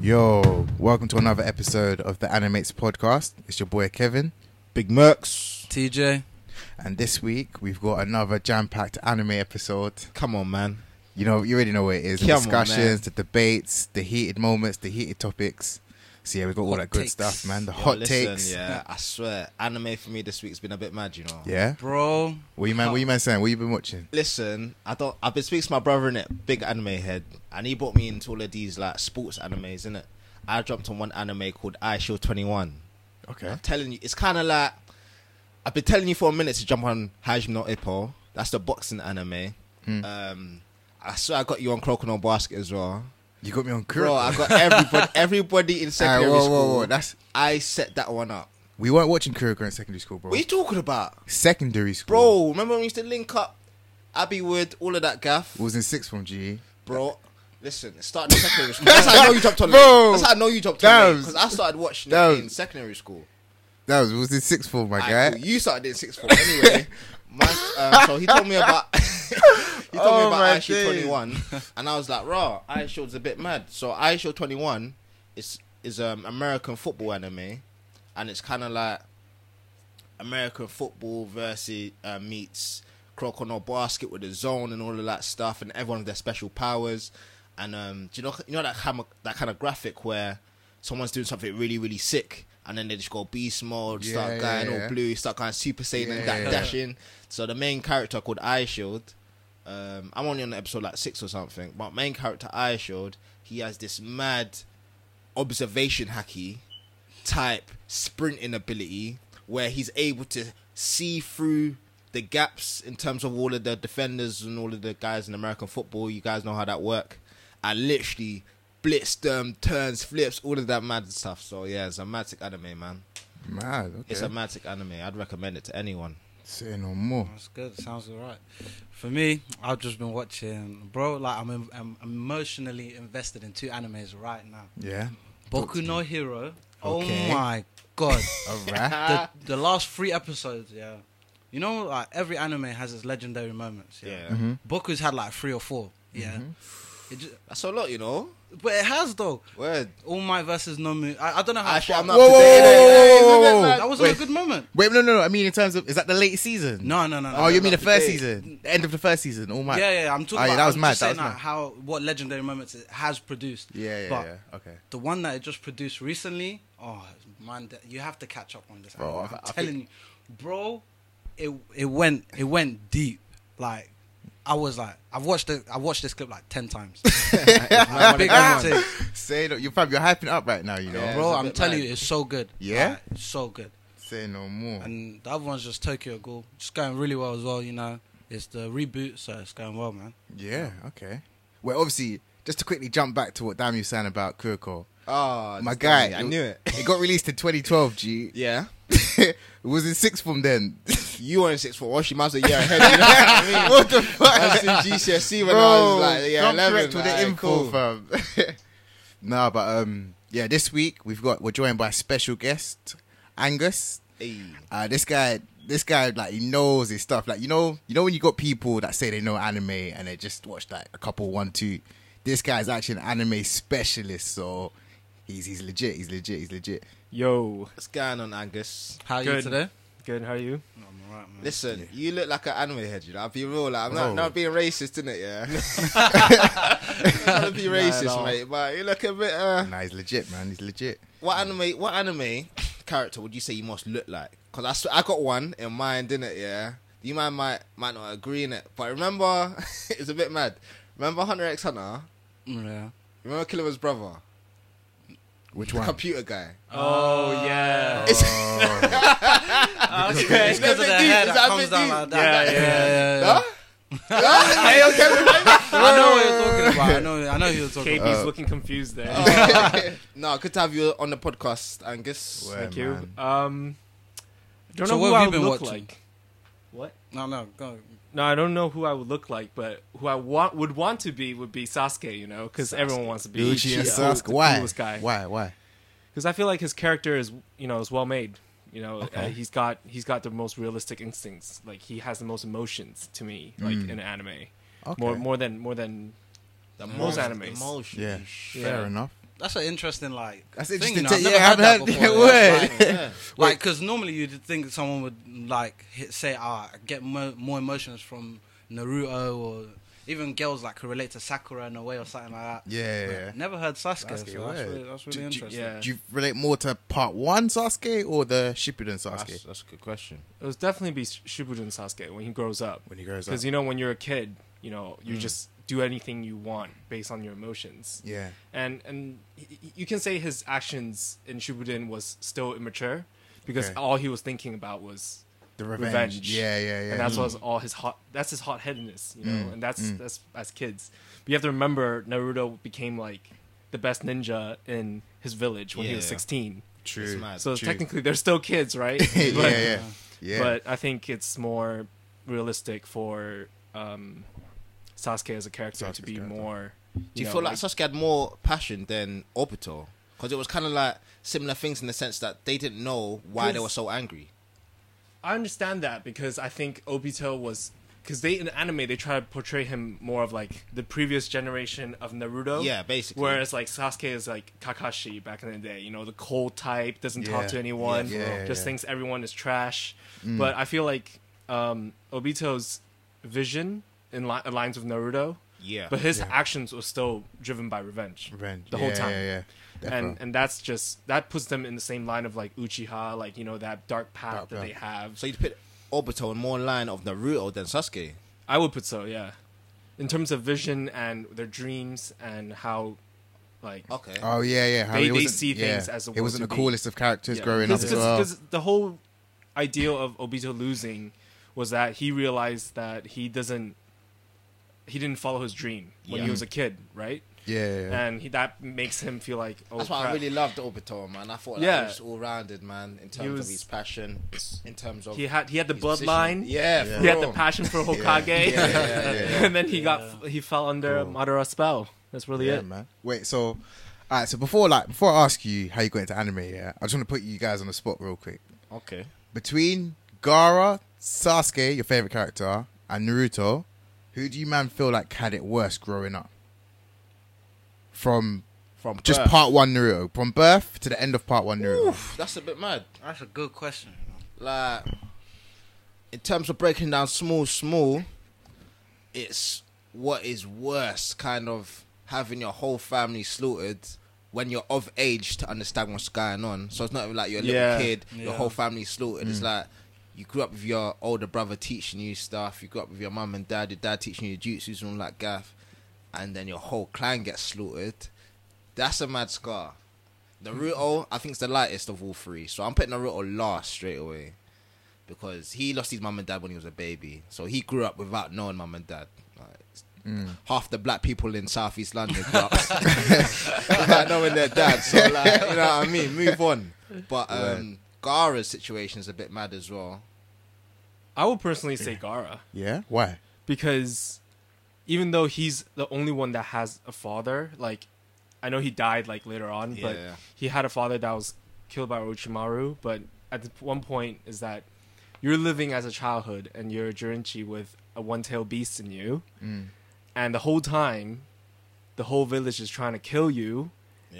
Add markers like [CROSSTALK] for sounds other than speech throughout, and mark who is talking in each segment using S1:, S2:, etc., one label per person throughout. S1: Yo, welcome to another episode of the Animates podcast. It's your boy Kevin,
S2: Big Mercs.
S3: TJ.
S1: and this week we've got another jam-packed anime episode.
S2: Come on, man.
S1: You know, you already know what it is: the
S2: Come on,
S1: discussions,
S2: man.
S1: the debates, the heated moments, the heated topics. So yeah, we've got all
S3: Hot
S1: that good
S3: takes.
S1: stuff, man. The
S2: Yo,
S1: hot
S2: listen,
S1: takes. Yeah.
S2: Yeah, I swear, anime for me this week's been a bit mad, you know.
S3: Bro.
S1: What you man? What you man saying? What you been watching?
S2: Listen, I don't. I've been speaking to my brother in it, big anime head, and he brought me into all of these like sports animes, in it. I jumped on one anime called I Shield Twenty One.
S1: Okay.
S2: I'm telling you, it's kind of like I've been telling you for a minute to jump on Hajime no Ippo. That's the boxing anime.
S1: Hmm.
S2: Um, I swear I got you on Crocodile Basket as well,
S1: You got me on curl.
S2: bro. I
S1: [LAUGHS]
S2: got everybody, everybody in
S1: Alright,
S2: secondary
S1: whoa,
S2: school.
S1: whoa, whoa. That's
S2: I set that one up.
S1: we weren't watching Kuroko in secondary school, bro.
S2: What are you talking about?
S1: Secondary school,
S2: Bro, remember when we used to link up Abbey Wood, all of that gaff?
S1: It was in sixth form, E. GE.
S2: Bro, listen, it started in
S1: [LAUGHS]
S2: secondary school. That's how I know you jumped on
S1: Bro,
S2: me. That's how I know you jumped on
S1: damn.
S2: me. Because I started watching
S1: Damn.
S2: it in secondary school.
S1: That was it was in sixth form, my
S2: Alright,
S1: guy.
S2: cool. You started in sixth form
S1: [LAUGHS]
S2: anyway. My, um, so he told me about [LAUGHS] he told
S1: Oh,
S2: me about
S1: my
S2: I Show
S1: days.
S2: 21
S1: [LAUGHS]
S2: and I was like, raw, I Show's a bit mad. So I Show 21 is is um American football anime and it's kind of like American football versus uh, meets crocodile basket with the zone and all of that stuff, and everyone with their special powers. And um, do you know you know that kind of, that kind of graphic where someone's doing something really really sick, and then they just go beast mode,
S1: Yeah,
S2: start
S1: yeah,
S2: going
S1: yeah.
S2: all blue, start going super saiyan,
S1: Yeah,
S2: and that
S1: yeah.
S2: dashing. So the main character called Eye Shield. Um, I'm only on episode like six or something, but main character Eye Shield, he has this mad observation hacky type sprinting ability where he's able to see through the gaps in terms of all of the defenders and all of the guys in American football. You guys know how that work. I literally blitz them, turns, flips, all of that mad stuff. So yeah, it's a magic anime, man.
S1: Mad. Okay.
S2: It's a magic anime. I'd recommend it to anyone.
S1: Say no more.
S3: That's good. Sounds alright. For me, I've just been watching, bro. Like I'm, em- I'm emotionally invested in two animes right now.
S1: Yeah.
S3: Boku no Hero.
S1: Okay.
S3: Oh my
S1: [LAUGHS]
S3: god.
S1: All right.
S3: the, the last three episodes, yeah. You know, like every anime has its legendary moments. Yeah.
S1: Mm-hmm.
S2: yeah.
S3: Boku's had like three or four. Yeah. It ju-
S2: that's a lot, you know.
S3: but it has though.
S2: Word.
S3: All Might versus Nomu. I, I don't
S1: Ah,
S3: know how.
S2: Actually, I'm
S3: far-
S2: not up to date.
S1: whoa, whoa, whoa, whoa.
S3: That wasn't
S1: Wait.
S3: a good moment.
S1: Wait, no, no, no. I mean, in terms of, is that the late season?
S3: No, no, no. no
S1: Oh, you
S3: no.
S1: mean the
S2: not
S1: first
S2: today.
S1: season? The end of the first season? All my.
S3: Yeah, yeah. I'm talking
S1: Oh, yeah,
S3: about.
S1: that was
S3: I'm
S1: mad.
S3: Just
S1: That
S3: saying
S1: was mad.
S3: like, how what legendary moments it has produced.
S1: Yeah, yeah,
S3: But
S1: yeah. Okay.
S3: the one that it just produced recently, oh man, that- you have to catch up on this.
S1: Bro,
S3: anime.
S1: I-
S3: I'm
S1: I
S3: telling you, bro, it it went it went deep. Like I was like, I've watched the I watched this clip like
S1: [LAUGHS]
S3: ten times.
S2: I
S3: Big
S2: wanna go on.
S3: anime.
S1: Say no, you're fam, you're hyping up right now. You know.
S2: Yeah.
S3: bro,
S2: it's a
S3: I'm
S2: bit
S3: telling
S2: mad.
S3: you, it's so good.
S1: Yeah?
S3: Like, it's so good.
S1: Say no more.
S3: And the other one's just Tokyo Ghoul. It's going really well as well. You know, it's the reboot, so it's going well, man.
S1: yeah. Okay. Well, obviously, just to quickly jump back to what damn you saying about Kuroko.
S2: Oh,
S1: My
S2: this
S1: guy,
S2: anime, I knew it.
S1: It got released in 2012. G.
S2: [LAUGHS] Yeah.
S1: [LAUGHS] it was in sixth form then.
S2: You were in sixth form. Well, she might as well year ahead. You know what I
S1: [LAUGHS]
S2: mean?
S1: what the fuck?
S2: I was in GCSE E when I
S1: Bro,
S2: was like, yeah,
S1: come
S2: 11.
S1: correct with the
S2: Alright,
S1: info,
S2: cool. [LAUGHS]
S1: fam. [LAUGHS] nah, but um, yeah, this week we've got we're joined by special guest Angus.
S2: Hey.
S1: Uh, this guy, this guy, like he knows his stuff. Like you know, you know when you got people that say they know anime and they just watch like a couple one two. This guy's actually an anime specialist, so he's he's legit. He's legit. He's legit.
S4: Yo,
S2: What's going on, Angus?
S3: How are you
S4: Good.
S3: today?
S4: good. How are you?
S3: I'm alright, man.
S2: Listen, you look like an anime head, you know. I'll be real. Like, I'm not,
S1: Oh.
S2: not being racist, innit,
S1: [LAUGHS]
S2: yeah? [LAUGHS] I'm not to be racist,
S4: all.
S2: mate, but you look a bit. Uh,
S1: Nah, he's legit, man. He's legit.
S2: what anime What anime character would you say you must look like? Because I, sw- I got one in mind, innit, yeah? You might, might, might not agree in it, but remember, [LAUGHS] it's a bit mad. Remember Hunter x Hunter?
S3: Yeah.
S2: Remember Killer's brother?
S1: Which
S2: The [LAUGHS]
S1: one?
S2: computer guy.
S4: Oh, yeah.
S1: [LAUGHS] Oh,
S3: [LAUGHS]
S4: okay.
S3: It's 'cause of the hair that comes down like that.
S4: Yeah, yeah,
S2: Huh? Hey, [LAUGHS]
S3: I know what you're talking about. I know. I know who you're talking about.
S1: Uh,
S4: KB's looking confused there.
S1: oh,
S2: okay. no, good to have you on the podcast, Angus. [LAUGHS]
S1: Word.
S4: Thank
S1: Yeah,
S4: you.
S1: man.
S4: Um, don't
S3: So
S4: know
S3: what
S4: who
S3: have
S4: I
S3: you
S4: would
S3: been
S4: look
S3: watching?
S4: like. What?
S3: No, no, go.
S4: No, I don't know who I would look like, but who I want would want to be would be Sasuke. You know, because everyone wants to be
S1: Uchi and
S4: the cool-
S1: Sasuke.
S4: the
S1: Why?
S4: coolest guy.
S1: Why? Why?
S4: Because I feel like his character is you know is well made. You know, uh, he's got he's got the most realistic instincts. Like he has the most emotions to me, like in anime.
S1: Mm. Okay.
S4: More more than more than
S2: The
S4: Most
S2: mul-
S4: animes.
S2: The mulch.
S1: Yeah.
S2: Shit.
S1: Fair
S4: Yeah.
S1: enough.
S3: that's an interesting like.
S1: That's
S3: thing,
S1: interesting
S3: You know?
S1: to-
S3: I've
S1: yeah,
S3: never
S1: I
S3: heard
S1: haven't
S3: that before.
S1: heard- word.
S3: yeah. Like,
S2: yeah.
S3: like because normally you'd think someone would like hit, say ah I get mo- more emotions from naruto or even girls like could relate to sakura in a way or something like that
S1: Yeah,
S3: But
S1: yeah.
S3: never heard sasuke
S1: Sasuke,
S3: so that's
S1: word.
S3: really, that's
S1: Do-
S3: really
S1: do-
S3: interesting
S4: yeah.
S1: Do you relate more to part one Sasuke or the Shippuden
S2: That's,
S1: Sasuke?
S2: that's a good question.
S4: It was definitely be Sh- Shippuden Sasuke when he grows up.
S1: When he grows up. Mm.
S4: Because you know, when you're a kid, you know, you just do anything you want based on your emotions.
S1: Yeah.
S4: And and y- y- you can say his actions in Shippuden was still immature, because
S1: Okay.
S4: all he was thinking about was
S1: The
S4: revenge.
S1: revenge. Yeah, yeah, yeah. Mm.
S4: And that's what's all his hot. That's his hot headedness, you know. And that's that's as kids. But you have to remember, Naruto became like the best ninja in his village when he was
S2: Yeah.
S4: sixteen.
S1: true.
S2: It's mad.
S4: So
S1: True.
S4: technically, they're still kids,
S1: [LAUGHS] [LAUGHS]
S4: right?
S1: yeah,
S4: But-
S1: yeah, yeah.
S4: but I think it's more realistic for um, Sasuke as a character
S1: Sasuke's
S4: to be
S1: character.
S4: more.
S2: Do you
S4: know,
S2: feel like, Sasuke had more passion than Obito? Because it was kind of like similar things in the sense that they didn't know why they
S4: Because-
S2: were so angry.
S4: I understand that because I think Obito was because they in anime they try to portray him more of like the previous generation of Naruto.
S2: Yeah, basically.
S4: Whereas like Sasuke is like Kakashi back in the day, you know, the cold type, doesn't
S1: Yeah.
S4: talk to anyone,
S1: Yeah, yeah,
S4: just
S1: yeah. Mm.
S4: thinks everyone is trash. But I feel like um, Obito's vision in li- aligns with Naruto.
S2: Yeah.
S4: But his
S1: Yeah.
S4: actions were still driven by revenge.
S1: revenge
S4: The whole
S1: Yeah,
S4: time.
S1: Yeah, yeah.
S4: and
S1: Definitely.
S4: and that's just that puts them in the same line of like Uchiha, like you know that dark path
S1: Dark
S4: that
S1: path.
S4: they have.
S2: So you'd put Obito in more line of Naruto than Sasuke.
S4: I would put so, yeah. In terms of vision and their dreams and how, like,
S2: Okay.
S1: Oh yeah, yeah. How
S4: They-
S1: he
S4: they
S1: wasn't-
S4: see
S1: yeah.
S4: things as the
S1: it wasn't the
S4: ones to be.
S1: coolest of characters
S4: yeah.
S1: growing up as well.
S4: the whole ideal of Obito losing was that he realized that he doesn't, he didn't follow his dream when he
S2: Yeah.
S4: was a kid, right?
S1: yeah, yeah, yeah.
S4: And he, that makes him feel like, oh,
S2: That's why I
S4: crap.
S2: really loved Obito, man. I thought like,
S4: Yeah.
S2: he was all rounded, man, in terms
S4: was-
S2: of his passion, in terms of
S4: he had he had the
S2: his position.
S4: bloodline,
S2: Yeah, for
S4: he had the
S2: real.
S4: passion for
S2: Yeah,
S4: Hokage, [LAUGHS]
S2: yeah, yeah, yeah.
S4: and then he got he fell under
S1: Cool.
S4: Madara's spell. That's really
S1: yeah,
S4: it.
S1: man. Wait, so, alright, so before like before I ask you how you got into anime, yeah, I just want to put you guys on the spot real quick.
S2: Okay.
S1: Between Gara, Sasuke, your favorite character, and Naruto, who do you man feel like had it worse growing up? From
S2: From
S1: just
S2: birth.
S1: part one Naruto, from birth to the end of part one Naruto.
S2: Oof, that's a bit mad.
S3: that's a good question you know.
S2: like in terms of breaking down small small it's what is worse kind of having your whole family slaughtered when you're of age to understand what's going on so it's not even like you're a little
S4: Yeah.
S2: kid your
S3: Yeah.
S2: whole family slaughtered it's like you grew up with your older brother teaching you stuff you grew up with your mum and dad your dad teaching you jutsus and all that gaff and then your whole clan gets slaughtered that's a mad scar Naruto, I think, is the lightest of all three. So I'm putting Naruto last straight away because he lost his mum and dad when he was a baby. So he grew up without knowing mum and dad. Like, Half the black people in southeast London grew up [LAUGHS] without knowing their dad. So, like, you know what I mean? Move on. But um, Gara's situation is a bit mad as well.
S4: I would personally say Gara.
S1: Yeah, why?
S4: because even though he's the only one that has a father, like I know he died like later on, but
S2: Yeah.
S4: he had a father that was killed by Orochimaru. But at the one point is that you're living as a childhood and you're a Jirinchi with a one-tailed beast in you,
S2: Mm.
S4: and the whole time, the whole village is trying to kill you,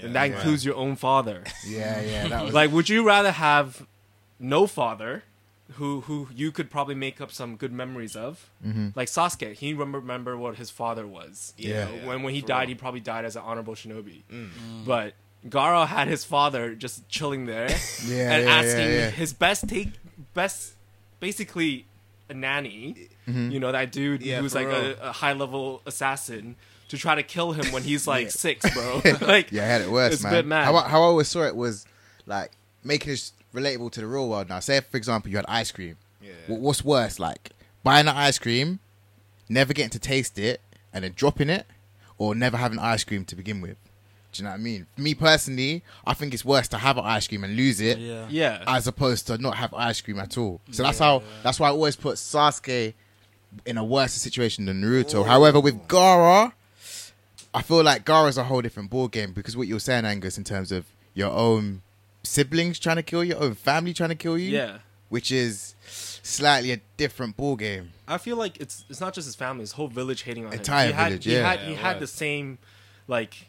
S4: and that
S1: Yeah.
S4: includes your own father.
S1: Yeah, yeah, that was
S4: [LAUGHS] like, would you rather have no father, who who you could probably make up some good memories of, like Sasuke? He remember, remember what his father was. you
S1: Mm-hmm. Yeah.
S4: know?
S2: Yeah,
S4: when when he
S2: for
S4: died,
S2: real. Mm.
S4: he probably died as an honorable shinobi. But Gara had his father just chilling there
S1: [LAUGHS] Yeah,
S4: and
S1: yeah,
S4: asking
S1: yeah, yeah.
S4: his best take, best, basically a nanny.
S1: Mm-hmm.
S4: You know that dude
S2: Yeah,
S4: who's
S2: for
S4: like a,
S2: real.
S4: a high level assassin. To try to kill him when
S2: [LAUGHS]
S4: he's like six, bro.
S1: [LAUGHS]
S4: like,
S1: Yeah, I had it worse,
S4: it's a
S1: man.
S4: bit mad.
S1: How, I, how I always saw it was like making this relatable to the real world now. Say, for example, you had ice cream.
S2: Yeah.
S1: Wh- What's worse, like buying an ice cream, never getting to taste it, and then dropping it, or never having ice cream to begin with? Do you know what I mean? Me personally, I think it's worse to have an ice cream and lose it
S3: yeah
S4: yeah,
S1: as opposed to not have ice cream at all. So that's
S3: Yeah.
S1: how. That's why I always put Sasuke in a worse situation than
S4: Oh.
S1: Naruto. However, with Gara, I feel like Gara's a whole different ball game because what you're saying, Angus, in terms of your own siblings trying to kill you, your own family trying to kill you,
S4: yeah.
S1: which is slightly a different ball game.
S4: I feel like it's it's not just his family, his whole village hating on him.
S1: Entire
S4: he had,
S1: village,
S4: he
S1: yeah.
S4: Had, he
S2: Yeah,
S4: had
S2: right.
S4: the same like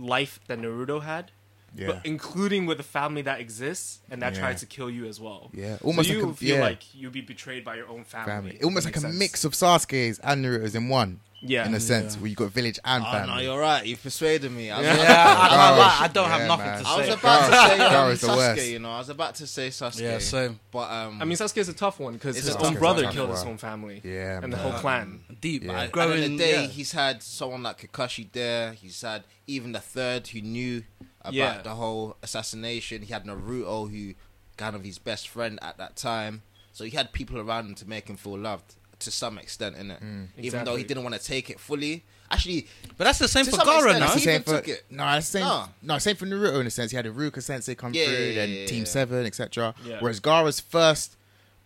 S4: life that Naruto had,
S1: Yeah.
S4: but including with a family that exists and that
S1: Yeah.
S4: tried to kill you as well.
S1: Yeah,
S4: almost
S1: almost
S4: so you
S1: like a-
S4: feel
S1: yeah.
S4: like you'd be betrayed by your own family.
S1: family.
S4: if
S1: Almost like
S4: that
S1: a
S4: makes sense.
S1: mix of Sasuke's and Naruto's in one.
S4: Yeah.
S1: In a sense,
S3: Yeah.
S1: where you got village and
S2: Oh
S1: family.
S2: no, you're right. You persuaded me. I was,
S3: Yeah, I, can't
S1: Gosh.
S3: lie, I don't
S1: Oh, Yeah,
S3: have nothing
S1: man.
S3: to
S2: I was
S3: say.
S2: about to say um,
S1: Gaara's the
S2: Sasuke.
S1: worst.
S2: You know, I was about to say Sasuke.
S3: yeah, same.
S2: But um,
S4: I mean, Sasuke is a tough one because
S2: It's
S4: his
S2: a
S4: own
S2: tough
S4: brother
S1: one.
S4: killed his
S1: Wow.
S4: own family
S1: Yeah,
S4: and the
S1: man.
S4: whole clan.
S3: Deep.
S1: Yeah.
S3: Like,
S2: At the
S3: growing.
S2: end of the day,
S3: yeah.
S2: he's had someone like Kakashi there. He's had even the third who knew about
S4: Yeah.
S2: the whole assassination. He had Naruto, who kind of his best friend at that time. So he had people around him to make him feel loved to some extent, innit? Even though
S4: Exactly.
S2: he didn't want to take it fully. Actually,
S3: but that's the same
S2: to
S3: for
S2: some
S3: Gara
S2: extent,
S3: now.
S2: it's
S1: Same
S2: even
S1: for,
S2: took it.
S1: no, that's same.
S2: No.
S1: No, same for Naruto in a sense. He had a Ruka Sensei come
S2: Yeah,
S1: through,
S2: yeah,
S1: then
S2: yeah,
S1: Team
S2: yeah.
S1: Seven, etc.
S4: Yeah.
S1: Whereas Gaara's first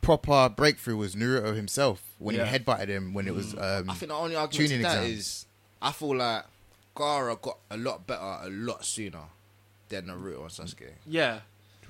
S1: proper breakthrough was Naruto himself when
S4: Yeah.
S1: he headbutted him when it was. Um,
S2: Mm. I think the only argument to
S1: Tuning
S2: that is,
S1: exam.
S2: I feel like Gara got a lot better a lot sooner than Naruto and Sasuke.
S4: Yeah.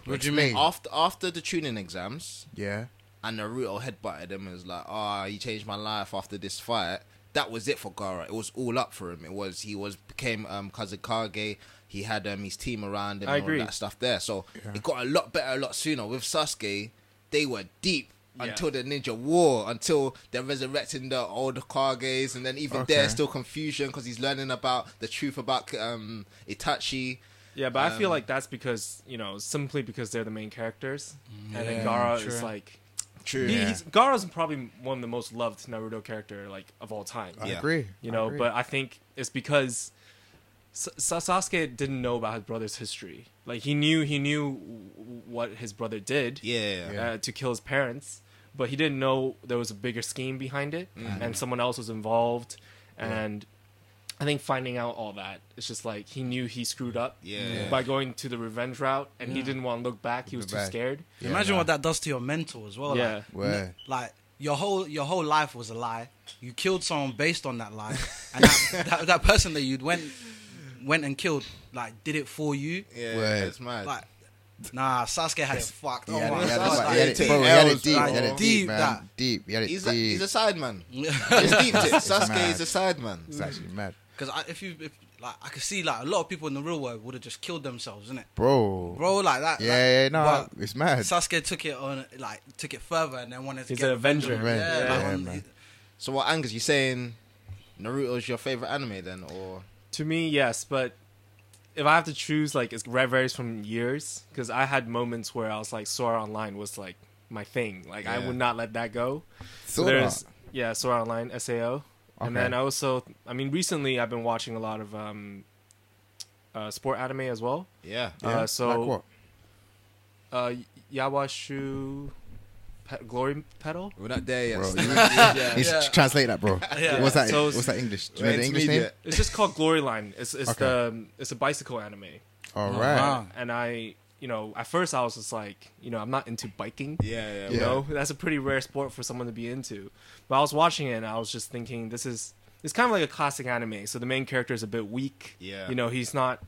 S1: what
S3: do you
S1: mean?
S2: After after the tuning exams,
S1: Yeah,
S2: and Naruto headbutted him and was like, "Ah, you changed my life after this fight." That was it for Gara. It was all up for him. It was he was became um, Kazekage. He had um, his team around him
S4: I
S2: and
S4: agree.
S2: all that stuff there. So
S1: Yeah.
S2: it got a lot better a lot sooner. With Sasuke, they were deep
S4: Yeah.
S2: until the Ninja War, until they're resurrecting the old Kages, and then even
S1: Okay.
S2: there's still confusion because he's learning about the truth about um, Itachi.
S4: Yeah, but I feel
S2: Um,
S4: like that's because, you know, simply because they're the main characters. and then
S3: Yeah,
S4: Gara
S3: true.
S4: is like.
S2: True.
S4: He,
S1: Yeah.
S4: he's, Gara's probably one of the most loved Naruto character like of all time.
S1: I
S2: Yeah.
S1: agree.
S4: you
S1: I
S4: know
S1: agree.
S4: but i think it's because S- Sa- sasuke didn't know about his brother's history like he knew he knew w- what his brother did
S2: Yeah.
S1: Yeah.
S4: uh, to kill his parents but he didn't know there was a bigger scheme behind it and someone else was involved and i think finding out all that it's just like he knew he screwed up
S2: Yeah.
S4: by going to the revenge route and he
S3: Yeah.
S4: didn't want to look back he was too
S1: Back.
S4: scared
S1: Yeah,
S3: Imagine
S1: nah.
S3: what that does to your mental as well.
S4: Yeah.
S3: Like,
S1: Where?
S3: like your whole your whole life was a lie. You killed someone based on that lie, and
S1: [LAUGHS]
S3: that, that, that person that you went went and killed like did it for you.
S2: Yeah,
S1: Word.
S2: it's mad.
S3: Like, nah, Sasuke had it fucked. Oh
S1: He had
S3: my
S1: it- he had it-
S2: God.
S1: he had it- bro, he had it deep. He had it
S3: Deep,
S1: deep, man.
S3: that.
S1: Deep. He had it
S2: he's, a,
S1: deep.
S2: he's a side man.
S3: god. [LAUGHS]
S2: He's
S1: [LAUGHS]
S2: deep it.
S1: It's
S2: Sasuke
S1: mad.
S2: is a side man.
S1: It's actually mad,
S3: Because if you if, like, I could see like a lot of people in the real world would have just killed themselves, isn't it,
S1: bro.
S3: bro? Like that.
S1: Yeah,
S3: like,
S1: yeah, no,
S3: but
S1: it's mad.
S3: Sasuke took it on, like took it further, and then wanted to
S4: he's
S3: get
S4: an avenger
S1: Revenge.
S3: Yeah,
S1: Yeah,
S3: like, um, on-
S1: man.
S2: So what, Angus? You saying Naruto's your favorite anime then, or
S4: To me, yes, but if I have to choose, like, it's red varies from years because I had moments where I was like, Sora Online was like my thing. Like, I
S2: Yeah.
S4: would not let that go.
S1: Sort of.
S4: there's yeah, Sora Online, Sao, and
S1: Okay.
S4: then I also, I mean, recently I've been watching a lot of um, uh, sport anime as well.
S2: yeah?
S1: Yeah,
S4: Uh, so
S1: like what?
S4: uh, Yawashu, Pe- Glory Petal.
S2: We're not there [LAUGHS]
S1: Bro,
S2: yet.
S1: you-
S4: yeah.
S1: [LAUGHS] It's-
S3: Yeah.
S1: Translate that,
S2: [LAUGHS]
S1: bro.
S3: Yeah.
S1: What's that?
S4: So-
S1: what's that English? Do you
S2: We're
S1: know the English name?
S2: intermediate.
S4: It's just called Glory Line. It's it's
S1: Okay.
S4: the it's a bicycle anime.
S2: Uh-huh.
S1: All
S3: Oh,
S1: right.
S3: wow.
S4: and I, you know, at first I was just like, you know, I'm not into biking.
S2: Yeah, yeah.
S4: You
S1: Yeah.
S4: know, that's a pretty rare sport for someone to be into. But I was watching it and I was just thinking, this is it's kind of like a classic anime. So the main character is a bit weak.
S2: Yeah.
S4: You know, he's not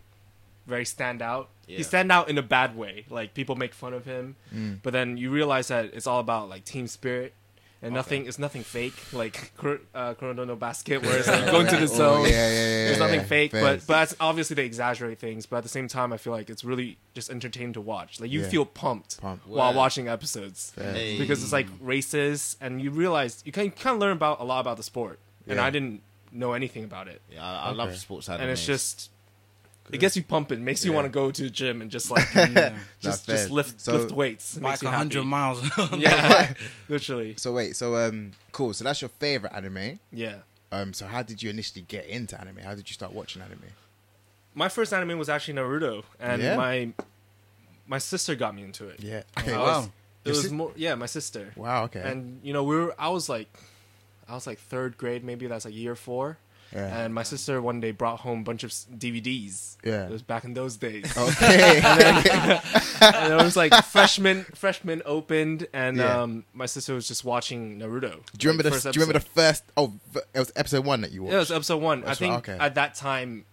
S4: very stand out.
S2: Yeah.
S4: He stand out in a bad way. Like people make fun of him.
S1: Mm.
S4: But then you realize that it's all about like team spirit. And nothing, it's nothing fake, like Kuro- uh, Kurono no
S1: [LAUGHS]
S4: Basket, where it's like going to the
S1: Oh,
S4: zone,
S1: yeah, yeah, yeah,
S4: there's
S1: yeah,
S4: nothing
S1: yeah.
S4: fake,
S1: Fair.
S4: but but that's obviously they exaggerate things. But at the same time, I feel like it's really just entertaining to watch. Like you
S1: Yeah.
S4: feel pumped
S1: Pumped.
S4: while
S2: Wow.
S4: watching episodes
S2: Hey.
S4: because it's
S1: Mm.
S4: like races, and you realize you can kind of learn about a lot about the sport. And
S1: Yeah.
S4: I didn't know anything about it,
S2: Yeah, I, I love
S1: Okay.
S2: sports anime.
S4: and it's just. It gets you pumping, makes you
S1: Yeah.
S4: want to go to the gym and just
S1: [LAUGHS]
S4: like just
S1: fair.
S4: just lift
S1: So-
S4: lift weights. It
S3: like
S4: makes you happy.
S3: hundred miles. [LAUGHS]
S4: Yeah, [LAUGHS] literally.
S1: So wait, so um, cool. So that's your favorite anime.
S4: Yeah.
S1: Um, so how did you initially get into anime? How did you start watching anime?
S4: My first anime was actually Naruto, and
S1: Yeah?
S4: my my sister got me into it.
S1: [LAUGHS] Yeah.
S4: It
S1: Okay.
S3: wow.
S4: was, it
S1: Your
S4: was
S1: sis-
S4: more yeah, my sister.
S1: Wow. Okay.
S4: And you know, we were I was like I was like third grade, maybe that's like year four.
S1: yeah.
S4: And my sister one day brought home a bunch of s- DVDs.
S1: Yeah.
S4: It was back in those days. [LAUGHS]
S1: okay.
S4: and it was like freshman freshman opened and
S1: Yeah.
S4: um my sister was just watching Naruto.
S1: do you remember
S4: like,
S1: the?
S4: first
S1: Do you remember the
S4: episode.
S1: first? Oh, v- it was episode one that you watched.
S4: Yeah, it was episode 1. I
S1: That's right,
S4: think
S1: okay.
S4: at that time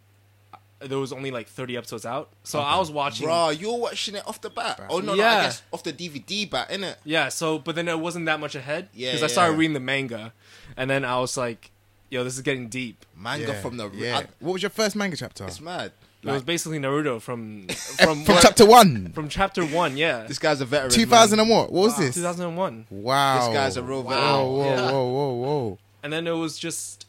S4: uh, there was only like 30 episodes out. So I was watching
S2: bro, you're watching it off the bat. Oh no, no, I
S4: Yeah.
S2: guess off the DVD bat, innit?
S4: Yeah, so but then it wasn't that much ahead
S2: Yeah,
S4: because I
S2: yeah,
S4: started
S2: yeah.
S4: reading the manga and then I was like, yo, this is getting deep.
S2: Manga
S1: Yeah,
S2: from the
S1: Yeah.
S2: I-
S1: what was your first manga chapter?
S2: it's mad.
S4: it was
S2: Like-
S4: basically Naruto
S1: [LAUGHS]
S4: from from
S1: From
S4: what-
S1: chapter one,
S4: from chapter one. Yeah,
S2: This guy's a veteran.
S1: two thousand
S2: man.
S1: and what? What was this?
S4: Ah, two thousand and one.
S1: Wow,
S2: This guy's a real
S1: Wow,
S2: veteran.
S1: whoa,
S4: Yeah.
S1: whoa, whoa,
S4: [LAUGHS]
S1: whoa!
S4: and then it was just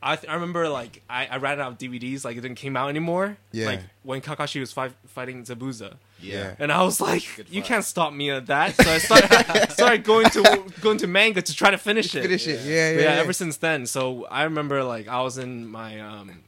S4: I, th- I remember like I, I ran out of DVDs like it didn't came out anymore.
S1: Yeah.
S4: Like when Kakashi was fi- fighting Zabuza,
S2: Yeah.
S4: and I was like,
S2: Good
S4: you
S2: fight.
S4: can't stop me at that. So I started, [LAUGHS] started going to going to manga to try to finish it.
S1: Finish it, yeah,
S4: But
S1: yeah.
S4: yeah, ever since then. So I remember like I was in my um,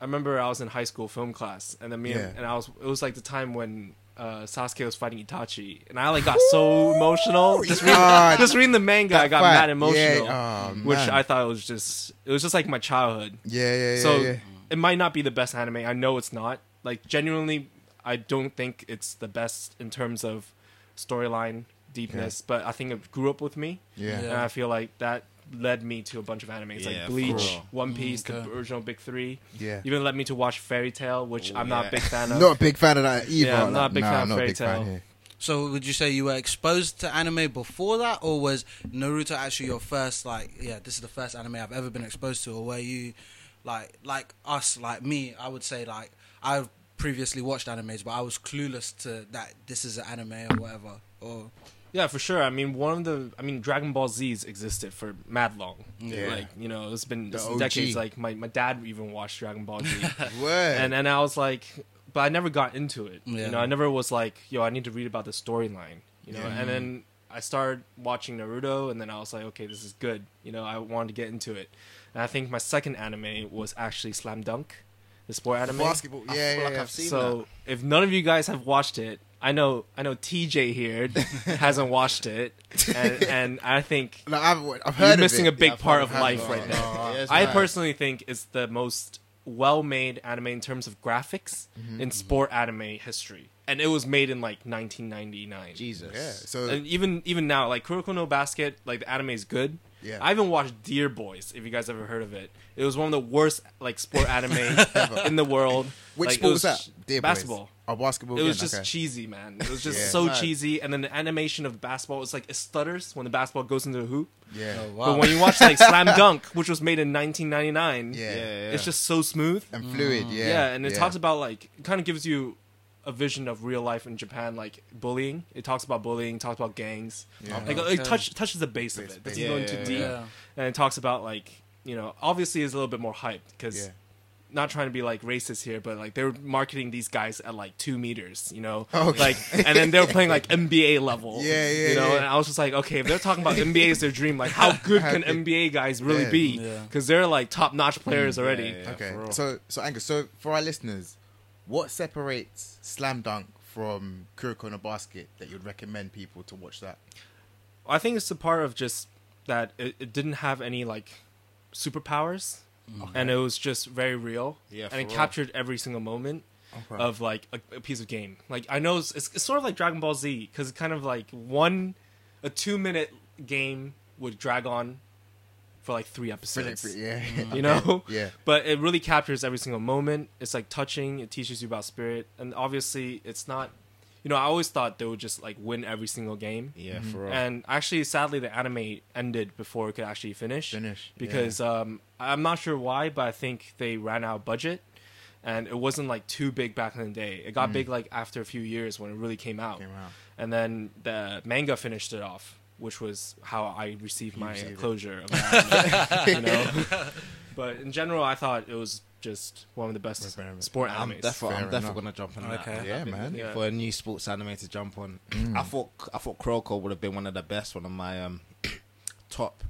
S4: I remember I was in high school film class, and then me
S1: Yeah.
S4: and, and I was it was like the time when. Uh, Sasuke was fighting Itachi, and I like got so emotional. Just reading, [LAUGHS]
S1: God.
S4: just reading the manga, I got
S1: Fight.
S4: mad emotional
S1: Yeah, oh,
S4: which
S1: man.
S4: I thought was just it was just like my childhood.
S1: yeah, yeah, yeah.
S4: so
S1: yeah.
S4: it might not be the best anime. I know it's not. Like genuinely, I don't think it's the best in terms of storyline deepness. But I think it grew up with me,
S1: Yeah.
S4: and I feel like that led me to a bunch of animes
S2: Yeah,
S4: like
S2: for
S4: Bleach,
S2: sure.
S4: One Piece,
S3: Okay.
S4: the original big three.
S1: Yeah.
S4: even led me to watch Fairy Tail, which
S2: Ooh,
S4: I'm not
S2: yeah.
S4: a big
S1: [LAUGHS]
S4: fan of.
S1: Not a big fan of that either.
S4: Yeah, I'm
S1: like,
S4: not a big
S1: nah,
S4: fan of
S1: I'm not a
S4: Fairy
S1: big fan
S4: Tail.
S1: here.
S3: So would you say you were exposed to anime before that, or was Naruto actually your first like? Yeah, this is the first anime I've ever been exposed to, or were you like like us, like me? I would say like I've previously watched animes, but I was clueless to that this is an anime or whatever. Or
S4: Yeah, for sure. I mean, one of the I mean, Dragon Ball Z's existed for mad long.
S1: Yeah.
S4: Like you know, it's been
S1: The
S4: it's
S1: OG.
S4: decades. Like my my dad even watched Dragon Ball
S1: [LAUGHS]
S4: Z.
S1: Word.
S4: and and I was like, but I never got into it.
S3: Yeah.
S4: You know, I never was like, yo, I need to read about the storyline. You know,
S1: Yeah.
S4: and then I started watching Naruto, and then I was like, okay, this is good. You know, I wanted to get into it, and I think my second anime was actually Slam Dunk, the sport anime.
S1: Basketball. Yeah,
S2: I
S1: yeah,
S2: feel like
S1: yeah.
S2: I've seen that.
S4: So if none of you guys have watched it, I know I know TJ
S1: [LAUGHS]
S4: here hasn't watched it, and, and I think
S1: No, I've, I've heard
S4: you're
S1: of
S4: missing
S1: it.
S4: a big
S2: Yeah, I've
S4: part
S2: heard
S4: of
S2: of it.
S4: life
S2: Oh,
S4: right
S2: no.
S4: now.
S2: Yeah, it's
S4: I
S2: mad.
S4: personally think it's the most well-made anime in terms of graphics
S1: Mm-hmm.
S4: in sport anime history, and it was made in like 1999.
S2: Jesus.
S1: Yeah. So
S4: And even even now, like Kuroko no Basket, like the anime is good.
S1: Yeah.
S4: I even watched Dear Boys. If you guys ever heard of it, it was one of the worst like
S1: [LAUGHS]
S4: sport anime in the world.
S1: which
S4: like, it
S1: sport was
S4: was
S1: that? Dear boys.
S4: basketball
S1: Oh, basketball.
S4: it was
S1: again,
S4: just
S1: okay.
S4: cheesy, man. It was just
S1: Yeah.
S4: so
S2: Right.
S4: cheesy, and then the animation of basketball was like it stutters when the basketball goes into the hoop.
S1: Yeah.
S3: Oh,
S4: But when you watch like Slam Dunk, which was made in 1999,
S1: Yeah.
S2: Yeah, yeah.
S4: it's just so smooth.
S1: And fluid. Yeah.
S4: mm, Yeah, and it talks about like it kind of gives you a vision of real life in Japan, like bullying. It talks about bullying, talks about gangs.
S1: Yeah.
S4: Like
S3: Okay.
S4: it touch, touches the base of
S1: Base,
S4: it. Doesn't
S2: base.
S4: go
S2: Yeah,
S4: into
S2: yeah,
S4: deep,
S3: yeah.
S4: and it talks about like you know obviously it's a little bit more hyped because
S1: Yeah.
S4: not trying to be like racist here, but like they were marketing these guys at like two meters, you know,
S1: [LAUGHS] Okay.
S4: like and then they were playing like NBA level,
S1: Yeah, yeah,
S4: you know.
S1: yeah.
S4: And I was just like, okay, if they're talking about NBA is their dream, like
S1: [LAUGHS]
S4: how good
S1: How
S4: can
S1: good-
S4: NBA guys really
S1: Yeah.
S4: be?
S3: Yeah.
S4: Because they're like top notch players already.
S2: yeah, yeah.
S1: Okay.
S2: for real.
S1: So so Angus, so for our listeners, what separates Slam Dunk from Kuroko no Basket that you'd recommend people to watch that?
S4: I think it's the part of just that it, it didn't have any like superpowers, and it was just very real.
S2: Yeah, for
S4: and it
S2: real.
S4: captured every single moment
S1: Okay.
S4: of like a, a piece of game. Like I know it's, it's, it's sort of like Dragon Ball Z because it's kind of like one a two minute game would drag on for like three episodes.
S1: yeah. [LAUGHS]
S2: Mm.
S4: You know,
S1: Yeah.
S4: [LAUGHS] but it really captures every single moment. It's like touching. It teaches you about spirit, and obviously, it's not. You know, I always thought they would just like win every single game,
S2: Yeah, for real.
S4: and actually, sadly, the anime ended before it could actually finish.
S1: Finish,
S4: because um, I'm not sure why, but I think they ran out of budget, and it wasn't like too big back in the day. It got big like after a few years when it really came out,
S1: Mm. Came out.
S4: and then the manga finished it off, which was how I received my
S1: received it. [LAUGHS]
S4: closure of the anime, you know. [LAUGHS] but in general, I thought it was just one of the best
S1: Remember.
S4: sport
S2: I'm
S4: animes.
S2: definitely, I'm
S1: Fair
S2: definitely
S1: enough.
S2: gonna jump on
S3: Okay.
S2: that.
S1: Yeah, man. Mm.
S4: Yeah.
S2: For a new sports anime to jump on, I thought I thought Kuroko would have been one of the best, one of my um, [CLEARS THROAT] top.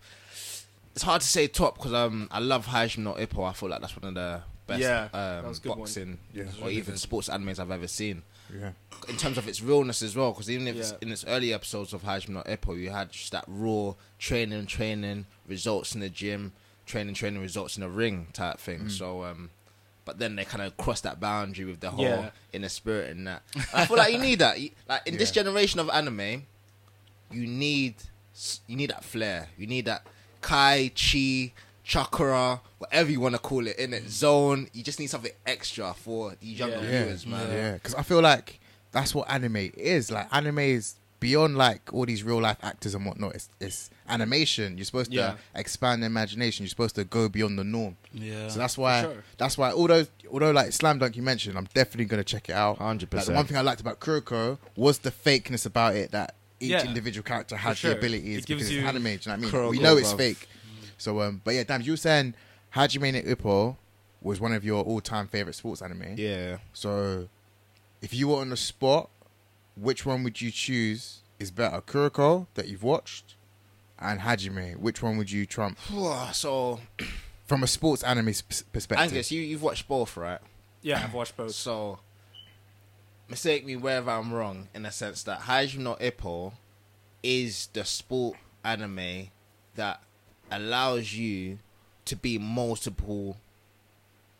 S2: It's hard to say top because um, I love Hajime no Ippo. I feel like that's one of the best
S4: Yeah, that
S2: um,
S4: was a good one.
S2: boxing
S1: Yeah.
S2: or even sports animes I've ever seen.
S1: Yeah.
S2: in terms of its realness as well, because even if it's
S4: Yeah.
S2: in its early episodes of Hajime no Ippo, you had just that raw training, training results in the gym, training, training results in the ring type thing. So, um, but then they kind of crossed that boundary with the whole
S4: Yeah.
S2: inner spirit and that. I feel like you need that. You- Like in this
S1: Yeah.
S2: generation of anime, you need s- you need that flair. You need that kai chi chakra, whatever you want to call it, in it zone. You just need something extra for these younger
S4: Yeah.
S1: Yeah.
S2: viewers, man.
S1: Yeah. Because I feel like that's what anime is. Like anime is beyond like all these real life actors and whatnot, it's, it's animation. You're supposed to
S4: Yeah.
S1: expand the imagination. You're supposed to go beyond the norm.
S3: Yeah.
S1: So that's why
S4: For sure.
S1: that's why although although like Slam Dunk you mentioned, I'm definitely gonna check it out.
S2: 100%.
S1: Like, the one thing I liked about Kuroko was the fakeness about it that each
S4: Yeah.
S1: individual character had
S4: sure.
S1: the abilities
S4: It gives
S1: because
S4: you
S1: it's anime. Do you know what I mean?
S2: Kuroko,
S1: we know it's
S2: bruv.
S1: fake. So um, but yeah, damn, you were saying Hajime no Ippo was one of your all-time favorite sports anime.
S2: Yeah.
S1: So if you were on the spot, which one would you choose? Is better Kuroko that you've watched, and Hajime? Which one would you trump
S2: So
S1: from a sports anime s- perspective?
S2: Angus, you you've watched both, right?
S4: Yeah, I've watched both.
S2: So mistake me wherever I'm wrong in the sense that Hajime no Ippo is the sport anime that allows you to be multiple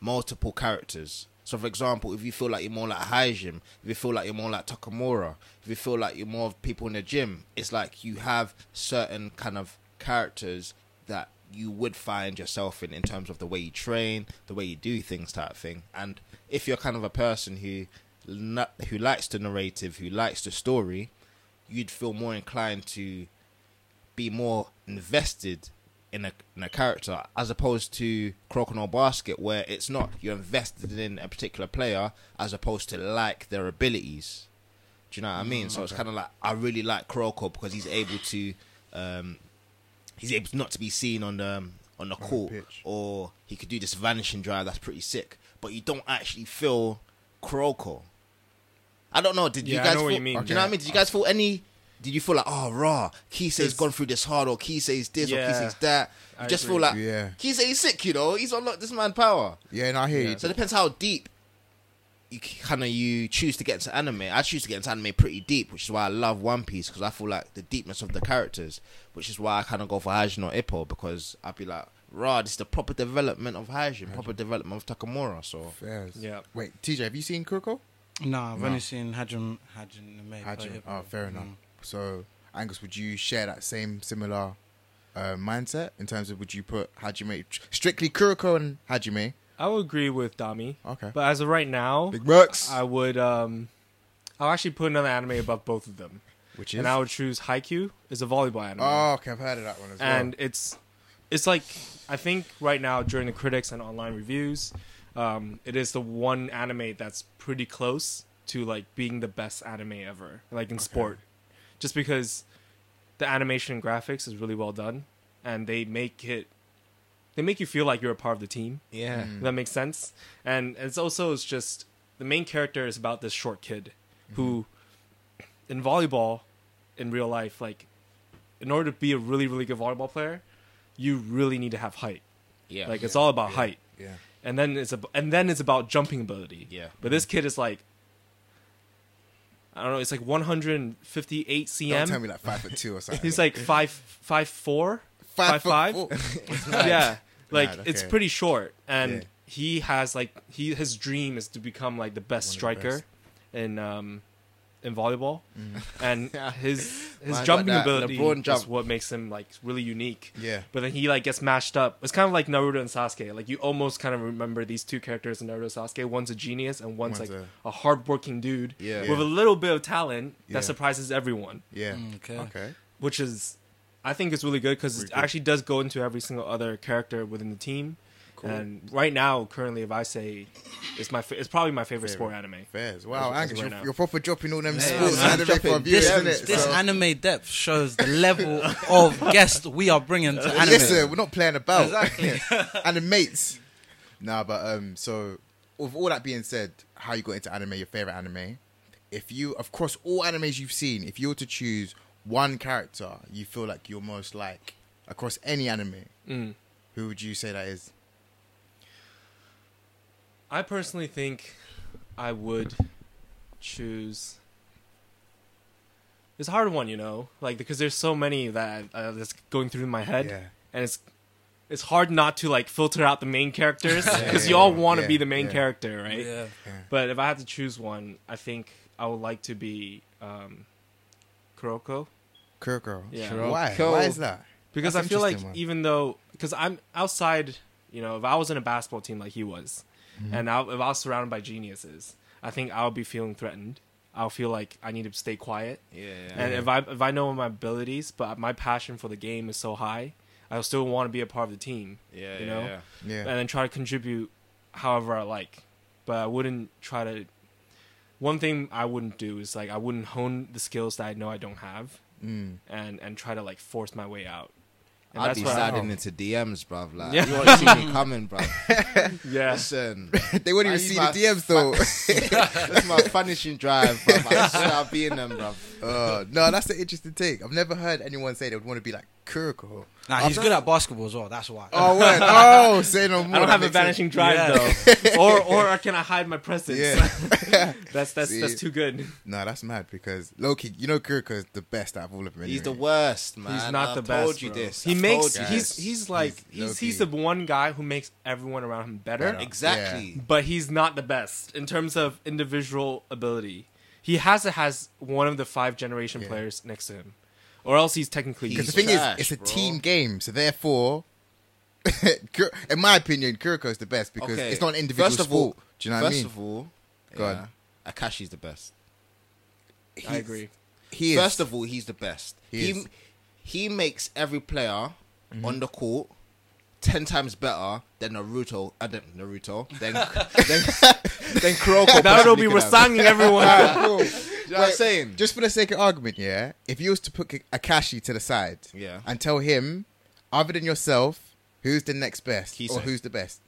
S2: multiple characters. So, for example, if you feel like you're more like Hajim, if you feel like you're more like Takamura, if you feel like you're more of people in the gym, it's like you have certain kind of characters that you would find yourself in in terms of the way you train, the way you do things, type thing. And if you're kind of a person who na- who likes the narrative, who likes the story, you'd feel more inclined to be more invested in a, in a character as opposed to Crocodile Basket, where it's not you're invested in a particular player as opposed to like their abilities. Do you know what I
S4: Mm,
S2: mean? So it's kind of like I really like Croco because he's able to, um, he's able not to be seen on the um, on the court,
S1: pitch.
S2: or he could do this vanishing drive that's pretty sick. But you don't actually feel Croco. I don't know. Did you
S4: Yeah, I
S2: guys?
S4: know what
S2: feel-
S4: you mean.
S2: Do you know what I mean? Did you guys feel any? Did you feel like, oh, raw? Kisei's
S4: There's-
S2: gone through this hard, or Kisei's this, or
S4: Yeah.
S2: Kisei's that. You
S4: I
S2: just
S4: agree.
S2: feel like,
S1: Yeah.
S2: Kisei's sick, you know. He's unlocked this man power.
S1: yeah, no, I hear you.
S2: So it depends how deep you kind of you choose to get into anime. I choose to get into anime pretty deep, which is why I love One Piece because I feel like the deepness of the characters, which is why I kind of go for Hajin or Ippo because I'd be like, raw, this is the proper development of Hajin, proper development of Takamura. So
S1: Fairs.
S4: Yeah.
S1: Wait, TJ, have you seen Kuroko?
S3: No, I've
S1: No.
S3: only seen Hajim Hajim May.
S1: Hajime. Oh, fair enough.
S4: Mm.
S3: Mm.
S1: So, Angus, would you share that same similar uh, mindset in terms of would you put Hajime strictly Kuroko and Hajime?
S4: I would agree with Dami.
S1: Okay.
S4: But as of right now,
S1: Big Mercs.
S4: I would um I'll actually put another anime above both of them.
S1: Which is?
S4: And I would choose Haikyuu is a volleyball anime.
S1: oh, okay, I've heard of that one as
S4: and it's it's like I think right now during the critics and online reviews, um, it is the one anime that's pretty close to like being the best anime ever, like in sport, just because the animation and graphics is really well done, and they make it they make you feel like you're a part of the team.
S2: yeah,
S1: Mm.
S4: If that makes sense. And it's also it's just the main character is about this short kid who
S1: Mm-hmm.
S4: in volleyball in real life like in order to be a really really good volleyball player, you really need to have height.
S2: yeah,
S4: Like it's all about height.
S1: well. Yeah.
S4: And then it's ab- and then it's about jumping ability.
S2: Yeah.
S4: But this kid is like I don't know, it's like 158 cm.
S1: Don't tell me like five foot two or something.
S4: E [LAUGHS] He's like five five four,
S1: five,
S4: five five.
S1: [LAUGHS] foot
S4: yeah like
S1: Mad,
S4: it's
S1: okay.
S4: pretty short and
S1: Yeah.
S4: he has like he his dream is to become like the best
S1: One of the
S4: striker in um in volleyball
S1: mm,
S4: and his his
S2: Mine's
S4: jumping
S2: like that
S4: ability
S2: LeBron jump.
S4: is what makes him like really unique
S1: Yeah.
S4: but then he like gets mashed up it's kind of like naruto and sasuke like you almost kind of remember these two characters in naruto and sasuke one's a genius and one's,
S1: One's
S4: like
S1: a-
S4: a, hardworking dude
S2: Yeah.
S4: with a little bit of talent
S1: Yeah.
S4: that surprises everyone
S1: Yeah.
S3: okay.
S1: Okay.
S4: which is I think is really good because
S1: Really
S4: it
S1: good.
S4: actually does go into every single other character within the team. And right now, currently, if I say it's my, fa- it's probably my favorite sport anime.
S1: Fairs. Wow,
S4: That's
S1: Angus,
S4: right
S1: you're,
S4: now.
S1: you're proper dropping all them
S2: Yeah,
S1: sports
S2: man.
S1: anime for
S2: Dropping.
S1: viewers,
S2: This-
S1: isn't it?
S3: This
S1: So-
S3: anime depth shows the [LAUGHS] level of guest we are bringing to anime.
S1: Listen, we're not playing about.
S3: Exactly.
S1: [LAUGHS] and the mates. Nah, but um, so with all that being said, how you got into anime, your favorite anime. If you, of course, all animes you've seen, if you were to choose one character you feel like you're most like across any anime, who would you say that is?
S4: I personally think I would choose. It's a hard one, you know, like because there's so many that uh, that's going through my head,
S1: Yeah.
S4: and it's it's hard not to like filter out the main
S1: [LAUGHS]
S4: characters
S1: Yeah,
S4: because
S1: yeah,
S4: you all
S1: yeah.
S4: want to
S1: Yeah,
S4: be the main
S1: yeah.
S4: character, right?
S3: Yeah.
S4: But if I had to choose one, I think I would like to be um, Kuroko
S1: Kuroko.
S4: Yeah.
S1: Why?
S2: Kuroko.
S1: Why is that?
S4: because
S1: That's
S4: I feel like
S1: interesting, man.
S4: even though because I'm outside, you know, if I was in a basketball
S1: Mm-hmm.
S4: team like he was, and I, if I was surrounded by geniuses, I think I would be feeling threatened. I'll feel like I need to stay quiet.
S2: Yeah,
S4: And if I if I know my abilities, but my passion for the game is so high, I still want to be a part of the team
S2: yeah,
S4: you
S2: yeah,
S4: know?
S2: yeah.
S1: Yeah.
S4: and then try to contribute however I like. But I wouldn't try to. One thing I wouldn't do is like I wouldn't hone the skills that I know I don't have
S1: Mm.
S4: and and try to like force my way out. And
S2: I'd be
S4: what I-
S2: sliding into DMs, bruv. Like,
S4: Yeah.
S2: you won't see
S4: [LAUGHS]
S2: me coming, bruv.
S4: Yeah,
S2: Listen,
S1: they wouldn't
S2: I
S1: even
S2: use
S1: see the
S2: my
S1: DMs though.
S2: that's my punishing drive, bruv. I swear I'll be in them, bruv.
S1: [LAUGHS] Uh, no, that's an interesting take. I've never heard anyone say they would want to be like Kuroko.
S3: Nah, he's good at basketball as well. That's why.
S1: [LAUGHS] Oh, word. oh, say no more.
S4: I don't
S1: That
S4: have a
S1: makes sense.
S4: vanishing
S2: [LAUGHS]
S4: drive though, or or can I hide my presence?
S1: [LAUGHS]
S4: [LAUGHS] that's that's
S1: See?
S4: that's too good.
S1: No, that's mad because Loki, you know Kuroko is the best out of all of them.
S2: He's the
S1: anyway.
S2: worst, man.
S4: he's not
S2: I
S4: the
S2: told
S4: best.
S2: you
S4: bro.
S2: this.
S4: He
S2: I
S4: makes
S2: told you
S4: he's
S2: this.
S4: he's like
S1: He's
S4: he's he's, the
S1: low-key.
S4: one guy who makes everyone around him better.
S1: Better.
S2: exactly.
S4: but he's not the best in terms of individual ability. He has to has one of the five generation
S1: Yeah.
S4: players next to him, or else he's technically
S1: Because the
S2: He's
S1: thing
S2: trash,
S1: is, it's a
S2: bro.
S1: team game, so therefore, [LAUGHS] Kur- in my opinion, Kuroko is the best because
S2: Okay.
S1: it's not an individual
S2: First of all-
S1: sport. Do you know what I
S2: First
S1: mean?
S2: of all,
S1: Go
S2: yeah,
S1: on.
S2: Akashi's the best.
S1: He's-
S4: I agree.
S1: He is.
S2: First of all, he's the best.
S1: He
S2: He
S1: is. Mm-hmm.
S2: he, makes every player on the court ten times better than Naruto. Uh, than [LAUGHS] Naruto.
S4: [LAUGHS]
S2: Then then then Kuroko.
S4: That will
S2: possibly
S4: be
S2: could have.
S1: [LAUGHS]
S4: resigning everyone.
S1: all,
S2: Do you know what I'm saying?
S1: just for the sake of argument, yeah, if you was to put K- Akashi to the side,
S2: Yeah.
S1: and tell him, other than yourself, who's the next best or
S2: Kisei.
S1: who's the best,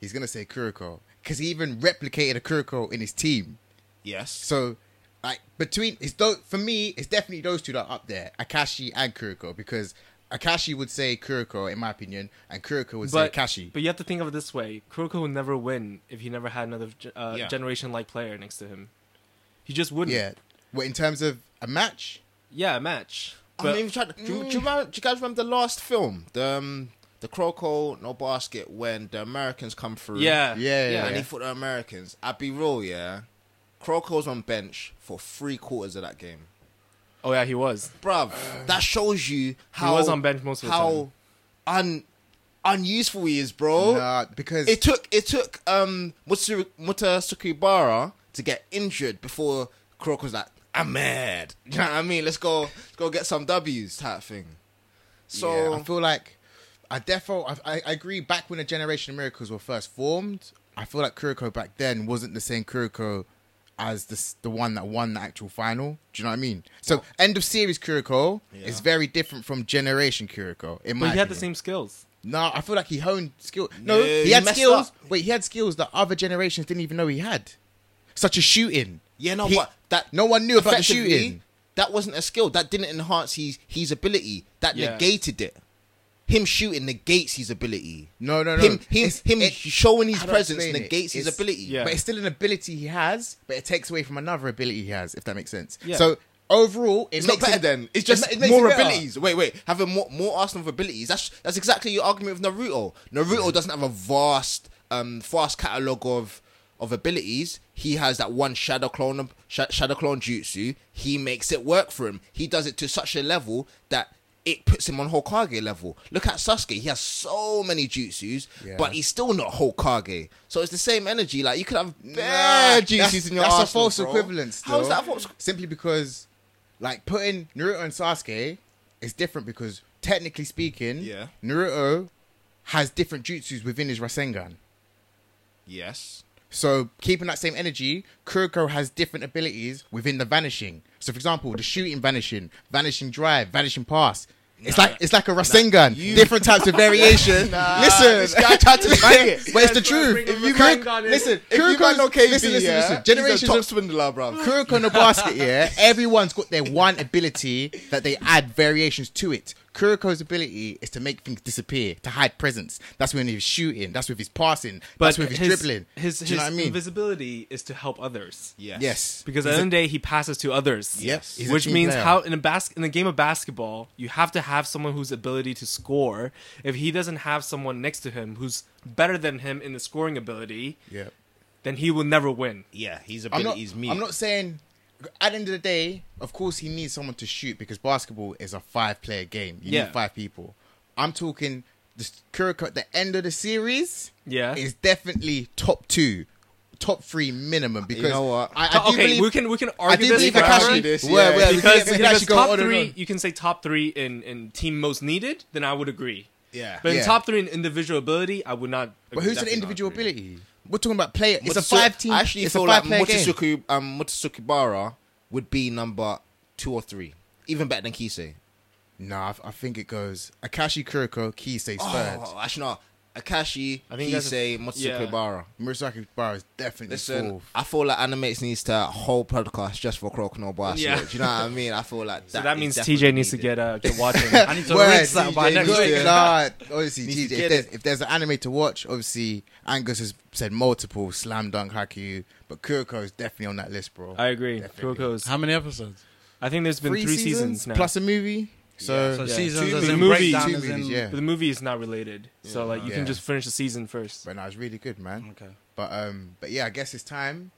S1: he's gonna say Kuroko because he even replicated a Kuroko in his team.
S2: yes.
S1: So, like between it's those, for me, it's definitely those two that are up there, Akashi and Kuroko, because Akashi would say Kuroko in my opinion, and Kuroko would
S4: But,
S1: say Akashi.
S4: but you have to think of it this way: Kuroko would never win if he never had another ge- uh,
S2: Yeah.
S4: generation-like player next to him. He just wouldn't.
S1: yeah, well, in terms of a match,
S4: yeah, a match.
S2: I
S4: But Mm.
S2: mean, try, do, you- do, you remember, do you guys remember the last film, the um, the Croco No Basket, when the Americans come through?
S4: yeah,
S1: Yeah, yeah,
S2: and
S1: yeah.
S2: he fought the Americans. I'd be real, yeah. Croco's on bench for three quarters of that game.
S4: Oh yeah, he was.
S2: bruv, that shows you how
S4: was on bench most of the
S2: how un unuseful he is, bro.
S1: nah, because
S2: It took it took um Mutsu, Muta Sukibara to get injured before Kuroko was like, I'm mad. [LAUGHS] You know what I mean? Let's go let's go get some W's type thing. So
S1: Yeah, I feel like I default. I, I I agree. Back when the Generation of Miracles were first formed, I feel like Kuroko back then wasn't the same Kuroko as the s- the one that won the actual final. Do you know what I mean? So end of series Kuroko is
S2: Yeah.
S1: very different from Generation Kuroko. In
S4: But
S1: my
S4: he had the
S1: opinion.
S4: same skills.
S1: No, I feel like he honed skill. No,
S2: No,
S1: he,
S2: he
S1: had
S2: messed
S1: skills.
S2: up.
S1: Wait, he had skills that other generations didn't even know he had, such as shooting.
S2: yeah, no
S1: He-
S2: what that
S1: No one knew about the
S2: effectively,
S1: shooting.
S2: That wasn't a skill. That didn't enhance his his ability. That
S4: Yeah.
S2: negated it. Him shooting negates his ability.
S1: No, no, no.
S2: him him,
S1: It's-
S2: him
S1: it-
S2: showing his
S1: how do I
S2: presence
S1: explain it?
S2: negates his
S1: It's-
S2: ability.
S4: Yeah.
S1: But it's still an ability he has, but it takes away from another ability he has, if that makes sense.
S4: Yeah.
S1: So overall, it
S2: It's not
S1: makes
S2: better
S1: him-
S2: then. It's
S1: it
S2: just
S1: ma- it makes
S2: more
S1: him better.
S2: abilities. Wait, wait. Having more more arsenal of abilities. That's that's exactly your argument with Naruto. Naruto doesn't have a vast, um, vast catalog of of abilities. He has that one shadow clone of- sh- shadow clone jutsu. He makes it work for him. He does it to such a level that it puts him on Hokage level. Look at Sasuke. He has so many jutsus,
S1: Yeah.
S2: but he's still not Hokage. So it's the same energy. Like you could have bare jutsus
S1: that's,
S2: in your
S1: that's a
S2: arsenal,
S1: false
S2: bro.
S1: equivalence.
S2: How is
S1: though.
S2: that a false?
S1: Simply because, like, putting Naruto and Sasuke is different because, technically speaking,
S2: Yeah.
S1: Naruto has different jutsus within his Rasengan.
S2: Yes.
S1: So keeping that same energy, Kuroko has different abilities within the vanishing. So for example, the shooting vanishing, vanishing drive, vanishing pass. It's
S2: Nah.
S1: like it's like a Rasengan,
S2: you-
S1: [LAUGHS] different types
S2: [LAUGHS]
S1: of variation.
S2: Nah, this
S1: listen,
S2: guy
S1: [LAUGHS]
S2: tried to say it.
S1: but it's the
S4: That's why I
S1: truth.
S4: bring the
S1: Kuroko-
S4: Rasengan in.
S1: listen,
S2: If you man
S1: Kuroko's
S2: know KB,
S1: listen, listen,
S2: yeah,
S1: listen.
S2: he's a
S1: Generations
S2: top
S1: of
S2: swindler, bro.
S1: [LAUGHS] Kuroko in the basket,
S2: [LAUGHS]
S1: yeah. Everyone's got their one ability that they add variations to it. Kuroko's ability is to make things disappear, to hide presence. That's when he's shooting. That's with his passing.
S4: But
S1: that's with his, dribbling.
S4: his,
S1: Do
S4: his
S1: you know what I mean?
S4: invisibility is to help others.
S2: Yes.
S1: yes,
S4: Because at the end of the day, he passes to others.
S1: Yes. He's a
S4: which
S1: team
S4: means
S1: player.
S4: how in a bas- in a game of basketball, you have to have someone whose ability to score. If he doesn't have someone next to him who's better than him in the scoring ability,
S1: yeah.
S4: then he will never win.
S2: Yeah, his
S1: I'm not,
S2: abilities mean.
S1: I'm not saying at the end of the day, of course he needs someone to shoot because basketball is a five player game. You
S4: Yeah.
S1: need five people. I'm talking the s- Kuroko at the end of the series
S4: Yeah.
S1: is definitely top two. top three minimum because
S2: know what?
S1: I, I do
S4: okay,
S1: believe
S4: we can we can
S1: I
S4: argue
S1: do
S4: this
S1: believe I
S4: for
S1: can
S4: hours.
S1: actually
S2: do this,
S1: Well,
S2: yeah.
S1: well, we can-
S4: because,
S1: we can
S4: because
S1: actually go
S4: top
S1: on and
S4: three,
S1: on.
S4: you can say top three in, in team most needed, then I would agree.
S2: Yeah.
S4: But
S1: Yeah.
S4: in top three in individual ability, I would not.
S1: But
S4: agree,
S1: who's an
S4: definitely not
S1: individual
S4: agree.
S1: ability? We're talking about player. It's a
S2: Mutsu-
S1: five team.
S2: I actually
S1: it's
S2: feel
S1: a
S2: like
S1: five player game.
S2: Motosuku, um, Motosukibara would be number two or three, even better than Kisei.
S1: No, I, I think it goes Akashi Kuroko, Kisei's
S2: Oh,
S1: third.
S2: actually, no. Akashi,
S4: I think that's
S2: Kisei,
S4: a- yeah.
S2: Motosukibara.
S1: Murasaki Bar is definitely
S2: Listen,
S1: fourth.
S2: I feel like animates needs to whole podcast just for Croak no Bar.
S4: Yeah.
S2: Yeah. Do you know what I mean? I feel like
S4: So that,
S2: is
S4: means
S2: definitely
S4: TJ needs to
S2: needed.
S4: get uh, get
S1: [LAUGHS]
S4: watching.
S3: I need to
S1: Word,
S3: rinse that by
S1: TJ,
S3: next
S1: good
S3: week.
S1: God. Obviously, TJ,
S2: get
S1: if there's, if there's an anime to watch, obviously Angus has said multiple slam dunk haiku, but Kuroko is definitely on that list, bro.
S4: I agree.
S1: Definitely.
S4: Kuroko's.
S3: How many episodes?
S4: I think there's been three, seasons, now.
S1: plus a movie. So,
S3: So
S4: Yeah.
S3: seasons
S4: Two
S3: as in
S4: movies.
S3: breakdown
S1: two
S3: as in
S1: movies, yeah.
S4: but the movie is not related, so like you
S1: Yeah.
S4: can just finish the season first.
S1: But no, it's really good, man.
S3: Okay.
S1: But um, but yeah, I guess it's time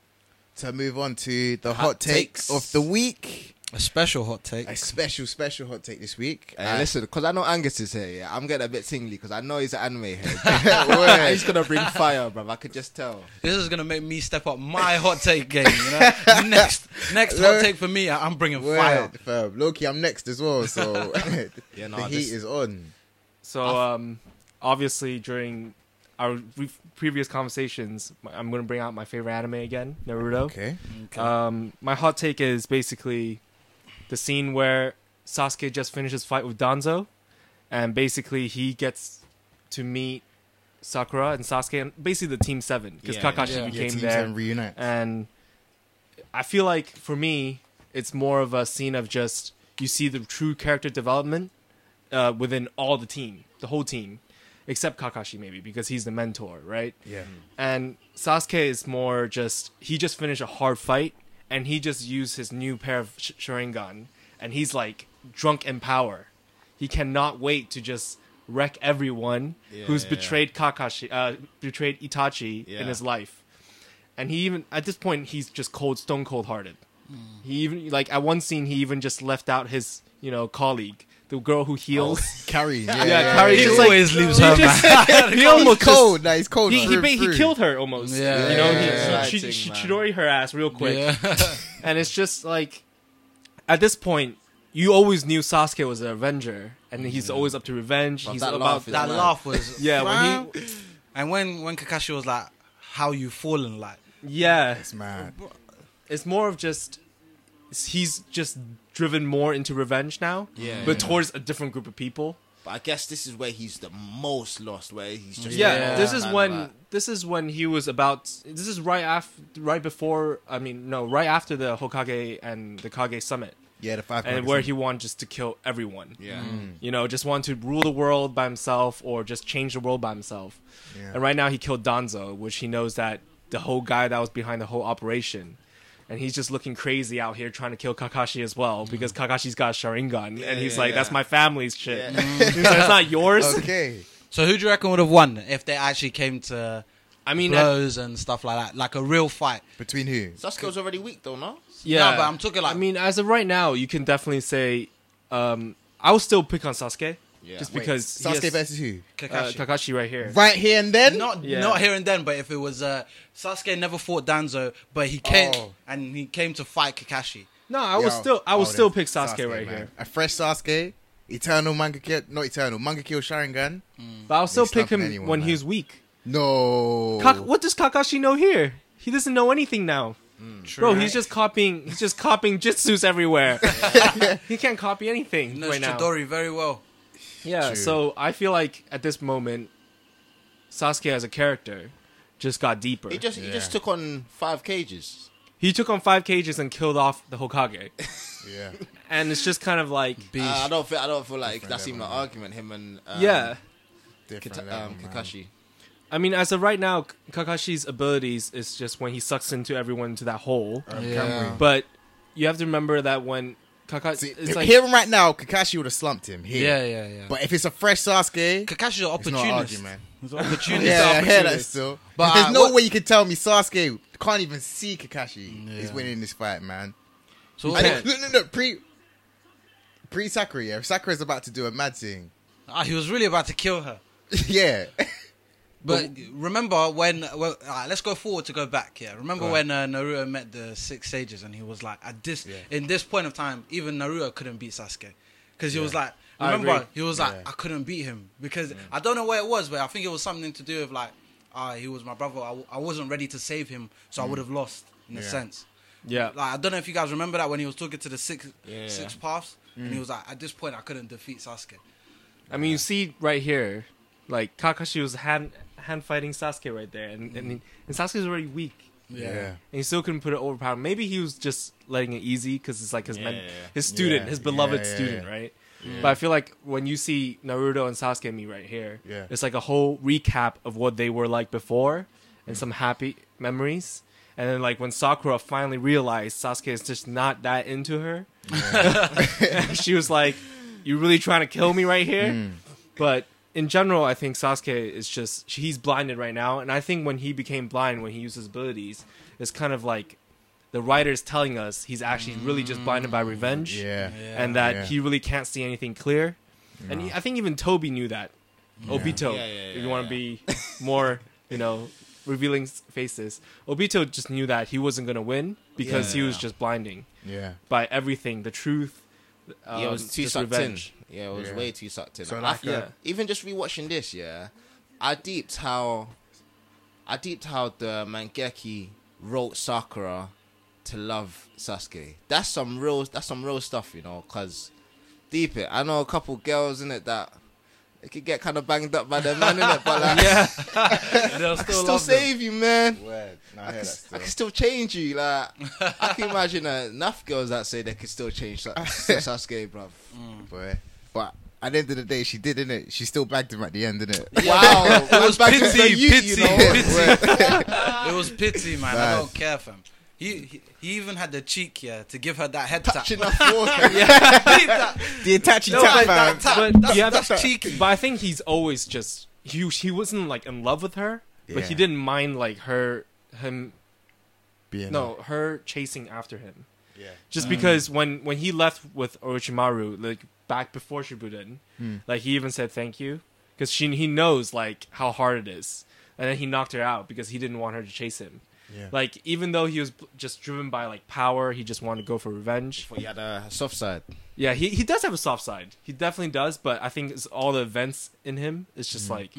S1: to move on to the hot, takes.
S2: takes.
S1: of the week.
S3: A special hot take.
S1: A special, special hot take this week. [LAUGHS] Uh,
S2: Hey, listen, [LAUGHS] because I know Angus is here. Yeah, I'm getting a bit tingly because I know he's an anime head.
S1: Word.
S2: he's gonna bring fire, bruv. I could just tell.
S3: This is gonna make me step up my hot take game. You know,
S1: [LAUGHS]
S3: next next hot take for me, I- I'm bringing fire.
S1: Word, fam. Loki, I'm next as well, so [LAUGHS]
S2: Yeah,
S1: the
S2: no,
S1: heat
S2: this,
S1: is on.
S4: So um, obviously during our re- previous conversations, my- I'm gonna bring out my favorite anime again, Naruto.
S1: Okay.
S3: Okay.
S4: Um, my hot take is basically the scene where Sasuke just finishes fight with Danzo, and basically he gets to meet Sakura and Sasuke, and basically the Team Seven because
S2: Yeah,
S4: Kakashi
S3: yeah. Yeah,
S1: Yeah,
S4: became
S1: teams
S4: there.
S1: and reunite.
S4: [LAUGHS] and I feel like for me, it's more of a scene of just you see the true character development uh, within all the team, the whole team, except Kakashi maybe because he's the mentor, right?
S1: yeah.
S2: Mm-hmm.
S4: And Sasuke is more just he just finished a hard fight and he just used his new pair of sh- Sharingan and he's like drunk in power. He cannot wait to just wreck everyone
S2: Yeah,
S4: who's
S2: yeah, yeah.
S4: betrayed Kakashi, uh, betrayed Itachi
S2: Yeah.
S4: in his life. And he even at this point he's just cold, stone cold hearted.
S2: Hmm.
S4: He even like at one scene he even just left out his you know colleague, the girl who heals.
S2: Oh. [LAUGHS]
S1: Carry. Yeah,
S4: Yeah,
S1: yeah,
S4: Oh, Carrie
S1: yeah.
S3: he
S4: just, like-
S3: always leaves
S4: He
S3: her.
S4: just-
S3: back.
S4: [LAUGHS] he
S1: He's
S4: almost just-
S1: cold. Nah, he's cold.
S4: he, he,
S1: through
S4: ba-
S1: and
S4: he
S1: through.
S4: killed her almost.
S3: Yeah.
S4: you know,
S2: Yeah.
S4: he, she,
S2: Exciting,
S4: she
S2: man.
S4: chidori her ass real quick,
S3: [LAUGHS] Yeah.
S4: and it's just like, at this point, you always knew Sasuke was an Avenger, and he's always up to revenge.
S2: But
S4: he's
S2: Mm-hmm. that
S4: about
S2: laugh is
S4: that.
S3: that
S2: man.
S3: laugh [LAUGHS] was
S4: Yeah, when he,
S3: and when when Kakashi was like, "How you falling?" Like,
S4: yeah,
S1: It's
S4: [LAUGHS]
S1: mad.
S4: it's more of just he's just driven more into revenge now.
S2: Yeah,
S4: but
S2: yeah.
S4: towards a different group of people.
S2: But I guess this is where he's the most lost. Where he's just
S4: Yeah,
S3: Yeah.
S4: this is
S2: And,
S4: when
S2: like,
S4: this is when he was about. This is right after, right before. I mean, no, right after the Hokage and the Kage summit.
S1: Yeah, the five. Mm.
S4: and where he wanted just to kill everyone.
S2: yeah.
S4: You know, just wanted to rule the world by himself or just change the world by himself.
S1: Yeah.
S4: And right now he killed Danzo, which he knows that the whole guy that was behind the whole operation. And he's just looking crazy out here trying to kill Kakashi as well because Kakashi's got a Sharingan.
S2: Yeah,
S4: and he's
S2: yeah,
S4: like, that's
S2: yeah.
S4: my family's shit.
S2: Yeah.
S4: [LAUGHS] He's like, it's not yours.
S1: Okay.
S3: so who do you reckon would have won if they actually came to
S4: I mean,
S1: uh,
S4: at-
S3: blows and stuff like that, like a real fight?
S1: Between who?
S2: Sasuke's already weak though, no?
S4: yeah.
S3: No, but I'm talking like-
S4: I mean, as of right now, you can definitely say, um, I'll still pick on Sasuke.
S2: Yeah.
S4: Just
S1: Wait,
S4: because. he
S1: Sasuke
S4: has-
S1: versus who?
S4: uh,
S3: Kakashi.
S4: Kakashi right here.
S1: Right here and then.
S3: not
S4: Yeah.
S3: not here and then, but if it was uh, Sasuke never fought Danzo, but he came
S1: Oh.
S3: and he came to fight Kakashi.
S4: No, I will
S1: Yo, Oh,
S4: still I will
S1: hold
S4: still
S1: it.
S4: pick Sasuke, right
S1: man.
S4: here.
S1: A fresh Sasuke, eternal manga kill, not eternal manga kill Sharingan.
S4: But I'll still
S1: He's
S4: pick him
S1: stopping anyone,
S4: when
S1: man.
S4: he's weak.
S1: No,
S4: Kak- what does Kakashi know here? He doesn't know anything now. Bro, he's just copying he's just copying jutsus everywhere. he can't copy anything
S3: knows
S4: right now.
S3: Chidori very
S1: Uh,
S3: well.
S4: Yeah,
S1: True.
S4: so I feel like at this moment Sasuke as a character just got deeper.
S2: He
S4: He,
S2: just he just took on five cages.
S4: took on 5 cages and killed off the
S2: [LAUGHS]
S4: Hokage.
S1: yeah,
S4: and it's just kind of like
S3: Beast.
S2: Uh, I don't feel I don't feel like that's
S1: level,
S2: even an
S1: man.
S2: argument. Him and um,
S4: yeah.
S1: different
S2: Kita-
S1: level,
S2: um,
S1: man.
S2: Kakashi.
S4: I mean, as of right now, K- Kakashi's abilities is just when he sucks into everyone into that hole.
S2: Uh,
S3: yeah.
S4: But you have to remember that when Kakashi,
S1: See,
S4: it's like
S1: hear him right now, Kakashi would have slumped him. Here.
S3: yeah, yeah, yeah.
S1: But if it's a fresh Sasuke, it's not
S3: Kakashi's an
S1: an
S3: opportunist.
S1: argument.
S3: He's an
S1: [LAUGHS]
S3: opportunist.
S1: Yeah, I hear that
S4: opportunist.
S1: still.
S3: But,
S1: But there's
S3: uh,
S1: no
S3: what-
S1: way you can tell me Sasuke can't even see Kakashi. He's
S3: Yeah.
S1: winning this fight, man.
S3: So
S1: And
S4: Yeah.
S1: [LAUGHS] then- look, look, look, pre, pre Sakura. Yeah, Sakura's about to do a mad thing. [LAUGHS]
S3: Ah, he was really about to kill her.
S1: yeah,
S3: But remember when? Well, alright, let's go forward to go back. Yeah, remember
S1: Right.
S3: when uh, Naruto met the six sages and he was like, at this
S1: Yeah.
S3: in this point of time, even Naruto couldn't beat Sasuke because he was like,
S4: I
S3: remember
S4: agree.
S3: he was like,
S1: Yeah.
S3: I couldn't beat him because I don't know where it was, but I think it was something to do with like, ah, he was my brother. I, w- I wasn't ready to save him, so I would have lost in a
S1: Yeah.
S3: sense.
S4: Yeah.
S3: Like I don't know if you guys remember that when he was talking to the six
S2: Yeah.
S3: six paths and he was like, at this point, I couldn't defeat Sasuke.
S4: I mean, you see right here, like Kakashi was hand hand fighting Sasuke right there, and and, and Sasuke's already weak,
S1: Yeah.
S4: and he still couldn't put it over power. Maybe he was just letting it easy because it's like his men-
S2: Yeah.
S4: his student,
S1: Yeah,
S4: his beloved
S1: yeah, yeah,
S4: student,
S1: yeah.
S4: right? But I feel like when you see Naruto and Sasuke and me right here,
S1: Yeah.
S4: it's like a whole recap of what they were like before and some happy memories. And then like when Sakura finally realized Sasuke is just not that into her, [LAUGHS] she was like, "You really trying to kill me right here?"
S2: Mm.
S4: But in general, I think Sasuke is just he's blinded right now, and I think when he became blind, when he used his abilities, it's kind of like the writer's telling us he's actually really just blinded
S2: Mm.
S4: by revenge,
S1: Yeah.
S3: Yeah.
S4: and that
S1: Yeah.
S4: he really can't see anything clear. And he, I think even Toby knew that. Obito,
S2: Yeah, yeah, yeah,
S4: if you want
S2: yeah.
S4: to be [LAUGHS] more, you know, revealing s- faces, Obito just knew that he wasn't gonna win because
S2: Yeah.
S4: he was just blinding
S1: Yeah.
S4: by everything, the truth. Um,
S2: yeah, it was too
S4: just
S2: sucked
S4: revenge.
S2: in. Yeah, it was
S1: Yeah.
S2: way too sucked in.
S1: So
S2: I
S1: like,
S2: feel-
S4: uh,
S2: even just rewatching this, yeah, I deeped how, I deeped how the Mangeki wrote Sakura to love Sasuke. That's some real. That's some real stuff, you know. Cause deep it. I know a couple girls in it that. They could get kind of banged up by their man in it, but like,
S4: [LAUGHS] Yeah, they'll
S2: I can
S4: still,
S2: still
S4: love them.
S2: save you, man.
S1: Word. Nah, I,
S2: I
S1: hear
S2: can,
S1: that
S2: I
S1: still.
S2: can still change you. Like I
S4: [LAUGHS]
S2: can imagine uh, enough girls that say they could still change Sa- Sasuke, bruv.
S1: Boy. But at the end of the day, she did, innit? She still bagged him at the end, innit?
S2: [LAUGHS] Wow,
S3: It was
S2: Man, back to
S3: pity,
S2: the youth, you
S3: pity,
S2: know.
S3: pity. it was pity, man. I
S1: Bad.
S3: don't care, fam. He, he, he even had the cheek, yeah, to give her that head tap.
S2: Touching
S1: [LAUGHS]
S2: the forehead.
S3: Leave that.
S1: the Itachi
S4: No,
S1: tap, man.
S4: but that- but
S3: That's-
S4: you have-
S3: that's cheeky.
S4: But I think he's always just he he wasn't like in love with her, but he
S1: Yeah.
S4: didn't mind like her him
S1: Being
S4: no her chasing after him.
S1: Yeah.
S4: Just because when when he left with Orochimaru like back before Shibuden, like he even said thank you because she he knows like how hard it is, and then he knocked her out because he didn't want her to chase him.
S1: Yeah.
S4: Like even though he was just driven by like power, he just wanted to go for revenge.
S2: But you had a soft side.
S4: Yeah, he, he does have a soft side. He definitely does, but I think it's all the events in him. It's just like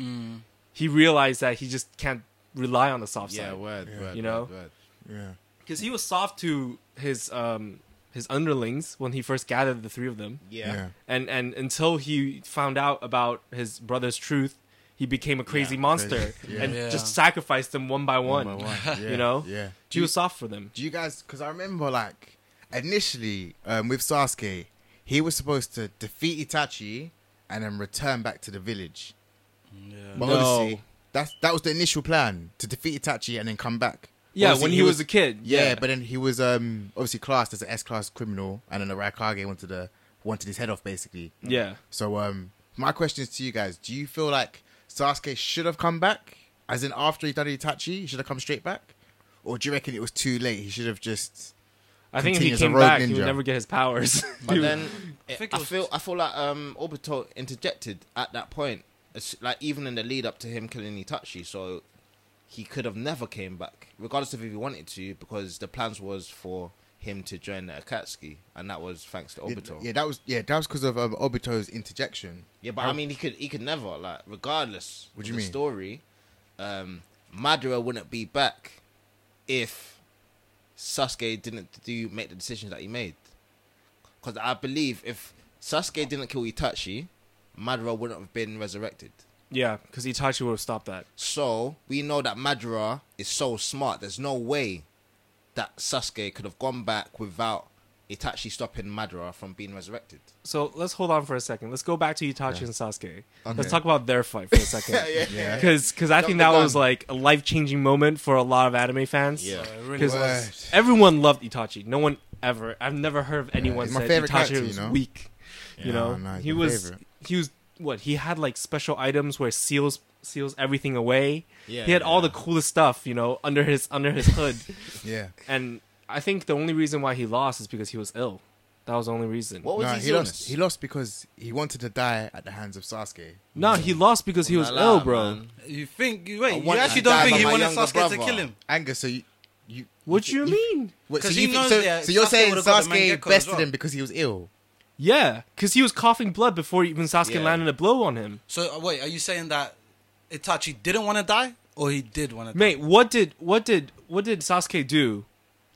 S4: he realized that he just can't rely on the soft
S2: Yeah,
S4: side
S2: word, word.
S4: You
S2: word,
S4: know?
S2: word.
S1: yeah.
S4: because he was soft to his um his underlings when he first gathered the three of them,
S2: Yeah.
S1: Yeah.
S4: and and until he found out about his brother's truth, he became a crazy monster
S1: Crazy. Yeah.
S4: and
S3: Yeah.
S4: just sacrificed them one by one.
S1: Number one. Yeah.
S4: You know?
S1: Yeah.
S4: He was soft for them.
S1: Do you guys? Because I remember, like, initially um, with Sasuke, he was supposed to defeat Itachi and then return back to the village.
S3: [LAUGHS] Yeah.
S1: But
S4: No.
S1: honestly, that's that was the initial plan to defeat Itachi and then come back.
S4: Yeah,
S1: Obviously,
S4: when he, was, a kid.
S1: yeah, but then he was um obviously classed as an S class criminal, and then the Raikage wanted to wanted his head off basically.
S4: yeah.
S1: So um, my question is to you guys: Do you feel like Sasuke should have come back, as in after he done Itachi, he should have come straight back, or do you reckon it was too late? He should have just
S4: I think if
S1: Continue
S4: he
S1: as a
S4: came
S1: rogue
S4: back, he would
S1: ninja.
S4: never get his powers. [LAUGHS]
S2: But then I,
S3: think
S2: I
S3: it was-
S2: feel I feel like um Obito interjected at that point. It's like even in the lead up to him killing Itachi, so he could have never came back, regardless of if he wanted to, because the plans was for him to join the Akatsuki, and that was thanks to Obito.
S1: Yeah, that was yeah, that was because of um, Obito's interjection.
S2: Yeah, but I mean, he could he could never like regardless
S1: What
S2: of
S1: do you
S2: the
S1: mean?
S2: story, um, Madara wouldn't be back if Sasuke didn't do make the decisions that he made. Because I believe if Sasuke didn't kill Itachi, Madara wouldn't have been resurrected.
S4: yeah, because Itachi would have stopped that.
S2: So we know that Madara is so smart. There's no way that Sasuke could have gone back without Itachi stopping Madara from being resurrected.
S4: So let's hold on for a second. Let's go back to Itachi and Sasuke.
S1: Okay.
S4: Let's talk about their fight for
S2: [LAUGHS]
S4: a second.
S1: [LAUGHS] Yeah.
S4: Because I think
S2: Jump
S4: that
S2: the
S4: was
S2: gun.
S4: like a life changing moment for a lot of anime fans.
S2: Yeah.
S3: So it really
S4: Because
S3: was.
S1: Word.
S4: everyone loved Itachi. No one ever. I've never heard of anyone
S1: he's my
S4: said
S1: favorite character,
S4: Itachi
S1: you
S4: was
S1: know?
S4: weak. You
S1: Yeah,
S4: know,
S1: no, he's
S4: he
S1: my
S4: was.
S1: favorite.
S4: He was what? He had like special items where seals seals everything away.
S2: Yeah,
S4: he had all
S2: yeah.
S4: the coolest stuff. You know, under his under his hood.
S1: [LAUGHS] Yeah,
S4: and I think the only reason why he lost is because he was ill. That was the only reason.
S2: What was
S1: No,
S2: his
S1: he
S2: illness?
S1: lost. He lost because he wanted to die at the hands of Sasuke.
S4: No, he lost because he was
S2: Nah,
S4: ill, bro.
S2: man.
S3: You think? You,
S2: I
S3: wait, you
S2: want
S3: actually
S2: to
S3: don't
S2: die
S3: think
S2: by
S3: he
S2: my
S3: wanted
S2: younger
S3: Sasuke to
S2: brother.
S3: kill him?
S1: Anger. So you, you
S4: What do you mean?
S1: Wait, so,
S3: 'Cause
S1: you
S3: he
S1: think,
S3: knows
S1: so,
S3: that
S1: so you're
S3: Sasuke
S1: saying
S3: would've got the
S1: Sasuke
S3: Mangekyo as
S1: bested
S3: well.
S1: him because he was ill?
S4: Yeah, because he was coughing blood before even Sasuke
S2: Yeah.
S4: landed a blow on him.
S3: So uh, wait, are you saying that Itachi didn't want to die, or he did want to? die?
S4: Mate, what did what did what did Sasuke do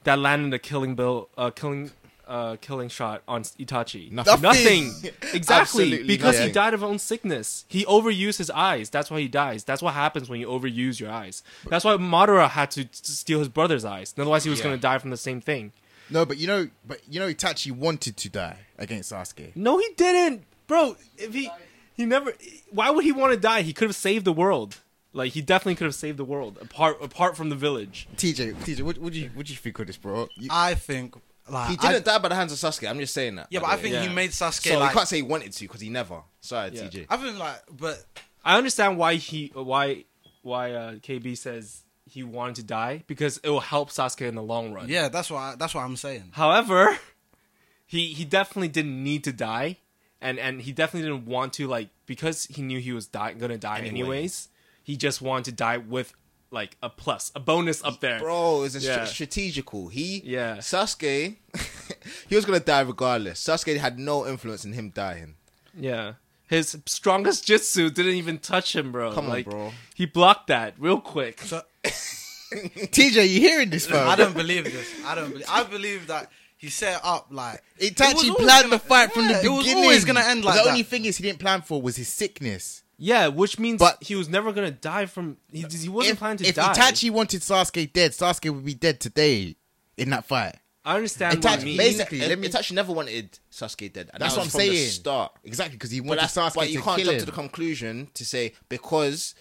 S4: that landed a killing bill uh killing uh killing shot on Itachi?
S2: Nothing. [LAUGHS]
S1: Nothing.
S4: Exactly.
S1: Absolutely
S4: because
S1: nothing.
S4: he died of own sickness. He overused his eyes. That's why he dies. That's what happens when you overuse your eyes. That's why Madara had to s- steal his brother's eyes. Otherwise he was
S2: Yeah.
S4: going to die from the same thing.
S1: No, but you know, but you know, Itachi wanted to die against Sasuke.
S4: No, he didn't. Bro, if he he never why would he want to die? He could have saved the world. Like he definitely could have saved the world apart apart from the village.
S1: TJ, TJ, what, what do you what do you think of this, bro? You,
S3: I think like
S2: He
S3: I-
S2: didn't die by the hands of Sasuke. I'm just saying that.
S3: yeah,
S2: by
S3: but I
S2: the way.
S3: think
S4: yeah.
S3: he made Sasuke
S2: So
S3: like.
S2: you can't say he wanted to because he never. Sorry,
S4: Yeah.
S2: TJ.
S3: I think like, but
S4: I understand why he why why uh, KB says he wanted to die because it will help Sasuke in the long run.
S3: yeah, that's what I, that's what I'm saying.
S4: However, he he definitely didn't need to die, and and he definitely didn't want to like because he knew he was die, gonna die
S2: Anyway.
S4: anyways. He just wanted to die with like a plus, a bonus up there.
S2: Bro, it's a str-
S4: Yeah.
S2: strategical. He,
S4: Yeah.
S2: Sasuke, [LAUGHS] he was gonna die regardless. Sasuke had no influence in him dying.
S4: Yeah. His strongest jutsu didn't even touch him, bro.
S2: Come on,
S4: Like,
S2: bro.
S4: He blocked that real quick.
S3: So
S1: TJ, Uh, you hearing this, bro?
S3: I don't believe this. I don't. Believe, I believe that he set up like it was
S1: Itachi
S3: always
S1: planned
S3: gonna-
S1: the fight from the
S3: yeah,
S1: beginning.
S3: It was always gonna end like
S1: the
S3: that.
S1: only thing is he didn't plan for was his sickness.
S4: yeah, which means
S1: But-
S4: he was never gonna die from. He, he wasn't
S1: If,
S4: planning to
S1: if
S4: die.
S1: Itachi wanted Sasuke dead, Sasuke would be dead today in that fight.
S4: I understand
S1: Itachi-
S4: what you mean.
S1: Basically,
S2: It-
S1: let me-
S2: it's actually never wanted Sasuke dead. And
S1: That's
S2: that
S1: what
S2: was
S1: I'm
S2: from the
S1: saying.
S2: start.
S1: Exactly, because he
S2: But,
S1: wanted
S2: that's,
S1: Sasuke
S2: but you
S1: to
S2: can't
S1: kill
S2: jump
S1: him.
S2: to the conclusion to say because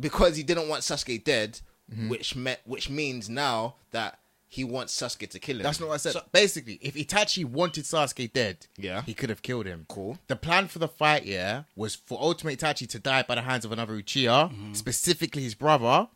S2: because he didn't want Sasuke dead, which meant which means now that he wants Sasuke to kill him.
S1: That's not what I said. basically, if Itachi wanted Sasuke dead,
S2: Yeah.
S1: he could have killed him.
S2: Cool.
S1: The plan for the fight, yeah, was for Ultimate Itachi to die by the hands of another Uchiha,
S4: Mm-hmm.
S1: specifically his brother.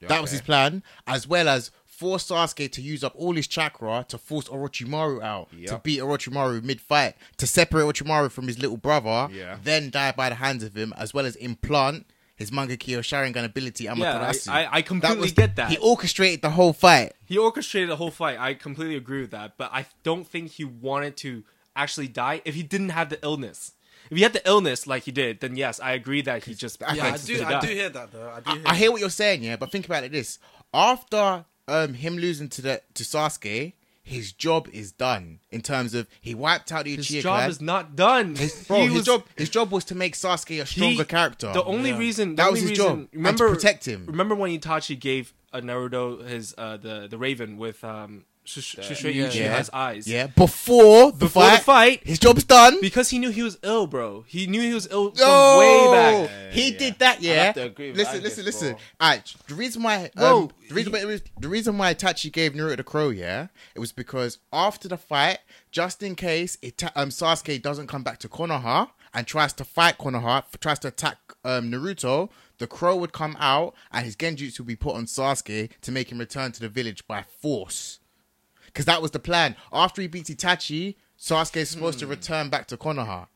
S1: That was
S2: okay.
S1: his plan, as well as force Sasuke to use up all his chakra to force Orochimaru out to
S2: Yep.
S1: beat Orochimaru mid-fight to separate Orochimaru from his little brother,
S2: Yeah.
S1: then die by the hands of him, as well as implant. His Mangekyo Sharingan ability, Amaterasu.
S4: I- I completely
S1: was-
S4: get that.
S1: He orchestrated the whole fight.
S4: He orchestrated the whole fight. I completely agree with that, but I don't think he wanted to actually die if he didn't have the illness. If he had the illness like he did, then yes, I agree that he just
S1: I
S3: yeah, I
S1: can't
S4: to
S3: do. I
S4: die.
S3: do hear that though. I do.
S1: I,
S3: Hear
S1: I hear what you're saying, yeah, but think about it this. After um him losing to the to Sasuke, his job is done in terms of he wiped out the
S4: His
S1: Uchiha
S4: job
S1: clan.
S4: is not done.
S1: his, bro,
S4: He
S1: his
S4: was-
S1: job his job was to make Sasuke a
S4: he-
S1: stronger character.
S4: The only
S3: Yeah.
S4: reason
S1: That
S4: the
S1: was
S4: only
S1: his
S4: reason,
S1: job, and to
S4: Remember
S1: protect him.
S4: Remember when Itachi gave uh, Naruto his uh, the the raven with um Shush- Shisui
S3: Yeah.
S4: Uchiha's eyes?
S1: Yeah, before the
S4: Before the
S1: fight,
S4: fight-
S1: his job's done.
S4: Because he knew he was ill, bro. He knew he was ill from
S1: Yo,
S4: way back.
S1: He
S2: yeah.
S1: did that, yeah.
S2: have to agree with
S1: listen,
S2: Angus,
S1: listen,
S2: bro.
S1: listen. Alright, the reason why, um,
S4: Bro,
S1: the reason why, the reason why Itachi gave Naruto the crow, yeah, it was because after the fight, just in case Ita- um, Sasuke doesn't come back to Konoha and tries to fight Konoha, f- tries to attack um, Naruto, the crow would come out and his genjutsu would be put on Sasuke to make him return to the village by force. Because that was the plan. After he beats Itachi, Sasuke's supposed to
S4: Hmm.
S1: return back to Konoha.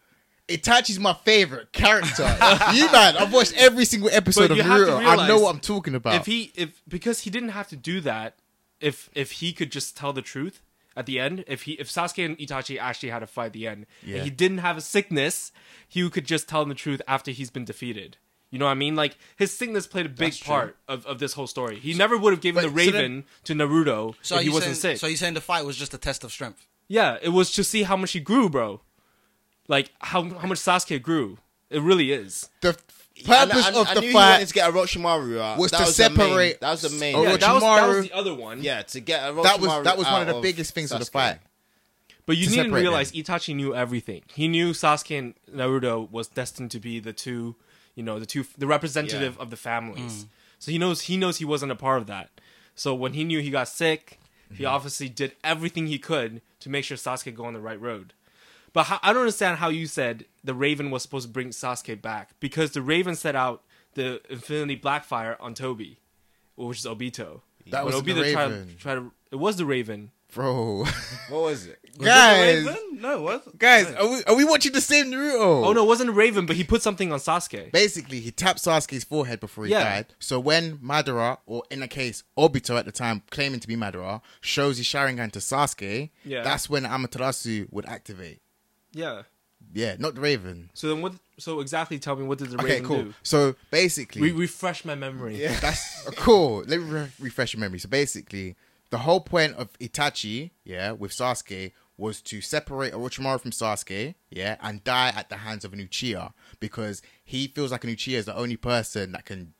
S1: Itachi's my favorite character. [LAUGHS] you man, I've watched every single episode
S4: But
S1: of
S4: you have to
S1: Naruto. I know
S4: realize,
S1: what I'm talking about.
S4: if he if because he didn't have to do that if if he could just tell the truth at the end if he if Sasuke and Itachi actually had a fight at the end
S1: Yeah.
S4: and he didn't have a sickness he could just tell him the truth after he's been defeated you know what I mean like his sickness played a big part of, of this whole story he never would have given
S1: but-
S4: the
S1: so
S4: raven to Naruto
S3: so
S4: if
S3: are
S4: he
S3: you
S4: wasn't
S3: saying,
S4: sick
S3: So you saying the fight was just a test of strength?
S4: yeah it was to see how much he grew bro like how how much Sasuke grew it really is
S1: the f-
S2: And I-
S1: purpose
S2: I-
S1: of
S2: I
S1: the
S2: knew he wanted
S1: fight
S2: to get Orochimaru out.
S1: was
S2: That
S1: to
S2: the main-
S1: separate
S2: that was the main.
S1: Oro-
S4: yeah, that was, that was
S1: Orochimaru-
S4: the other one
S2: Yeah, to get Orochimaru
S1: that was that was
S2: out
S1: one of the biggest things of the
S2: Sasuke.
S1: fight.
S4: But you
S1: to
S4: need to
S1: separate
S4: realize Itachi knew everything. He knew Sasuke and Naruto was destined to be the two, you know, the two, the representative of the
S1: Mm.
S4: families. So he knows he knows he wasn't a part of that. So when he knew he got sick,
S1: Mm-hmm.
S4: he obviously did everything he could to make sure Sasuke go on the right road. But how, I don't understand how you said the Raven was supposed to bring Sasuke back because the Raven set out the Infinity Blackfire on Toby, which is Obito.
S1: That
S4: But
S1: was
S4: it'll be
S1: the
S4: the
S1: Raven,
S4: Try, try to, it was the Raven. [LAUGHS]
S1: [LAUGHS] bro.
S2: What was it?
S3: Was it the
S1: guys,
S3: Raven? No, what?
S1: guys,
S3: No.
S1: are we are we watching the same Naruto?
S4: Oh no, it wasn't a Raven, but he put something on Sasuke.
S1: Basically, he tapped Sasuke's forehead before he
S4: Yeah.
S1: died. So when Madara, or in a case Obito at the time, claiming to be Madara, shows his Sharingan to Sasuke,
S4: Yeah.
S1: that's when Amaterasu would activate.
S4: Yeah.
S1: Yeah, not the Raven.
S4: So then what? So exactly, tell me what did the
S1: Okay,
S4: Raven
S1: cool.
S4: do?
S1: So basically,
S4: Re- refresh my memory.
S1: Yeah, that's cool. Let me re- refresh your memory. So basically, the whole point of Itachi, yeah, with Sasuke was to separate Orochimaru from Sasuke, yeah, and die at the hands of an Uchiha because he feels like an Uchiha is the only person that can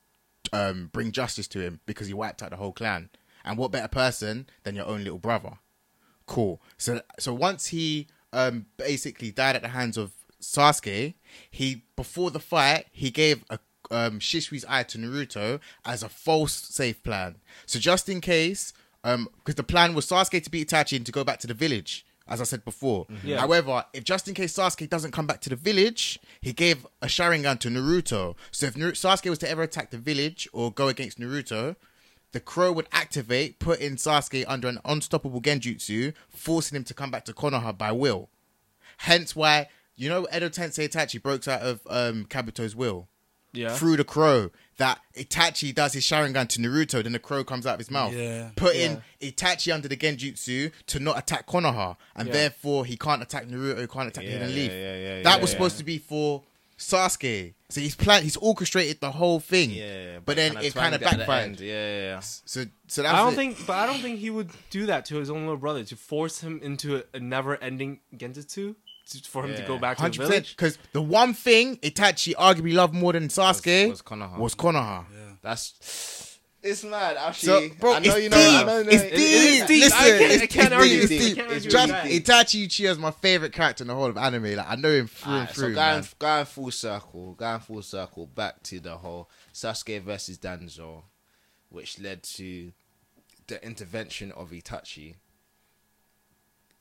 S1: um, bring justice to him because he wiped out the whole clan. And what better person than your own little brother? Cool. So so once he um basically died at the hands of Sasuke, he before the fight he gave a um Shisui's eye to Naruto as a false safe plan. So just in case, um, because the plan was Sasuke to beat Itachi and to go back to the village. As I said before.
S4: Yeah.
S1: However, if just in case Sasuke doesn't come back to the village, he gave a Sharingan to Naruto. So if Naru- Sasuke was to ever attack the village or go against Naruto, the crow would activate, put in Sasuke under an unstoppable genjutsu, forcing him to come back to Konoha by will. Hence why, you know, Edo Tensei Itachi broke out of um, Kabuto's will
S4: Yeah.
S1: through the crow. That Itachi does his Sharingan to Naruto, then the crow comes out of his mouth.
S3: Yeah,
S1: Putting Itachi under the genjutsu to not attack Konoha, and
S4: Yeah.
S1: therefore he can't attack Naruto, he can't attack
S2: Yeah,
S1: Hidden
S2: yeah,
S1: Leaf.
S2: yeah,
S1: that
S2: yeah, yeah,
S1: was
S2: yeah.
S1: supposed to be for Sasuke. So he's planned, he's orchestrated the whole thing.
S2: Yeah,
S1: but, then it kind of
S2: twanged at the
S1: backfired.
S2: end. Yeah, yeah, yeah.
S1: So, so that's
S4: I don't
S1: it.
S4: think, but I don't think he would do that to his own little brother to force him into a, a never-ending genjutsu to, for him to
S2: Yeah.
S4: go back to the
S1: Hundred percent.
S4: village.
S1: Because the one thing Itachi arguably loved more than Sasuke
S2: Was- was Konoha.
S1: was Konoha.
S2: That's it's mad. Actually,
S1: So, bro,
S2: I know
S1: it's deep.
S2: you know. I know, you know
S1: It's
S2: it-
S1: deep.
S2: it is
S4: deep.
S1: Listen,
S4: I can't- I
S1: it's
S4: can't
S1: deep.
S4: argue
S1: It's
S4: with
S1: deep.
S4: that. I can't
S1: It's
S4: argue
S1: just-
S4: with
S1: Itachi Uchiha is my favorite character in the whole of anime. Like I know him through and
S2: Alright, so
S1: through.
S2: going,
S1: man.
S2: going full circle, going full circle back to the whole Sasuke versus Danzo, which led to the intervention of Itachi.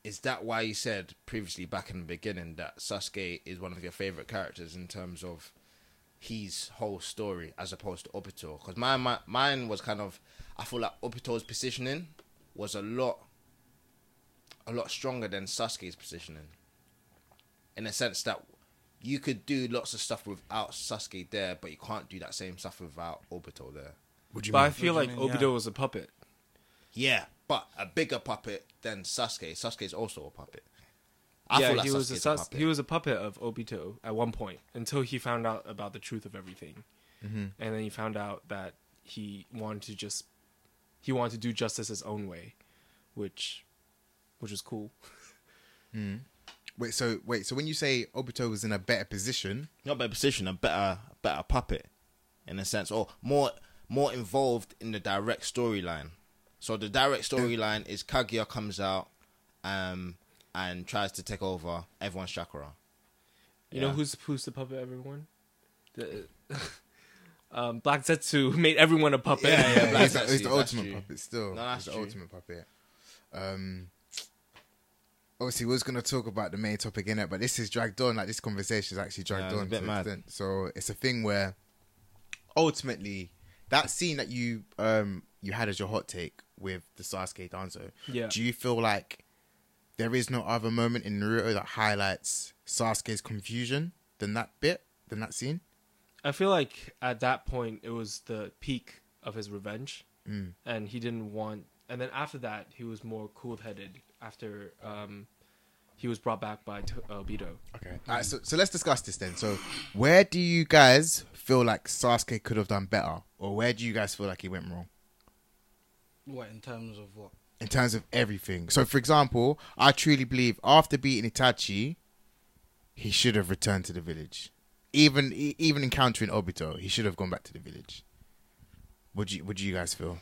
S2: Is that why you said previously back in the beginning that Sasuke is one of your favorite characters in terms of his whole story as opposed to Obito? Because my, my mine was kind of I feel like Obito's positioning was a lot a lot stronger than Sasuke's positioning in a sense that you could do lots of stuff without Sasuke there, but you can't do that same stuff without Obito there.
S1: Would you
S4: But I
S1: mind?
S4: feel
S3: What
S4: like
S3: do you mean?
S4: Obito
S3: Yeah.
S4: was a puppet.
S2: Yeah, but a bigger puppet than Sasuke. Sasuke is also a puppet. I
S4: yeah,
S2: feel like
S4: he was a,
S2: Sasuke's
S4: sus-
S2: puppet.
S4: he was a puppet of Obito at one point until he found out about the truth of everything,
S2: Mm-hmm.
S4: and then he found out that he wanted to just he wanted to do justice his own way, which which was cool.
S1: Wait, so wait, so when you say Obito was in a better position,
S2: not better position, a better a better puppet, in a sense, or more more involved in the direct storyline. So the direct storyline is Kaguya comes out, um, and tries to take over everyone's chakra.
S4: You know
S2: Yeah.
S4: who's who's the puppet? Everyone, the, [LAUGHS] um, Black Zetsu [LAUGHS] made everyone a puppet.
S2: Yeah, yeah, Black
S1: he's, the,
S2: Zetsu,
S1: he's the
S2: that's
S1: ultimate
S2: true.
S1: puppet still.
S2: No, that's
S1: he's the
S2: true.
S1: ultimate puppet. Um, obviously, we was gonna talk about the main topic in it, but this is dragged on. Like this conversation is actually dragged
S2: Yeah, it's a
S1: on
S2: bit
S1: to an
S2: mad.
S1: extent. So it's a thing where ultimately that scene that you um you had as your hot take with the Sasuke Danzo.
S4: Yeah.
S1: Do you feel like there is no other moment in Naruto that highlights Sasuke's confusion than that bit than that scene?
S4: I feel like at that point it was the peak of his revenge,
S1: Mm.
S4: and he didn't want. And then after that, he was more cool-headed. After um, he was brought back by T- uh, Obito.
S1: Okay. All right, so, so let's discuss this then. So, where do you guys feel like Sasuke could have done better, or where do you guys feel like he went wrong
S3: What in terms of what?
S1: in terms of everything? So, for example, I truly believe after beating Itachi, he should have returned to the village. Even e- even encountering Obito, he should have gone back to the village. Would you Would you guys feel?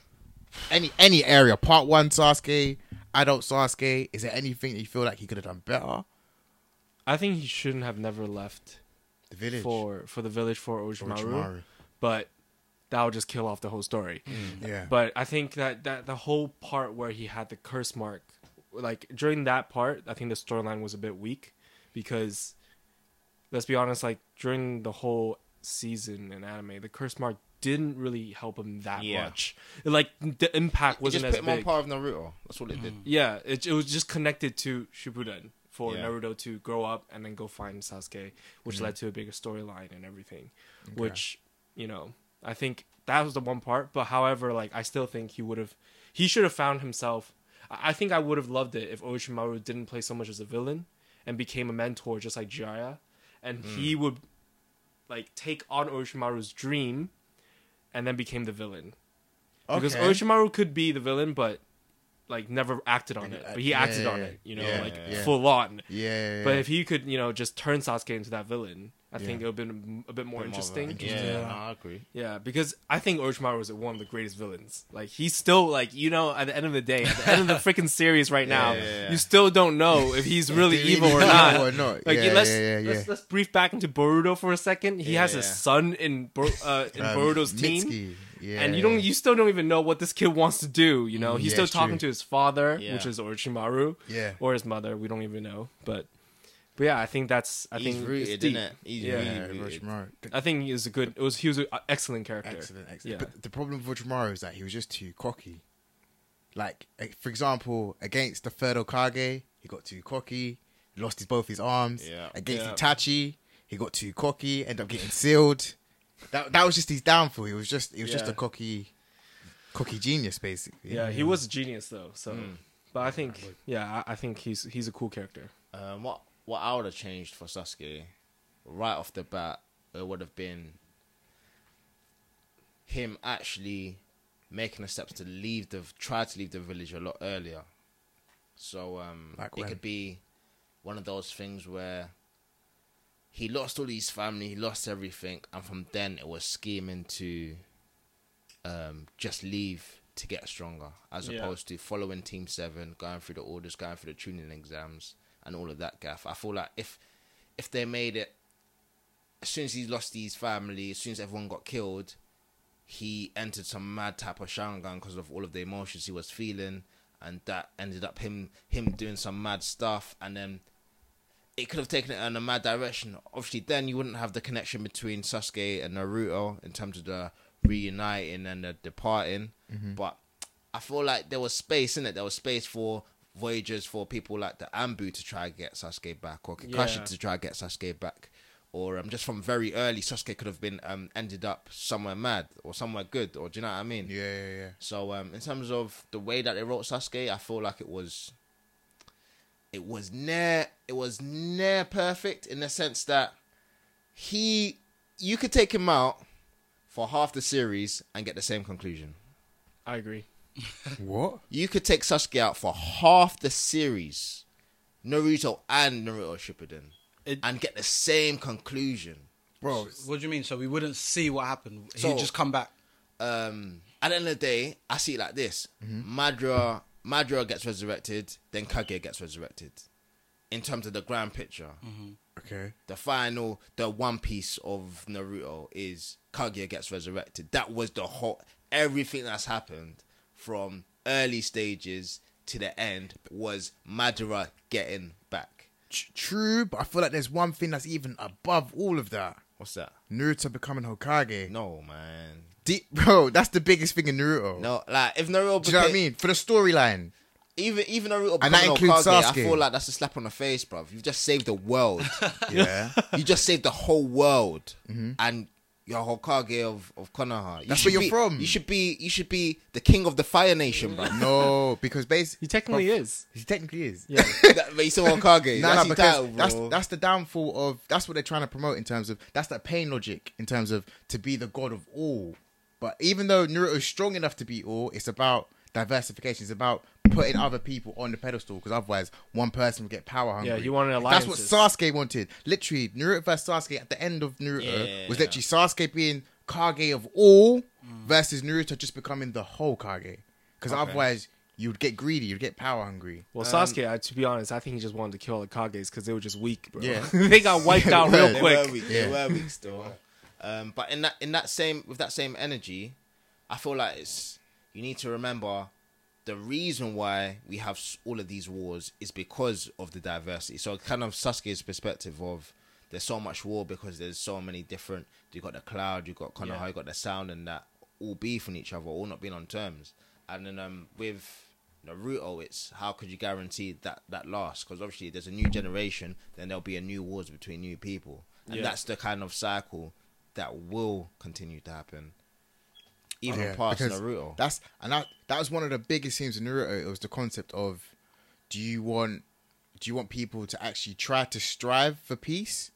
S1: Any any area, part one Sasuke, adult Sasuke. Is there anything that you feel like he could have done better?
S4: I think he shouldn't have never left
S1: The village
S4: for for the village for Orochimaru,
S1: Orochimaru.
S4: but that would just kill off the whole story.
S1: Yeah.
S4: But I think that, that the whole part where he had the curse mark, like during that part, I think the storyline was a bit weak because let's be honest, like during the whole season in anime, the curse mark didn't really help him that
S2: Yeah.
S4: much. Like the impact
S2: It just
S4: wasn't
S2: put
S4: as
S2: him on
S4: big.
S2: par with Naruto. That's all it did.
S4: Yeah, it, it was just connected to Shippuden for
S2: Yeah.
S4: Naruto to grow up and then go find Sasuke, which led to a bigger storyline and everything. Which you know, I think that was the one part. But however, like I still think he would have, he should have found himself. I I think I would have loved it if Orochimaru didn't play so much as a villain and became a mentor, just like Jiraiya, and he would like take on Orochimaru's dream and then became the villain. Because
S1: Okay.
S4: Orochimaru could be the villain, but like never acted on it. But he
S1: Yeah,
S4: acted
S1: yeah,
S4: on
S1: yeah.
S4: it, you know,
S1: Yeah,
S4: like
S1: yeah.
S4: full on.
S1: Yeah, yeah,
S4: But
S1: yeah.
S4: if he could, you know, just turn Sasuke into that villain, I think it would have been a bit more
S2: Bit more of a-
S4: interesting.
S2: Yeah,
S3: Yeah.
S2: no, I agree.
S4: Yeah, because I think Orochimaru was one of the greatest villains. Like he's still like you know at the end of the day, at the end of the freaking series right now,
S2: yeah, yeah.
S4: you still don't know if he's really
S1: Do you [LAUGHS]
S4: evil or
S1: know
S4: not.
S1: or not?
S4: Like
S1: yeah,
S4: let's,
S1: yeah, yeah, yeah.
S4: let's let's brief back into Boruto for a second. He has
S2: Yeah.
S4: his son in Bor- uh, in
S1: Um,
S4: Boruto's team,
S1: Mitsuki. Yeah,
S4: and you don't you still don't even know what this kid wants to do. You know, he's
S1: yeah,
S4: still
S1: it's
S4: talking
S1: true.
S4: to his father,
S2: Yeah.
S4: which is Orochimaru,
S1: Yeah.
S4: or his mother. We don't even know, but but yeah, I think that's I
S2: He's
S4: think it's
S2: rooted,
S4: deep.
S2: isn't it? He's
S4: Yeah.
S1: yeah,
S2: really rooted.
S1: Orochimaru.
S4: I think he was a good. It was he was an excellent character.
S1: Excellent, excellent.
S4: Yeah.
S1: But the problem with Orochimaru is that he was just too cocky. Like, eh, for example, against the third Okage, he got too cocky, lost his, both his arms.
S2: Yeah.
S1: Against
S4: Yeah.
S1: Itachi, he got too cocky, ended up getting sealed. That that was just his downfall. He was just he was just
S4: Yeah.
S1: a cocky, cocky genius, basically.
S4: Yeah, he was a genius though. So, but I think yeah, I, I think he's he's a cool character.
S2: Um, what what I would have changed for Sasuke, right off the bat, it would have been him actually making the steps to leave the try to leave the village a lot earlier. So um,
S1: Like
S2: it
S1: when?
S2: could be one of those things where he lost all his family, he lost everything, and from then it was scheming to um, just leave to get stronger, as
S4: Yeah.
S2: opposed to following Team Seven, going through the orders, going through the tuning exams, and all of that gaff. I feel like if if they made it, as soon as he lost his family, as soon as everyone got killed, he entered some mad type of Sharingan because of all of the emotions he was feeling, and that ended up him him doing some mad stuff, and then it could have taken it in a mad direction. Obviously, then you wouldn't have the connection between Sasuke and Naruto in terms of the reuniting and the departing. But I feel like there was space in it. There was space for voyagers, for people like the Ambu to try and get Sasuke back, or Kakashi
S4: Yeah.
S2: to try and get Sasuke back, or um, just from very early, Sasuke could have been um, ended up somewhere mad or somewhere good, or do you know what I mean?
S1: yeah, yeah, yeah.
S2: So um, in terms of the way that they wrote Sasuke, I feel like it was it was near it was near perfect in the sense that he you could take him out for half the series and get the same conclusion.
S4: I agree.
S1: What?
S2: You could take Sasuke out for half the series, Naruto and Naruto Shippuden,
S4: It-
S2: and get the same conclusion.
S1: Bro,
S3: What do you mean? So we wouldn't see what happened.
S2: So-
S3: He'd just come back.
S2: um, at the end of the day, I see it like this:
S1: Mm-hmm.
S2: Madra, Madra gets resurrected, then Kage gets resurrected. In terms of the grand picture,
S1: Mm-hmm. okay.
S2: the final, the one piece of Naruto is Kaguya gets resurrected. That was the whole everything that's happened from early stages to the end was Madara getting back.
S1: Tr- True, but I feel like there's one thing that's even above all of that.
S2: What's that?
S1: Naruto becoming Hokage.
S2: No man,
S1: Di- bro, that's the biggest thing in Naruto.
S2: no. Like if Naruto,
S1: Do you know what I
S2: became-
S1: mean? For the
S4: [LAUGHS]
S1: storyline.
S2: Even even Naruto
S1: And that
S2: becoming
S1: includes
S2: Hokage, I
S1: Sasuke.
S2: feel like that's a slap on the face, bruv. You've just saved the world.
S1: Yeah.
S2: you just saved the whole world, and you're Hokage of of Konoha. You
S1: Mm-hmm. That's
S2: should
S1: where you're
S2: be-
S1: from.
S2: You should be you should be the king of the Fire
S1: [LAUGHS]
S2: Nation, bruv.
S1: no, because basically
S4: He technically is.
S1: he technically is.
S4: [LAUGHS] Yeah,
S2: That- but you still Hokage.
S1: No, no,
S2: that's your
S1: because
S2: title,
S1: that's
S2: bro.
S1: that's the downfall of that's what they're trying to promote in terms of that's that pain logic in terms of to be the god of all. But even though Naruto is strong enough to be all, it's about diversification. It's about putting other people on the pedestal because otherwise one person would get power hungry.
S4: Yeah, he wanted
S1: That's
S4: alliances.
S1: what Sasuke wanted. Literally, Naruto versus Sasuke at the end of Naruto
S2: Yeah.
S1: was literally Sasuke being Kage of all versus Naruto just becoming the whole Kage. Because otherwise you'd get greedy, you'd get power hungry.
S4: Well, Sasuke, I, to be honest, I think he just wanted to kill all the Kages because they were just weak, bro.
S1: Yeah.
S4: [LAUGHS] they got wiped out real
S2: They
S4: quick.
S2: were weak.
S1: Yeah.
S2: They were weak still. Um, but in that in that same with that same energy, I feel like it's you need to remember the reason why we have s- all of these wars is because of the diversity. So kind of Sasuke's perspective of there's so much war because there's so many different. You got the cloud, you got Konoha,
S4: Yeah.
S2: you got the sound, and that all beefing each other, all not being on terms. And then um, with Naruto, it's how could you guarantee that that lasts? Because obviously, there's a new generation, then there'll be a new wars between new people, and
S4: Yeah.
S2: that's the kind of cycle that will continue to happen, even
S1: Yeah,
S2: past
S1: because
S2: Naruto.
S1: That's and that that was one of the biggest themes in Naruto. It was the concept of do you want do you want people to actually try to strive for peace,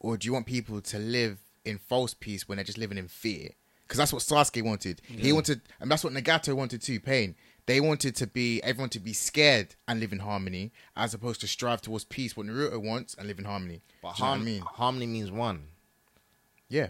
S1: or do you want people to live in false peace when they're just living in fear? Because that's what Sasuke wanted. He wanted, and that's what Nagato wanted too. Pain. They wanted to be everyone to be scared and live in harmony, as opposed to strive towards peace. What Naruto wants and live in harmony.
S2: but
S1: Do you know what
S2: harm-
S1: I mean,
S2: harmony means one.
S1: yeah,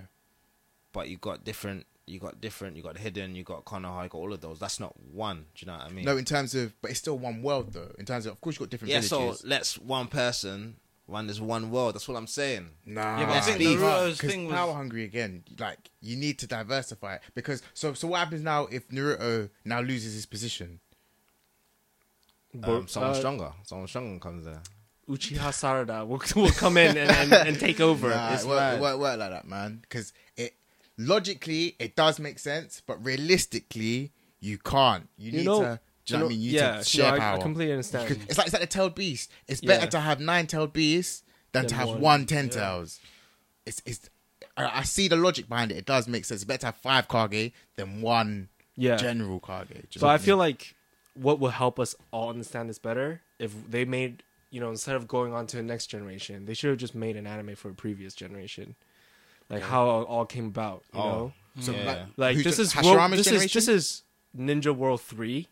S2: but you got different you got different you got hidden you got Konoha you got all of those that's not one do you know what I mean
S1: no. In terms of, but it's still one world though. In terms of, of course, you have got different
S2: yeah
S1: villages.
S2: so let's one person one is one world that's what I'm saying
S1: Nah,
S3: Yeah, but
S2: I think
S1: Nah,
S3: Naruto's
S1: 'cause
S3: thing was-
S1: power hungry again. Like you need to diversify it because so so what happens now if Naruto now loses his position?
S2: um,
S4: But,
S2: someone
S4: uh,
S2: stronger someone stronger comes there
S4: Uchiha Sarada will, [LAUGHS] will come in and, and, and take over.
S1: Nah,
S4: It's
S1: it won't-
S4: mad.
S1: it won't work like that, man. Because it logically it does make sense, but realistically you can't. You,
S4: You
S1: need
S4: know-
S1: to. Do you know what I mean? You
S4: yeah,
S1: need to
S4: no,
S1: share
S4: I- I
S1: power.
S4: completely understand.
S1: You could- It's like it's like the tailed beast. It's
S4: Yeah.
S1: better to have nine tailed beasts than
S4: Than
S1: to have
S4: one.
S1: one ten tails. It's it's. I I see the logic behind it. It does make sense. It's better to have five Kage than one
S4: Yeah.
S1: general Kage.
S4: But I feel like what will help us all understand this better if they made you know instead of going on to the next generation, they should have just made an anime for a previous generation, like how it all came about. You
S2: Oh.
S4: know,
S1: So,
S2: Yeah.
S4: like
S1: who's
S4: this
S1: the-
S4: is
S1: Hashirama's
S4: world, this is
S1: generation?
S4: this is Ninja World Three,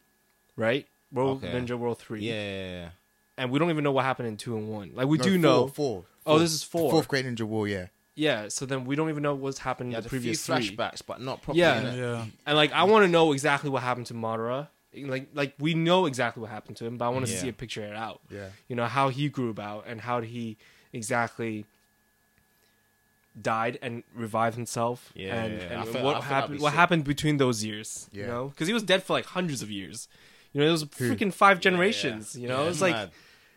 S4: right? World
S2: Okay.
S4: Ninja World Three.
S2: yeah, yeah, yeah.
S4: and we don't even know what happened in two and one. Like we
S1: No,
S4: do
S1: four,
S4: know.
S1: four.
S4: Oh, this is four.
S1: Fourth grade ninja war. Yeah,
S4: Yeah, so then we don't even know what's happened
S2: You had
S4: in the
S2: a few
S4: previous three.
S2: flashbacks but not properly
S4: Yeah.
S2: innit?
S3: Yeah.
S4: And like, I want to know exactly what happened to Madara. Like, like we know exactly what happened to him, but I want to
S2: Yeah.
S4: see a picture it out.
S1: Yeah.
S4: you know how he grew about and how he exactly died and revived himself.
S2: Yeah,
S4: and,
S2: yeah, yeah.
S4: and
S2: I feel- I feel
S4: what
S2: that'd
S4: happened?
S2: be
S4: What
S2: sick.
S4: happened between those years? You
S1: Yeah.
S4: know, because he was dead for like hundreds of years. You know, it was
S2: Hmm.
S4: freaking five generations. You know,
S2: Yeah,
S4: it's like
S2: mad.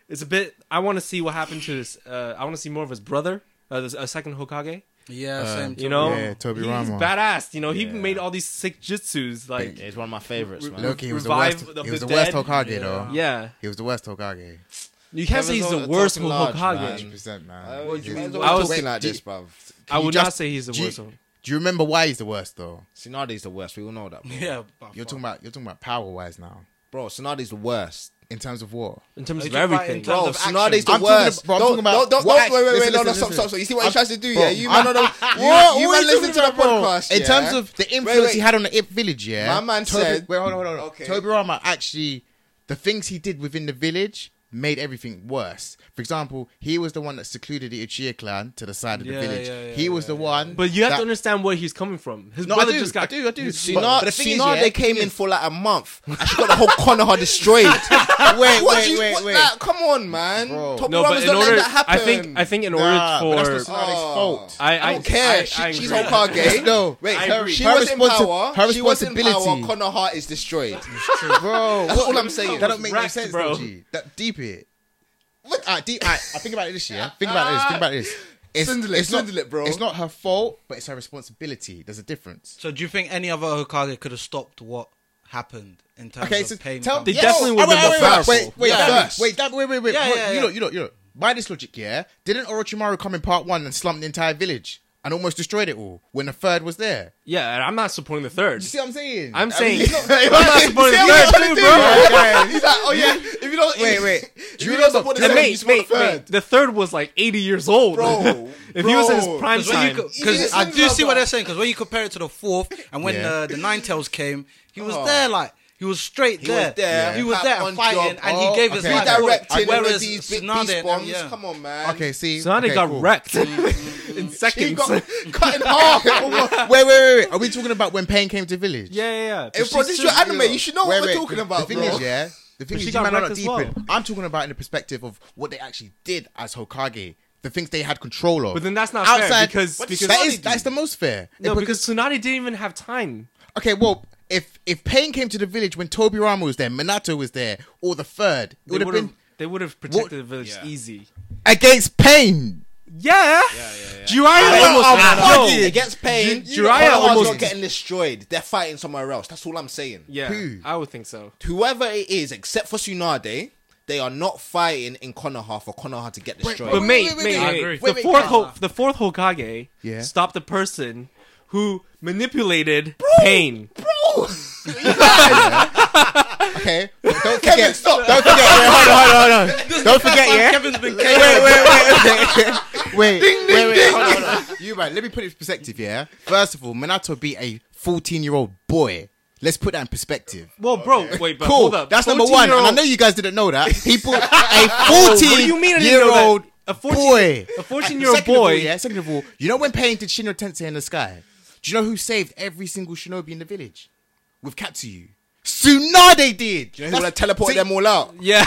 S4: it's a bit. I want to see what happened to this. Uh, I want to see more of his brother, uh, this, uh, second Hokage.
S3: Yeah,
S1: uh,
S3: same.
S4: You know,
S1: Yeah, Toby
S4: he's
S1: Rama.
S4: badass. You know,
S2: Yeah.
S4: he made all these sick jutsus. Like,
S2: Yeah, it's one of my favorites man
S1: Loki was the
S4: Uh, Revive
S1: worst.
S4: of
S1: He was
S4: the
S1: the worst
S4: dead.
S1: Hokage though.
S4: yeah,
S1: he was the worst Hokage.
S4: you can't
S2: Kevin's
S4: say he's
S2: all-
S4: the worst
S2: talking
S4: Hulk
S2: large,
S4: Hokage.
S1: Hundred percent,
S2: I
S1: man.
S2: was,
S1: He-
S2: I was,
S4: I was-
S2: talking like
S1: do-
S2: this bruv
S4: I
S1: you
S4: would not
S1: just-
S4: say he's the
S1: do you-
S4: worst. one.
S1: Do you remember why he's the worst though?
S2: Tsunadi's the worst we all know that bro,
S3: [LAUGHS]
S4: [LAUGHS]
S3: Yeah, but
S1: You're
S3: fuck.
S1: talking about you're talking about power wise now
S2: bro Tsunadi's the worst
S1: in terms of war.
S4: in terms
S3: Like,
S4: of
S3: you're right,
S4: everything.
S3: in terms
S2: Bro,
S3: of action.
S2: Tsunadi's the
S1: I'm talking
S2: worst.
S1: about- I'm
S2: don't,
S1: talking about-
S2: don't, don't,
S1: what?
S2: wait, wait, wait,
S1: Listen,
S2: no, no,
S1: listen,
S2: stop, stop,
S1: listen.
S2: stop. You see what he
S1: I'm-
S2: tries to do,
S1: Bro,
S2: yeah? You
S1: I-
S2: man, don't,
S1: I-
S2: you,
S1: [LAUGHS] What?
S2: you
S1: What are
S2: man
S1: you
S2: listen to
S1: talking
S2: the
S1: about, bro?
S2: podcast,
S1: In
S2: yeah?
S1: terms of the influence
S2: wait.
S1: he had on the Ip Village, yeah.
S2: My man
S1: Toby,
S2: said-
S1: Wait, hold on, hold on. hold on.
S2: Okay.
S1: Toby Rama actually, the things he did within the village made everything worse. For example, he was the one that secluded the Uchiha clan to the side of the
S3: Yeah,
S1: village.
S3: yeah, yeah,
S1: he was the one.
S4: But you have
S1: that- [LAUGHS]
S4: to understand where he's coming from. His
S1: No, I
S4: brother
S1: do,
S4: just got.
S1: I do, I do.
S4: His-
S1: But-
S2: Sinar,
S1: but the thing is,
S2: Sinar
S1: yeah,
S2: they came in for like a month. And she got the whole Konoha destroyed. [LAUGHS]
S1: Wait,
S2: what
S1: wait,
S2: do you,
S1: wait,
S2: what,
S1: wait.
S2: Like, come on, man.
S1: Bro.
S2: Top
S4: No,
S2: Brother's
S4: but in
S2: not letting
S4: order,
S2: that happen.
S4: I think I think in order
S1: Nah, but that's
S4: for
S1: not Tsunade's
S2: Oh.
S1: fault.
S4: I,
S2: I don't care.
S4: I-
S2: she,
S4: I
S2: she's
S4: agree.
S2: Hokage.
S1: No,
S2: wait.
S4: I agree.
S2: she
S1: Her
S2: was in
S1: responsi-
S2: power.
S1: her
S2: she was in power.
S1: responsibility.
S2: Konoha is destroyed.
S1: bro.
S2: [LAUGHS] That's
S1: what-
S2: all I'm saying.
S1: That don't make no
S4: Wrecked,
S1: sense,
S4: bro.
S1: bro. That deep it. What? I deep. I, think about it this year. Think about this. Think about this. It's,
S2: Swindle it,
S1: it's not,
S2: swindle it, bro.
S1: It's not her fault, but it's her responsibility. There's a difference.
S3: So do you think any other Hokage could have stopped what happened in terms
S1: Okay,
S3: of
S1: so
S3: pain?
S1: tell
S4: They
S3: coming?
S1: yes.
S4: definitely would've
S1: Oh, wait,
S4: been
S1: wait,
S4: more
S1: wait, Wait, wait,
S2: powerful.
S1: that-
S2: Yes.
S1: wait, that- wait, wait, wait.
S3: Yeah,
S1: hold-
S3: yeah,
S1: you
S3: yeah.
S1: know, you know, you know. By this logic, yeah, didn't Orochimaru come in part one and slump the entire village and almost destroyed it all when the third was there?
S4: Yeah, and I'm not supporting the third.
S1: You see what I'm saying?
S4: I'm
S1: I
S4: saying
S1: mean,
S4: [LAUGHS] I'm not supporting
S1: See
S4: the
S1: what I'm
S4: third
S1: trying to
S4: too,
S1: do,
S4: bro.
S1: guys?
S2: He's like, oh yeah. If you don't,
S1: Wait, wait.
S2: If
S1: Do
S2: you
S1: you
S2: don't
S1: remember-
S2: support the
S1: Hey,
S4: And
S2: second, you
S4: mate,
S2: support the
S4: mate,
S2: third.
S4: mate, the third was like 80 years old,
S2: Bro,
S4: [LAUGHS] if he was in his
S2: bro.
S4: prime
S3: Because when
S4: time,
S3: you co- 'cause I do see what they're saying. Because when you compare it to the fourth, and when
S1: Yeah.
S3: the, the Nine Tails came, he was
S2: Oh.
S3: there like he was straight
S2: He was
S3: there.
S2: there,
S3: He was
S2: pap
S3: there
S2: on
S3: and fighting,
S2: job.
S3: and he
S1: Oh,
S3: gave his
S1: okay.
S3: life. for it.
S2: Redirected all of
S3: Whereas
S2: these big
S3: Tsunade
S2: beast
S3: and-
S2: bombs.
S3: yeah.
S2: Come on, man.
S1: Okay, see.
S4: Tsunade
S1: okay,
S4: got
S1: cool. [LAUGHS]
S4: wrecked [LAUGHS] in
S2: He
S4: seconds.
S2: got cut in half. Bro,
S1: Oh, wait, wait, wait, wait. Are we talking about when Pain came to village?
S4: [LAUGHS] yeah, yeah, yeah.
S2: this is your anime. You should know
S1: Wait,
S2: what we're
S1: wait,
S2: talking
S1: the-
S2: about,
S1: The
S2: bro.
S1: thing is, yeah, the thing
S4: she
S1: is, you
S4: got
S1: might
S4: wrecked
S1: not
S4: as
S1: deep it. I'm talking about in the perspective of what they actually did as Hokage, the things they had control of.
S4: But then that's not fair, because-
S1: What
S4: because-
S1: that
S2: Tsunade
S1: is
S2: do?
S1: that's the most fair.
S4: No,
S1: If-
S4: because Tsunade didn't even have time.
S1: okay, well, if if Pain came to the village when Tobirama was there, Minato was there, or the third, it
S4: They
S1: would have been
S4: they would have protected the village
S2: Yeah.
S4: easy.
S1: against Pain.
S4: Yeah.
S2: Yeah, yeah, yeah.
S4: Jiraiya almost
S2: I'm
S4: yo,
S2: It gets pain.
S4: Ji- Jiraiya almost-
S2: not getting destroyed. They're fighting somewhere else. That's all I'm saying.
S4: Yeah,
S1: Who?
S4: I would think so.
S2: Whoever it is, except for Tsunade, they are not fighting in Konoha for Konoha to get destroyed.
S4: But mate,
S1: wait,
S4: mate,
S1: wait,
S4: mate,
S1: wait.
S3: I agree.
S4: the
S1: Wait, wait,
S4: fourth
S1: Kaz.
S4: Ho- the fourth Hokage
S1: Yeah.
S4: stopped the person who manipulated pain.
S1: Okay. Don't forget.
S2: [LAUGHS] Kevin, stop.
S1: Don't forget. Wait, hold on, hold
S2: [LAUGHS]
S1: on, hold on. Don't forget, yeah.
S3: Kevin's been
S1: Wait, wait, wait, wait, [LAUGHS] wait, wait, wait, hold on, hold on. You right? Let me put it in perspective. Yeah. First of all, Minato beat a 14-year-old boy. Let's put that in perspective.
S4: Well, bro, wait, but
S1: Cool.
S4: hold up.
S1: That's number one. And I
S4: 14-year-old
S1: know you guys didn't know that. He
S4: [LAUGHS]
S1: put
S4: Oh,
S1: a
S4: what do you mean I didn't know
S1: 14-year-old
S4: that? A 14
S1: boy.
S4: a
S1: [LAUGHS]
S4: 14-year-old
S1: Second of all,
S4: boy.
S1: yeah. Second of all, you know when Pain did Shinra Tensei in the sky? Do you know who saved every single shinobi in the village with Katsuyu? Tsunade did.
S2: You know who would have teleported them all out?
S4: [LAUGHS] Yeah.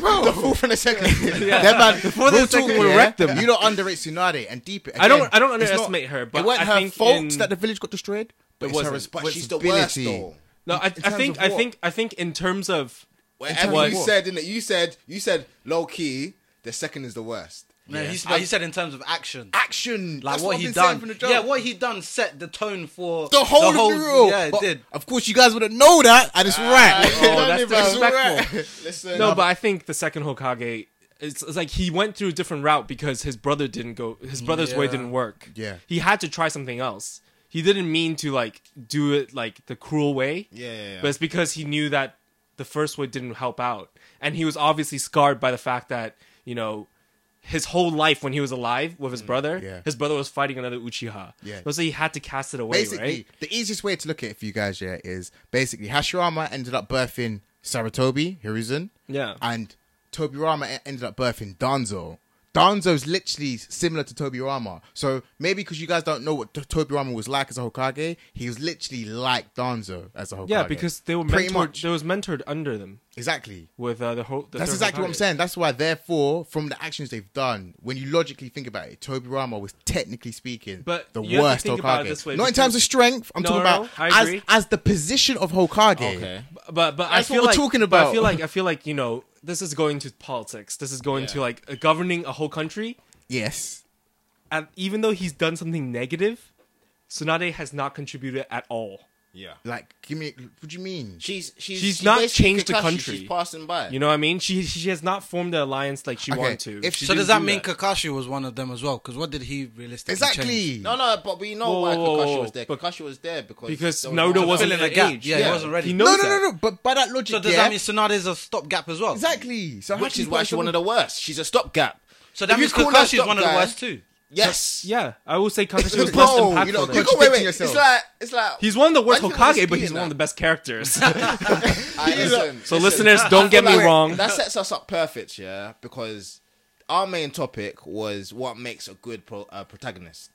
S1: Bro. The fool from the
S4: [LAUGHS]
S1: second. That man,
S4: Before Oh. the
S1: real
S4: second
S1: talk,
S4: will
S1: yeah,
S4: wreck them.
S1: You don't underrate Tsunade and deep. Again,
S4: I don't- I don't
S1: it's
S4: underestimate her, but
S1: it wasn't
S4: I
S1: her
S4: think
S1: fault
S4: in-
S1: that the village got destroyed. But it's her
S4: wasn't.
S2: But
S1: responsibility.
S2: she's the worst though.
S4: No, I, I
S1: terms
S4: think
S1: of
S4: I
S1: what?
S4: think I think in terms of
S2: Whatever
S1: terms of
S2: you
S1: what?
S2: said, innit? You said you said low key. The second is the worst.
S3: No, he, said, he said in terms of action.
S1: Action,
S3: Like
S1: That's
S3: what
S1: I've
S3: he
S1: been saying
S3: done.
S1: from the jump.
S3: Yeah, what he done set the tone for
S1: the whole, of the rule.
S3: Yeah, it
S1: But
S3: did.
S1: Of course, you guys wouldn't know that. I just ran.
S4: Oh, that's disrespectful.
S2: Listen,
S4: No, but I think the second Hokage, it's, it's like he went through a different route because his brother didn't go. His brother's way
S3: Yeah.
S4: didn't work.
S1: Yeah.
S4: he had to try something else. He didn't mean to like do it like the cruel way.
S2: Yeah, yeah, yeah.
S4: But it's because he knew that the first way didn't help out, and he was obviously scarred by the fact that you know. His whole life when he was alive with his brother,
S1: Yeah.
S4: his brother was fighting another Uchiha.
S1: Yeah.
S4: So he had to cast it away,
S1: basically,
S4: right?
S1: the easiest way to look at it for you guys, yeah, is basically Hashirama ended up birthing Saratobi, Hiruzen.
S4: Yeah.
S1: And Tobirama e- ended up birthing Danzo. Danzo's literally similar to Tobirama. So maybe because you guys don't know what T- Tobirama was like as a Hokage, he was literally like Danzo as a Hokage.
S4: Yeah, because they were
S1: Pretty
S4: mentored.
S1: much.
S4: They was mentored under them
S1: Exactly.
S4: with uh, the whole. The
S1: That's
S4: third
S1: exactly what I'm
S4: Hokage.
S1: saying. That's why, therefore, from the actions they've done, when you logically think about it, Tobirama was technically speaking
S4: But
S1: the
S4: you have to
S1: worst
S4: think
S1: Hokage.
S4: about it this way,
S1: Not in
S4: because-
S1: terms of strength. I'm
S4: No,
S1: talking
S4: no,
S1: about
S4: I
S1: as,
S4: agree.
S1: as the position of Hokage.
S2: Okay.
S4: but but
S1: That's
S4: I
S1: what
S4: feel
S1: we're
S4: like,
S1: talking
S4: but I
S1: about.
S4: feel like I feel like you know this is going to politics. This is going to like uh, governing a whole country.
S1: Yes.
S4: And even though he's done something negative, Tsunade has not contributed at all.
S2: yeah.
S1: Like, give me. What do you mean?
S2: She's she's
S4: She's
S2: she
S4: not
S2: basically
S4: changed the
S2: Kakashi,
S4: country.
S2: She's passing by.
S4: You know what I mean? She she has not formed the alliance like she
S1: Okay,
S4: wanted to.
S1: if she
S3: So
S1: didn't
S3: does that
S1: do
S3: mean
S1: that.
S3: Kakashi was one of them as well? Because what did he realistically change?
S1: exactly.
S2: no, no, but we know
S4: Whoa,
S2: why
S4: whoa,
S2: Kakashi
S4: whoa,
S2: was there.
S4: but-
S2: Kakashi was there because
S4: because
S2: there was
S4: Naruto
S2: no-
S4: wasn't
S3: Filling
S4: at
S3: a gap.
S4: age.
S3: Yeah, he wasn't ready.
S4: He
S1: No,
S4: knows
S1: no,
S4: that.
S1: no, no. But by that logic,
S3: So does
S1: yeah,
S3: that mean Tsunade is a stopgap as well?
S1: exactly. So how
S2: which
S1: can
S2: is
S1: you
S2: why
S1: put
S2: she's one of
S1: someone-
S2: the worst. She's a stopgap.
S3: So that
S2: If you
S3: means
S2: call her
S3: Kakashi is one of the
S2: stopgap-
S3: worst too.
S2: Yes.
S4: Yeah, I will say Kakashi was
S1: No,
S4: less
S1: you
S4: impactful.
S1: don't
S4: than-
S1: get-
S2: You go- wait, wait.
S1: Contradicting
S2: It's like it's like
S4: He's one of the worst
S2: Why do you think
S4: Hokage, but he's
S2: disputing
S4: one of the
S2: that?
S4: best characters. [LAUGHS]
S2: Aight, listen,
S4: so
S2: listen.
S4: listeners, don't get me
S2: Like,
S4: wrong.
S2: That sets us up perfect, yeah, because our main topic was what makes a good pro- uh, protagonist.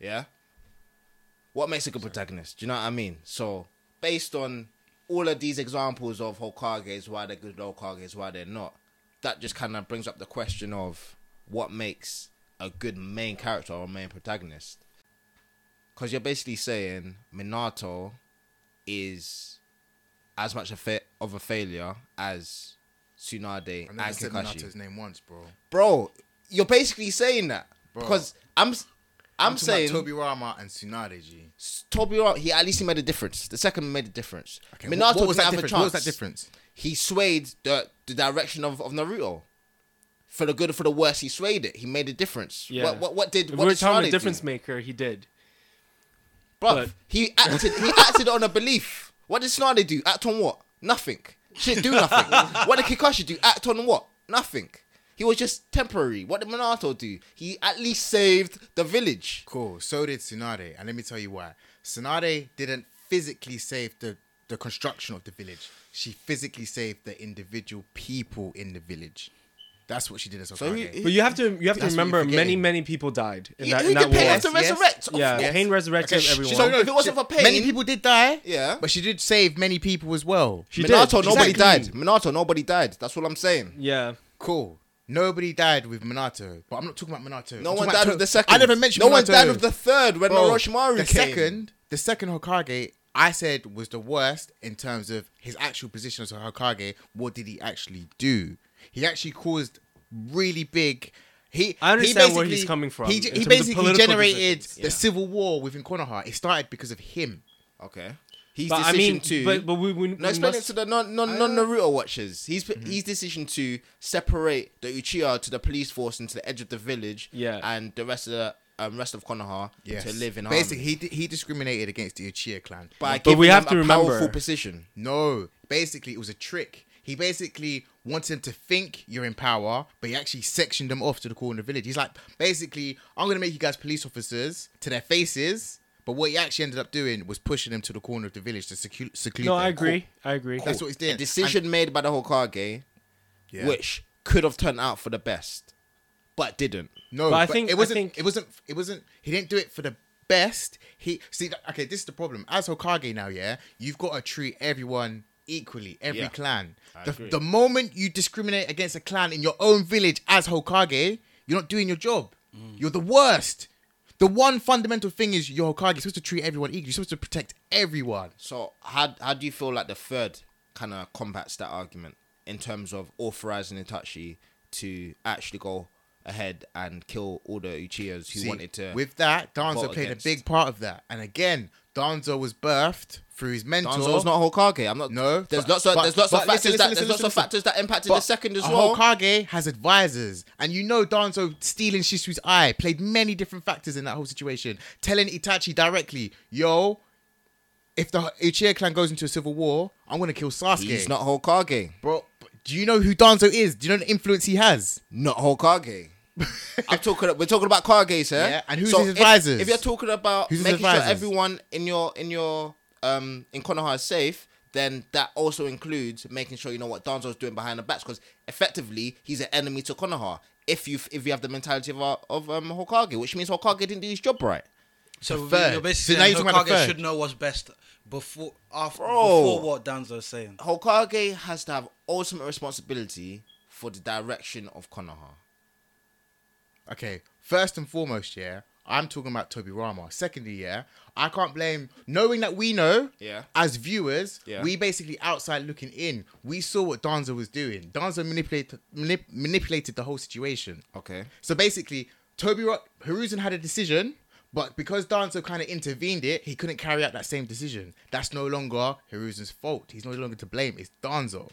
S2: Yeah? What makes a good protagonist? Do you know what I mean? So, based on all of these examples of Hokages, why they're good Hokages, why they're not, that just kind of brings up the question of what makes a good main character or main protagonist. Because you're basically saying Minato is as much a fa- of a failure as Tsunade and,
S1: I never said Minato's
S2: Kakashi.
S1: name once, bro.
S2: Bro, you're basically saying that because I'm s- I'm,
S1: I'm
S2: saying
S1: saying Toby Rama and Tsunade G.
S2: Toby he at least he made a difference. The second made a difference.
S1: Okay, what-
S2: Minato
S1: what was
S2: didn't
S1: that
S2: have a
S1: difference? What was
S2: chance.
S1: that difference?
S2: He swayed the, the direction of, of Naruto. For the good or for the worse, he swayed it. He made a difference.
S4: Yeah.
S2: What, what, what did
S4: If
S2: what
S4: we're
S2: did
S4: talking
S2: Tsunade
S4: a difference
S2: do?
S4: maker. He did.
S2: Bruv,
S4: but-
S2: he acted he acted on a belief. What did Tsunade do? Act on what? Nothing. She didn't do nothing. what did Kakashi do? Act on what? Nothing. He was just temporary. What did Minato do? He at least saved the village.
S1: Cool. So did Tsunade, and let me tell you why. Tsunade didn't physically save the the construction of the village. She physically saved the individual people in the village. That's what she did as a
S2: So
S1: Hokage.
S2: he-
S4: But you have to you have to
S1: That's what you're
S4: remember many
S1: forgetting.
S4: many people died in
S2: He-
S4: that
S2: who
S4: in that
S2: did Pain
S4: war.
S2: have to
S1: Yes,
S2: resurrect? oh, Of
S4: Yeah,
S2: course.
S4: Pain resurrected
S1: she-
S4: everyone.
S2: So, no, if it wasn't for Pain-
S1: many people did die.
S2: Yeah.
S1: but she did save many people as well.
S4: She did.
S2: Minato, nobody
S1: Exactly.
S2: died. Minato, nobody died. That's what I'm saying.
S4: Yeah.
S1: Cool. Nobody died with Minato, but I'm not talking about Minato.
S2: No
S1: I'm
S2: one
S1: talking about
S2: died
S1: To-
S2: with the second.
S1: I never mentioned
S2: No
S1: Minato.
S2: one died with the third when
S1: Bro,
S2: Orochimaru
S1: Oh, the
S2: came.
S1: second, the second Hokage, I said was the worst in terms of his actual position as a Hokage. What did he actually do? He actually caused really big He,
S4: I understand where
S1: basically-
S4: he's coming from
S1: He,
S4: in
S1: j-
S4: terms
S1: he
S4: of
S1: basically
S4: political
S1: generated
S4: decisions.
S1: the
S2: Yeah.
S1: civil war within Konoha. It started because of him.
S2: Okay. His
S4: But I
S2: decision
S4: mean,
S2: to
S4: but but we, we,
S2: no,
S4: we
S2: explain
S4: must-
S2: it to the non non non Naruto watchers. His
S4: Mm-hmm.
S2: his decision to separate the Uchiha to the police force into the edge of the village,
S4: Yeah.
S2: and the rest of the um, rest of Konoha
S1: Yes.
S2: to live in
S1: Basically,
S2: harmony.
S1: he di- he discriminated against the Uchiha clan.
S2: By
S4: But we
S2: giving
S4: have
S2: them
S4: to
S2: a
S4: remember-
S2: powerful position.
S1: No, basically, it was a trick. He basically wants him to think you're in power, but he actually sectioned them off to the corner of the village. He's like, basically, I'm going to make you guys police officers to their faces. But what he actually ended up doing was pushing them to the corner of the village to secu- seclude
S4: No,
S1: them.
S4: I agree. I agree.
S1: That's what he's doing.
S2: A decision made by the Hokage,
S1: Yeah.
S2: which could have turned out for the best, but didn't.
S1: No,
S4: But
S1: but
S4: I think- I
S1: it wasn't.
S4: think-
S1: It wasn't. It wasn't. He didn't do it for the best. He see. th- Okay, this is the problem. As Hokage now, yeah, you've got to treat everyone equally, every
S2: Yeah.
S1: clan. The, the moment you discriminate against a clan in your own village as Hokage, you're not doing your job.
S2: Mm.
S1: You're the worst. The one fundamental thing is you're Hokage. You're supposed to treat everyone equally. You're supposed to protect everyone.
S2: So how how do you feel like the third kind of combats that argument in terms of authorizing Itachi to actually go ahead and kill all the Uchihas who
S1: See,
S2: wanted to?
S1: With that, Danzo
S2: vote
S1: played
S2: against.
S1: a big part of that. And again, Danzo was birthed through his mentor.
S2: Danzo's not Hokage. I'm not.
S1: No,
S2: there's
S1: but-
S2: lots of
S1: but-
S2: there's lots of
S1: but
S2: factors
S1: listen,
S2: that
S1: listen, listen,
S2: there's lots of
S1: listen.
S2: factors that impacted the
S1: But
S2: second as
S1: a
S2: well.
S1: Hokage has advisors, and you know Danzo stealing Shisui's eye played many different factors in that whole situation. Telling Itachi directly, "Yo, if the Uchiha clan goes into a civil war, I'm gonna kill Sasuke."
S2: He's not Hokage.
S1: bro. but Do you know who Danzo is? Do you know the influence he has?
S2: Not Hokage. [LAUGHS] I'm talking. We're talking about Kages here.
S1: Yeah, and who's his
S2: if-
S1: advisors?
S2: If, you're talking about
S1: Who's his
S2: making sure
S1: advisors?
S2: everyone in your in your um in Konoha is safe, then that also includes making sure you know what Danzo's doing behind the backs because effectively he's an enemy to Konoha. If you if you have the mentality of uh, of um, Hokage, which means Hokage didn't do his job right.
S3: So
S1: third.
S3: you're
S1: So
S3: basically
S1: now
S3: saying
S1: you're talking about the
S3: Hokage
S1: third.
S3: should know what's best before after
S2: Bro.
S3: before what Danzo's saying.
S2: Hokage has to have ultimate responsibility for the direction of Konoha.
S1: Okay, first and foremost, yeah, I'm talking about Toby Rama. Secondly, yeah, I can't blame knowing that we know,
S2: Yeah.
S1: as viewers,
S2: Yeah.
S1: we basically outside looking in. We saw what Danzo was doing. Danzo manipulated manip- manipulated the whole situation.
S2: Okay.
S1: So basically, Toby Ro- Hiruzen had a decision, but because Danzo kind of intervened it, he couldn't carry out that same decision. That's no longer Hiruzen's fault. He's no longer to blame. It's Danzo. Do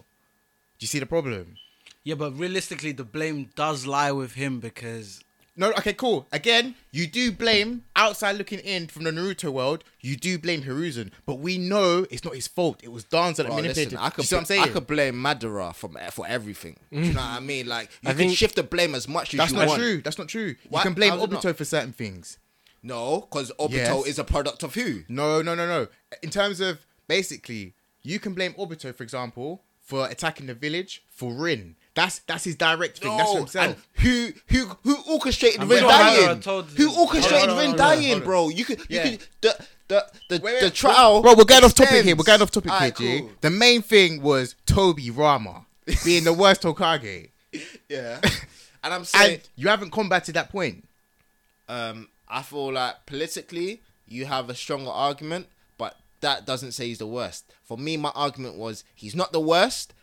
S1: you see the problem?
S3: Yeah, but realistically, the blame does lie with him because
S1: No, okay, cool. Again, you do blame outside looking in from the Naruto world. You do blame Hiruzen, but we know it's not his fault. It was Danzo that
S2: Bro,
S1: manipulated.
S2: listen, I could,
S1: you see what I'm
S2: bl-
S1: saying? Mm.
S2: I could blame Madara for for everything. Do you know what I mean? Like you
S4: I
S2: can
S4: think-
S2: shift the blame as much as
S1: That's
S2: you
S1: not
S2: want.
S1: true. That's not true.
S2: Why-
S1: You can blame
S2: how's it
S1: Obito
S2: not?
S1: for certain things.
S2: No, because Obito
S1: Yes.
S2: is a product of who?
S1: No, no, no, no. In terms of basically, you can blame Obito, for example, for attacking the village for Rin. That's that's his direct thing. that's
S2: No, and
S1: himself.
S2: who who who orchestrated
S3: And
S2: Rin
S3: Rin Madara
S2: dying?
S3: told-
S2: Who
S1: Hold
S2: orchestrated
S1: on,
S2: Rin
S1: hold on, hold on,
S2: dying,
S1: hold on.
S2: bro? You could
S1: Yeah.
S2: you could the the the,
S1: Wait, wait,
S2: the
S1: wait.
S2: trial.
S1: Bro, we're getting off topic here.
S2: extends.
S1: We're getting off topic here,
S2: Alright,
S1: G.
S2: cool.
S1: The main thing was Toby Rama being the worst Hokage. [LAUGHS]
S2: Yeah, and I'm saying
S1: And you haven't combated that point.
S2: um, I feel like politically you have a stronger argument, but that doesn't say he's the worst. For me, my argument was he's not the worst.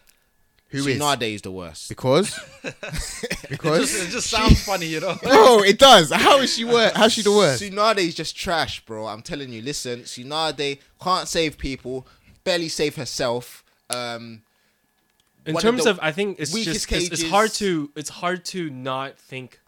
S1: Who is?
S2: Tsunade is the
S1: [LAUGHS]
S2: worst.
S1: Because
S3: it
S1: because
S3: just, it just sounds funny, you know.
S1: bro, it does. How is she worse? How's she the worst?
S2: Tsunade is just trash, bro. I'm telling you. Listen, Tsunade can't save people, barely save herself. Um,
S4: in
S2: one of
S4: terms
S2: the
S4: of, I think it's
S2: weakest
S4: just it's, it's
S2: cages.
S4: hard to it's hard to not think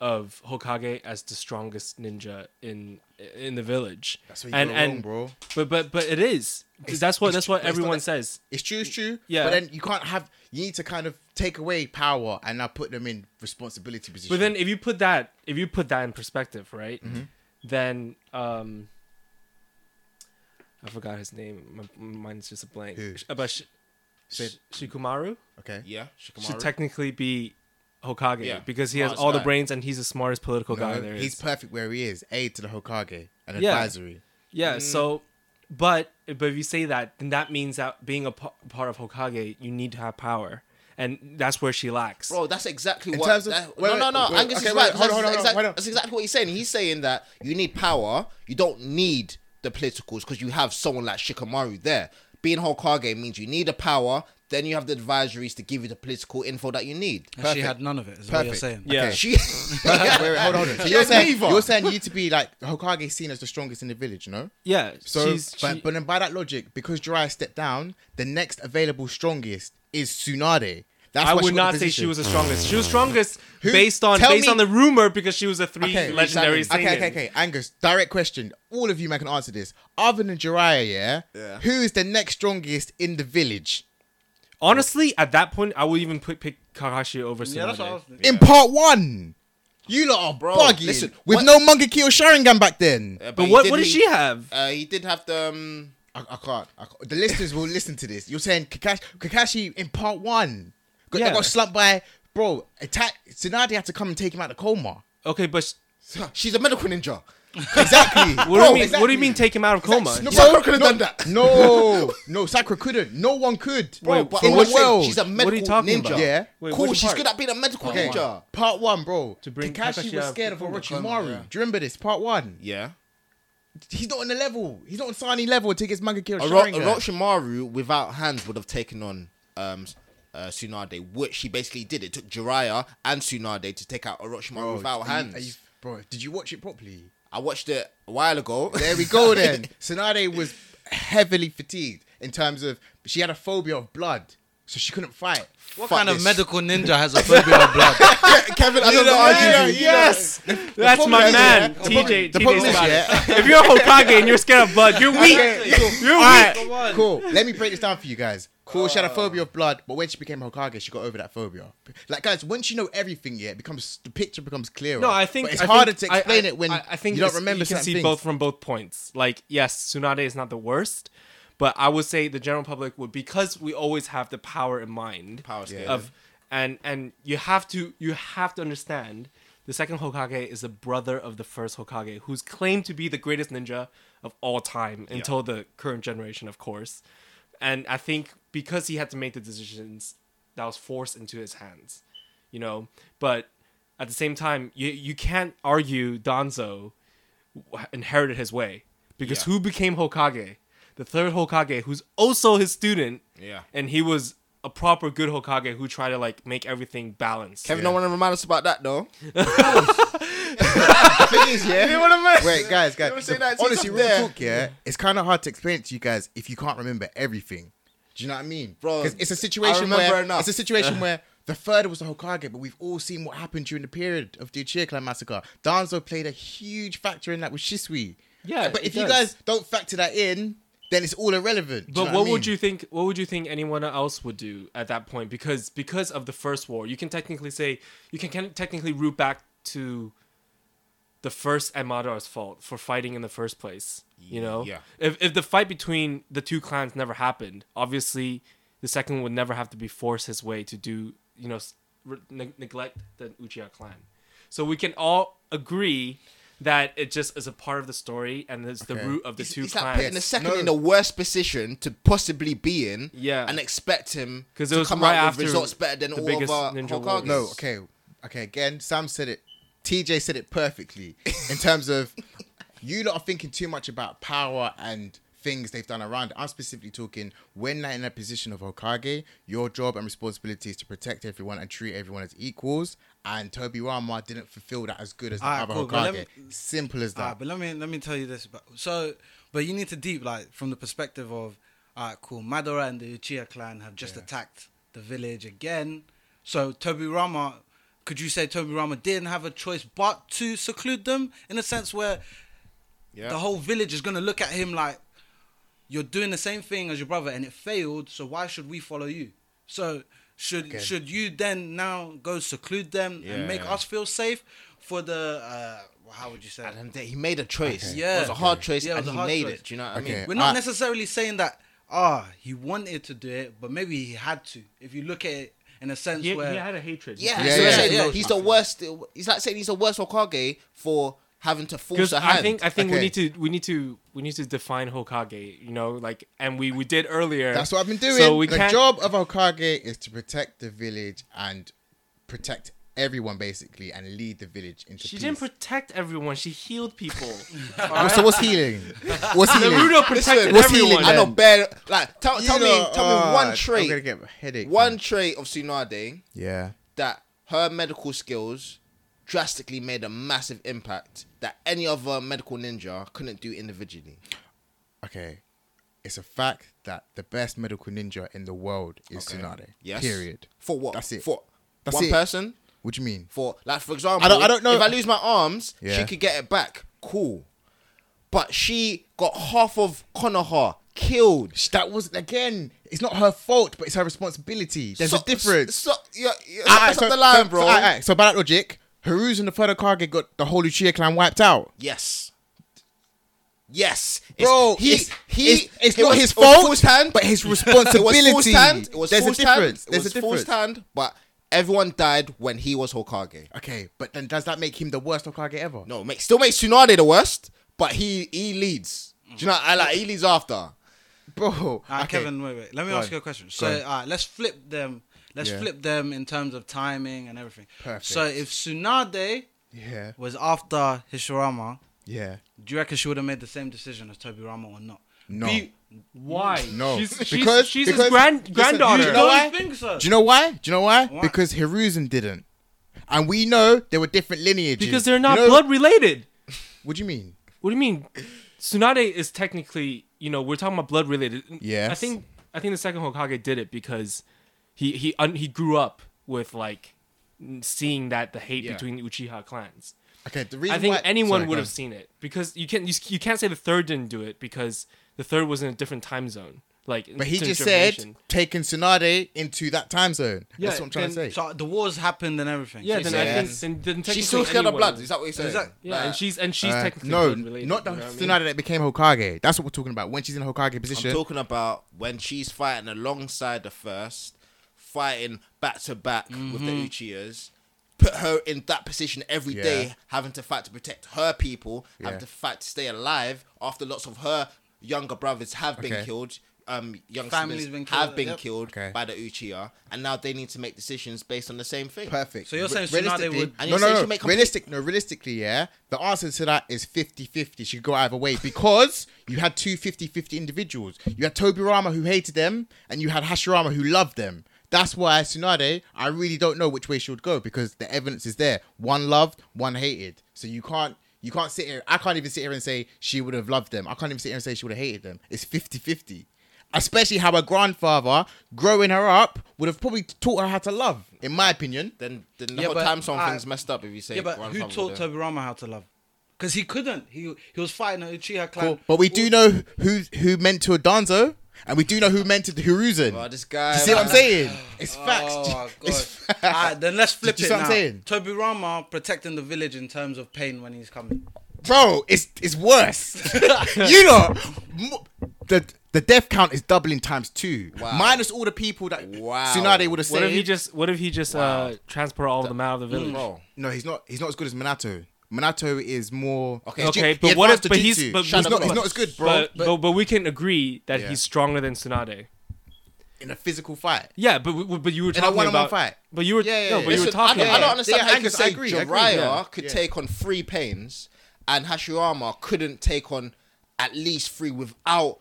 S4: of Hokage as the strongest ninja in in the village.
S1: That's where you go wrong, bro.
S4: But but but it is. 'Cause that's what
S1: it's-
S4: that's what
S1: but it's not
S4: everyone
S1: that-
S4: says.
S1: It's true, it's true.
S4: Yeah.
S1: But then you can't have you need to kind of take away power and now put them in responsibility position.
S4: But then if you put that if you put that in perspective, right? Then um I forgot his name. My, mine's just a blank.
S1: Who?
S4: Uh, but Sh- Sh- Shikumaru
S1: okay.
S2: yeah,
S4: should
S2: Shikamaru.
S4: technically be Hokage
S2: Yeah.
S4: because he has
S2: Smartest
S4: all the
S2: guy.
S4: brains and he's the smartest political guy
S1: No,
S4: there is.
S1: he's perfect where he is. Aid to the Hokage, an
S4: Yeah.
S1: advisory.
S4: Yeah. So, but but if you say that, then that means that being a p- part of Hokage, you need to have power, and that's where she lacks.
S2: Bro, that's exactly
S1: In
S2: what.
S1: terms of-
S2: that-
S1: wait,
S2: no,
S1: wait,
S2: no, no,
S1: wait,
S2: Angus
S1: okay,
S2: is
S1: wait,
S2: right.
S1: hold on,
S2: that's,
S1: hold on,
S2: exact-
S1: hold on.
S2: that's exactly what he's saying. He's saying that you need power. You don't need the politicals because you have someone like Shikamaru there. Being Hokage means you need the power. Then you have the advisories to give you the political info that you need.
S3: And she had none of it. Is what you're
S1: Perfect.
S3: saying?
S4: Yeah.
S1: Okay.
S2: [LAUGHS] She
S1: Perfect. Wait, wait, hold on. [LAUGHS] hold on. So
S2: She
S1: you're
S2: has
S1: saying
S2: neither.
S1: you're saying you need to be like Hokage seen as the strongest in the village, you know?
S4: Yeah,
S1: So,
S4: she's
S1: but,
S4: she-
S1: but then by that logic, because Jiraiya stepped down, the next available strongest is Tsunade. That's
S4: I
S1: why she
S4: would
S1: got the
S4: not say she
S1: position.
S4: was the strongest. She was strongest
S1: Who-
S4: based on
S1: Tell
S4: based
S1: me-
S4: on the rumor because she was a three legendary
S1: exactly.
S4: seinen.
S1: Okay, okay, okay. Angus, direct question. All of you man can answer this. Other than Jiraiya, yeah,
S2: Yeah.
S1: who is the next strongest in the village?
S4: Honestly, at that point, I would even pick, pick Kakashi over Tsunade.
S3: Yeah, that's what I was thinking.
S1: In part one. You lot are
S2: Bro,
S1: bugging.
S2: listen,
S1: With
S2: what- Uh,
S1: no Monkey Kill Sharingan back then.
S2: Yeah,
S4: But
S2: he
S4: what, what did
S2: leave-
S4: she have?
S2: Uh, he did have the. Um, [LAUGHS]
S1: I, I, can't, I can't. The listeners will listen to this. You're saying Kakashi, Kakashi in part one got,
S4: Yeah.
S1: got slumped by, bro, attack. Tsunade had to come and take him out of coma.
S4: Okay, but s-
S2: she's a medical
S1: Oh,
S2: ninja.
S1: Exactly.
S4: [LAUGHS] what, do you mean, what do you mean take him out of coma?
S1: No,
S2: Sakura
S1: bro,
S2: could've
S1: no,
S2: done that.
S1: No, no, Sakura couldn't. No one could.
S2: Bro,
S1: Bro,
S2: but
S1: in
S2: I'm
S1: the
S2: saying
S1: world.
S2: she's a medical
S4: What are you talking
S2: ninja.
S4: about?
S1: Yeah.
S4: Wait,
S2: cool.
S4: which
S2: She's
S4: part?
S2: good at being a medical
S1: Okay,
S2: ninja.
S1: part one, bro.
S4: To bring
S1: Kakashi
S4: Kakashi
S1: was
S4: out
S1: scared of
S4: from the
S1: Orochimaru.
S4: coma,
S1: Do you remember this? Part one.
S2: Yeah.
S1: He's not on the level. He's not on Sani level until he gets Manga Kira
S2: Oro-
S1: Sharingan.
S2: Orochimaru without hands would have taken on um, uh, Tsunade, which she basically did. It took Jiraiya and Tsunade to take out Orochimaru
S1: Bro,
S2: without
S1: are you-
S2: hands.
S1: are you- bro, did you watch it properly?
S2: I watched it a while ago.
S1: There we go then.
S4: [LAUGHS]
S1: Tsunade was heavily fatigued in terms of she had a phobia of blood, so she couldn't fight.
S3: What
S2: Fuck
S3: kind of
S2: this.
S3: medical ninja has a phobia of blood?
S1: [LAUGHS]
S2: Kevin, I
S1: You
S2: don't
S1: know, you
S2: know.
S1: know,
S2: argue.
S1: you know.
S4: Yes, that's
S1: problem
S4: my
S1: is,
S4: man,
S1: yeah, the
S4: TJ.
S1: problem- the
S4: TJ
S1: problem is,
S4: Spada.
S1: yeah.
S4: [LAUGHS] If you're Hokage and you're scared of blood,
S1: [LAUGHS]
S4: you're weak.
S1: Okay,
S4: You're
S1: Alright,
S4: weak.
S1: cool.
S4: [LAUGHS]
S1: Let me break this down for you guys. Cool, she had a phobia
S4: Oh.
S1: of blood, but when she became Hokage, she got over that phobia. Like, guys, once you know everything, yeah, it becomes the picture becomes clearer.
S4: No, I think
S1: but it's
S4: I
S1: harder
S4: think-
S1: to
S4: I-
S1: explain
S4: I-
S1: it when
S4: I, I think
S1: you don't
S4: it's-
S1: remember
S4: You can
S1: certain
S4: see
S1: things.
S4: both from both points. Like, yes, Tsunade is not the worst, but I would say the general public would because we always have the power in mind.
S2: Power scale.
S4: of and and you have to you have to understand the second Hokage is the brother of the first Hokage, who's claimed to be the greatest ninja of all time until the current generation, of course. And I think because he had to make the decisions that was forced into his hands, you know. But at the same time, you you can't argue Danzo w- inherited his way because
S2: Yeah.
S4: who became Hokage? The third Hokage, who's also his student,
S2: Yeah.
S4: and he was a proper good Hokage who tried to like make everything balanced.
S2: [LAUGHS] Kevin, don't want to remind us about that though.
S1: The [LAUGHS] thing is, yeah.
S2: want
S1: Wait, guys, guys.
S2: wanna say
S1: the-
S2: that? It's
S1: honestly,
S2: up
S1: real
S2: there.
S1: talk, yeah. It's kind of hard to explain it to you guys if you can't remember everything. Do you know what I mean,
S2: Bro,
S1: 'Cause it's a
S2: I
S1: situation
S2: remember
S1: where
S2: enough.
S1: it's a situation where the third was the Hokage, but we've all seen what happened during the period of the Uchiha clan massacre. Danzo played a huge factor in that with Shisui.
S4: Yeah,
S1: but
S4: it
S1: if you
S4: does.
S1: guys don't factor that in, then it's all irrelevant. Do you
S4: But
S1: know what,
S4: what,
S1: I
S4: would
S1: mean?
S4: you think? What would you think anyone else would do at that point? Because because of the first war, you can technically say you can, can technically root back to the first Amada's fault for fighting in the first place. You know,
S2: Yeah.
S4: If if the fight between the two clans never happened, obviously the second would never have to be forced his way to do you know s- re- neg neglect the Uchiha clan. So we can all agree that it just is a part of the story and it's
S1: Okay.
S4: the root of the two
S2: It's like
S4: clans.
S2: putting the second
S1: No.
S2: in the worst position to possibly be in,
S4: Yeah.
S2: and expect him
S4: 'Cause it
S2: to
S4: was
S2: come
S4: right
S2: out
S4: after
S2: with results better than
S4: the
S2: all of
S4: biggest
S2: our
S4: Ninja
S2: Hokages.
S4: Warriors.
S1: No, okay, okay. Again, Sam said it. TJ said it
S3: [LAUGHS]
S1: perfectly in terms of you lot are thinking too much about power and things they've done around. it. I'm specifically talking when they're in a position of Hokage, your job and responsibility is to protect everyone and treat everyone as equals. And Toby Rama didn't fulfill that as good as the
S3: Alright,
S1: other
S3: cool, but
S1: Hokage.
S3: lem-
S1: Simple as
S3: Alright,
S1: that.
S3: but let me let me tell you this. But so, but you need to deep like from the perspective of, all right, cool. Madara and the Uchiha clan have just attacked the village again. So Toby Rama, could you say Toby Rama didn't have a choice but to seclude them in a sense where
S2: Yeah.
S3: the whole village is gonna look at him like, you're doing the same thing as your brother and it failed. So why should we follow you? So should
S1: Okay.
S3: should you then now go seclude them
S2: Yeah.
S3: and make us feel safe for the uh, how would you say? it?
S2: And then he made a choice.
S3: Okay. Yeah.
S2: It was a hard choice,
S3: Yeah, it
S2: and
S3: was a
S2: he
S3: hard
S2: made
S3: choice.
S2: it. Do you know what
S1: Okay.
S2: I mean?
S3: We're not
S1: I-
S3: necessarily saying that ah he wanted to do it, but maybe he had to. If you look at it in a sense
S4: He, he
S3: where
S4: had a hatred.
S2: Yeah,
S1: Yeah,
S2: so
S1: yeah.
S2: saying,
S3: Yeah.
S2: he's the worst. He's like saying he's the worst Hokage for having to force
S4: Because
S2: a
S4: I
S2: hand.
S4: think I think
S1: Okay.
S4: we need to we need to we need to define Hokage, you know, like and we we did earlier.
S1: That's what I've been doing.
S4: So we
S1: the
S4: can't.
S1: job of Hokage is to protect the village and protect everyone basically and lead the village into
S4: She
S1: peace.
S4: didn't protect everyone. She healed
S1: [LAUGHS]
S4: people.
S1: What's- so what's healing?
S2: [LAUGHS]
S1: What's healing?
S4: Naruto protected
S1: what's
S4: everyone.
S1: healing? I know
S4: then.
S1: better.
S2: Like, tell,
S1: You
S2: tell
S1: know,
S2: me, tell me
S1: uh,
S2: one
S1: I'm gonna
S2: trait,
S1: get a headache.
S2: one trait of Tsunade
S1: Yeah.
S2: that her medical skills drastically made a massive impact that any other medical ninja couldn't do individually.
S1: Okay. It's a fact that the best medical ninja in the world is Tsunade.
S2: Yes.
S1: Period.
S2: For what?
S1: That's it.
S2: For
S1: That's
S2: one
S1: it.
S2: person.
S1: What do you mean?
S2: For like, for example,
S1: I don't- I don't know-
S2: If I lose my arms,
S1: Yeah.
S2: she could get it back. Cool. But she got half of Konoha killed.
S1: Sh- That was again. It's not her fault, but it's her responsibility. There's
S2: So-
S1: a difference.
S2: So, yeah, yeah,
S1: Aye, aye,
S2: that's up the line,
S1: so,
S2: bro.
S1: So, aye, aye. So by that logic, Haru's and the further Kage got the whole Uchiha clan wiped out.
S2: Yes. Yes, It's-
S1: Bro,
S2: He
S1: it's,
S2: he.
S1: It's, it's
S2: it
S1: not
S2: was
S1: his
S2: a
S1: fault,
S2: forced hand.
S1: but his
S2: [LAUGHS] it was
S1: responsibility.
S2: forced hand. It was
S1: There's a
S2: forced hand.
S1: difference.
S2: It
S1: There's
S2: was
S1: a difference.
S2: forced hand. But everyone died when he was Hokage.
S1: Okay, but then does that make him the worst Hokage ever?
S2: No, make, still makes Tsunade the worst, but he he leads. Do you know? I like he leads after.
S1: bro.
S3: Alright,
S1: okay.
S3: Ah, Kevin, wait, wait. Let me
S1: Go
S3: ask
S1: on.
S3: you a question.
S1: Go
S3: So,
S1: on.
S3: alright, let's flip them. Let's
S1: Yeah.
S3: flip them in terms of timing and everything.
S1: Perfect.
S3: So, if Tsunade
S1: Yeah,
S3: was after Hishirama,
S1: yeah.
S3: do you reckon she would have made the same decision as Toby Rama or not?
S1: No.
S3: Be-
S4: Why?
S1: No.
S4: She's, she's,
S1: Because-
S4: she's
S1: because-
S4: his grand
S1: listen,
S4: granddaughter.
S1: you
S3: I
S1: know
S3: don't
S1: why?
S3: think so.
S1: Do you know why? Do you know why?
S3: Why?
S1: Because Hiruzen didn't, and we know there were different lineages.
S4: because they're
S1: You
S4: not
S1: know-
S4: blood related.
S1: What do you mean?
S4: What do you mean? Tsunade is technically, you know, we're talking about blood related.
S1: Yes.
S4: I think I think the second Hokage did it because he he un, he grew up with like seeing that the hate
S1: Yeah.
S4: between the Uchiha clans.
S1: Okay, the reason
S4: I think
S1: why-
S4: anyone
S1: Sorry, go
S4: would
S1: on.
S4: have seen it because you can't you, s- you can't say the third didn't do it because the third was in a different time zone. Like,
S1: But he
S4: different
S1: just said
S4: generation.
S1: taking Tsunade into that time zone.
S4: Yeah,
S1: That's what I'm trying
S4: then-
S1: to say.
S3: So the wars happened and everything.
S4: yeah.
S3: So
S4: Then
S3: it's-
S4: I think
S1: Yes.
S4: then, then technically
S2: She's still scared of
S4: anyone-
S2: blood. Is that what you're saying?
S3: Exact-
S4: Yeah, and she's and she's
S1: Uh,
S4: technically
S1: no,
S4: blood related.
S1: not the
S4: you know what I mean?
S1: Tsunade that became Hokage. That's what we're talking about. When she's in the Hokage
S2: I'm
S1: position,
S2: talking about when she's fighting alongside the first, fighting back to back with the Uchiyas. Put her in that position every
S1: Mm-hmm. Yeah.
S2: day, having to fight to protect her people,
S1: Yeah.
S2: having to fight to stay alive after lots of her younger brothers have been
S1: Okay.
S2: killed. Um, young
S3: Family's
S2: siblings
S3: been killed,
S2: have been
S3: yep.
S2: killed
S1: Okay.
S2: by the Uchiha, and now they need to make decisions based on the same thing.
S1: perfect.
S3: So you're saying
S1: Re-
S3: Tsunade
S1: realistically-
S3: would-
S2: And
S1: No,
S2: you're saying
S1: no,
S2: she
S1: no.
S2: make complete-
S1: Realistic, no, realistically, yeah. The answer to that is 50-50. She could go either way because you had two 50-50 individuals. You had Tobirama who hated them, and you had Hashirama who loved them. That's why Tsunade, I really don't know which way she would go because the evidence is there. One loved, one hated. So you can't you can't sit here. I can't even sit here and say she would have loved them. I can't even sit here and say she would have hated them. It's 50-50. Especially how her grandfather, growing her up, would have probably taught her how to love, in my opinion.
S2: Then, then the
S3: Yeah,
S2: whole
S3: but
S2: time zone
S3: I-
S2: thing's messed up. If you say,
S3: yeah, but
S2: one
S3: who
S2: family
S3: taught
S2: there.
S3: Toby Rama how to love? Because he couldn't. He he was fighting an Uchiha clan.
S1: Cool. But we do know who who mentored Danzo, and we do know who mentored Hiruzen.
S2: Oh, this guy.
S1: you see what I'm
S2: man. [LAUGHS]
S1: saying? It's facts.
S3: Oh [LAUGHS] my
S1: It's
S3: god!
S1: facts.
S3: Alright, then let's flip
S1: Do you
S3: it
S1: see what I'm
S3: now.
S1: saying?
S3: Toby Rama protecting the village in terms of pain when he's coming.
S1: Bro, it's it's
S4: [LAUGHS]
S1: worse. you know, m- the the death count is doubling times two,
S2: Wow.
S1: minus all the people that
S2: Wow.
S1: Tsunade would have
S4: What if he
S1: saved.
S4: just what if he just uh transport all of them out of the village?
S1: Mm.
S2: Bro,
S1: no, he's not. He's not as good as Minato. Minato is more
S2: Okay.
S1: He's ju-
S4: Okay,
S1: he
S4: but what if-
S1: advanced
S4: but
S1: to
S4: he's-
S1: jutsu.
S4: but-
S1: he's,
S4: but-
S1: not, he's not as good, bro.
S4: but, but but we can agree that
S1: Yeah.
S4: he's stronger than Tsunade.
S1: in a physical fight,
S4: Yeah, but we- but you were
S1: a
S4: talking
S1: one-on-one
S4: about
S1: fight.
S4: But you were
S1: Yeah, yeah,
S4: no,
S1: yeah.
S4: but you were
S2: Listen, I
S4: talking.
S2: don't, I
S1: about-
S2: don't understand
S1: Yeah, I
S2: how you could
S1: agree,
S2: say
S1: I agree, I agree,
S2: Jiraiya
S1: yeah.
S2: could
S1: Yeah.
S2: take on three pains and Hashirama couldn't take on at least three without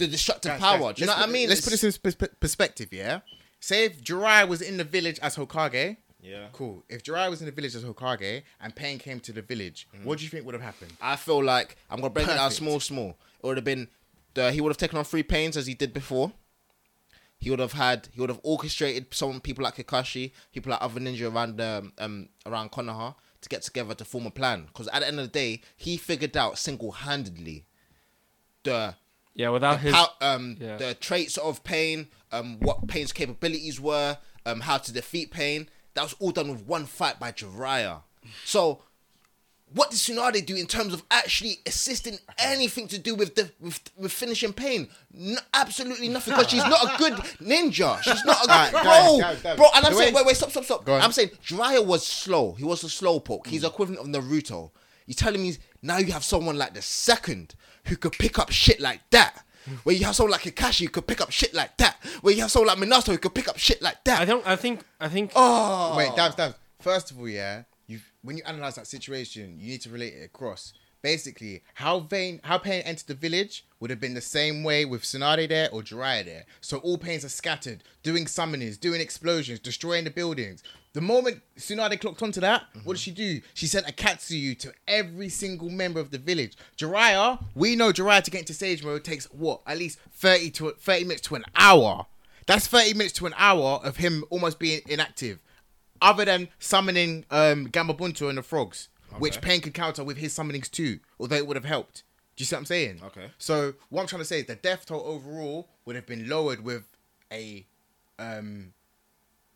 S2: the destructive
S1: Guys,
S2: power.
S1: guys,
S2: Do you know
S1: let's
S2: what I
S1: put-
S2: mean?
S1: Let's put this in pers- perspective, yeah? Say if Jirai was in the village as Hokage.
S2: Yeah.
S1: Cool. If Jirai was in the village as Hokage and Pain came to the village, what do you think would have happened?
S2: I feel like I'm gonna break it down
S1: Perfect.
S2: small, small. It would have been the, he would have taken on three pains as he did before. He would have had he would have orchestrated some people like Kakashi, people like other ninja around um, um around Konoha to get together to form a plan. Because at the end of the day, he figured out single handedly the
S4: Yeah, without his
S2: how um
S4: yeah.
S2: the traits of pain, um what pain's capabilities were, um how to defeat pain. That was all done with one fight by Jiraiya. So what did Tsunade do in terms of actually assisting anything to do with the with, with finishing pain? No, absolutely nothing because she's not a good ninja. She's not a
S1: Alright, guys,
S2: good bro,
S1: guys, guys.
S2: bro. And I'm
S1: The
S2: saying,
S1: way-
S2: wait, wait, stop, stop, stop.
S1: Go on.
S2: I'm saying Jiraiya was slow. He was a slow poke. He's equivalent of Naruto. You're telling me now you have someone like the second who could pick up shit like that. Where you have someone like Kakashi who could pick up shit like that. Where you have someone like Minato who could pick up shit like that.
S4: I don't I think uh, I think
S1: Wait, Dabs, Dabs. first of all, yeah, you when you analyze that situation, you need to relate it across. Basically, how Vayne, how Payne entered the village would have been the same way with Sonade there or Jiraiya there. So all Paynes are scattered, doing summonings, doing explosions, destroying the buildings. The moment Tsunade clocked onto that, what did she do? She sent a Katsuyu to every single member of the village. Jiraiya, we know Jiraiya to get into sage mode takes what? At least 30 to 30 minutes to an hour. That's 30 minutes to an hour of him almost being inactive other than summoning um, Gamabuntu and the frogs, which Pain could counter with his summonings too, although it would have helped. Do you see what I'm saying?
S2: Okay.
S1: So what I'm trying to say is the death toll overall would have been lowered with a, um,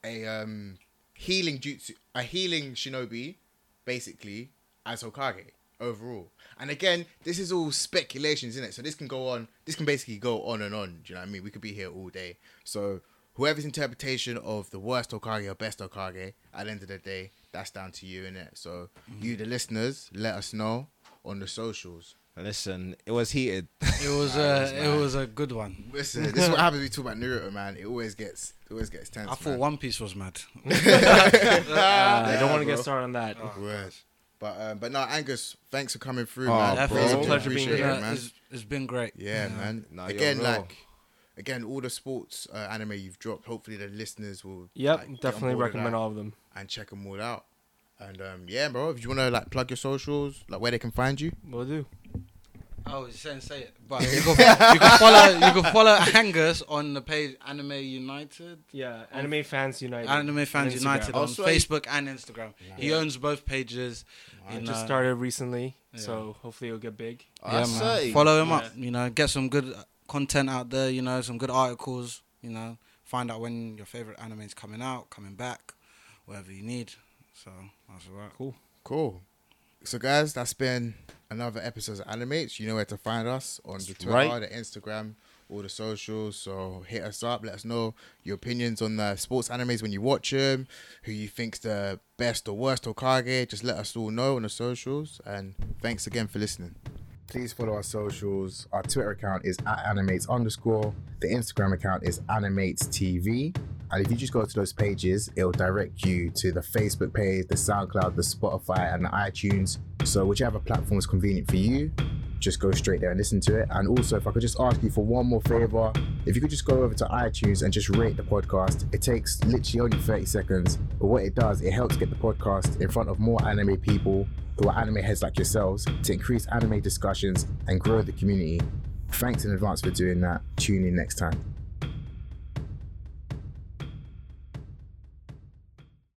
S1: a um, healing jutsu, a healing shinobi, basically as Hokage overall. And again, this is all speculations, isn't it? So this can go on. This can basically go on and on. Do you know what I mean? We could be here all day. So whoever's interpretation of the worst Hokage or best Hokage, at the end of the day, that's down to you, innit? So
S3: Mm.
S1: you, the listeners, let us know on the socials.
S2: Listen, it was heated.
S3: It was a it was a good one.
S1: Listen, this is what happens. when We talk about Naruto, man. It always gets, it always gets tense.
S3: I thought
S1: man.
S3: One Piece was mad.
S4: I don't want
S1: bro. Oh.
S4: to get started on that.
S1: Word. But um, but no, Angus, thanks for coming through,
S2: Oh,
S1: man.
S2: Definitely.
S1: Really
S2: It's a
S1: do
S4: pleasure being
S1: appreciate
S4: here.
S1: it, man.
S3: It's- it's been great.
S1: Yeah, man.
S2: Nah, you're
S1: again,
S2: real.
S1: like again, all the sports uh, anime you've dropped. Hopefully, the listeners will
S4: Yep,
S1: like, get on
S4: definitely
S1: board with
S4: recommend
S1: that
S4: all of them.
S1: and check them all out. And um, yeah, bro, if you wanna like plug your socials, like where they can find you.
S4: Will do.
S3: Oh, you saying say it, but you can, you can follow you can follow Angus on the page Anime United,
S4: Yeah, Anime Fans United.
S3: Anime Fans Oh,
S4: Instagram.
S3: United
S1: Oh,
S3: on
S2: Also,
S3: Facebook and Instagram. He owns both pages.
S4: I
S3: you know.
S4: just started recently,
S3: uh, Yeah.
S4: so hopefully it'll get big.
S2: I
S3: yeah,
S2: say.
S3: man. Follow him
S4: Yeah.
S3: up. You know, get some good uh, content out there. You know, some good articles. You know, find out when your favorite anime is coming out, coming back, whatever you need. So that's all right. Cool.
S1: Cool. So guys, that's been another episode of Animates. You know where to find us on the Twitter,
S2: right.
S1: the Instagram, all the socials. So hit us up. Let us know your opinions on the sports animes when you watch them. Who you think's the best or worst Okage? Just let us all know on the socials. And thanks again for listening. Please follow our socials. Our Twitter account is at animates underscore. The Instagram account is animates TV. And if you just go to those pages, it'll direct you to the Facebook page, the SoundCloud, the Spotify, and the iTunes. So whichever platform is convenient for you, just go straight there and listen to it. And also, if I could just ask you for one more favor, if you could just go over to iTunes and just rate the podcast, it takes literally only 30 seconds. But what it does, it helps get the podcast in front of more anime people who are anime heads like yourselves to increase anime discussions and grow the community. Thanks in advance for doing that. Tune in next time.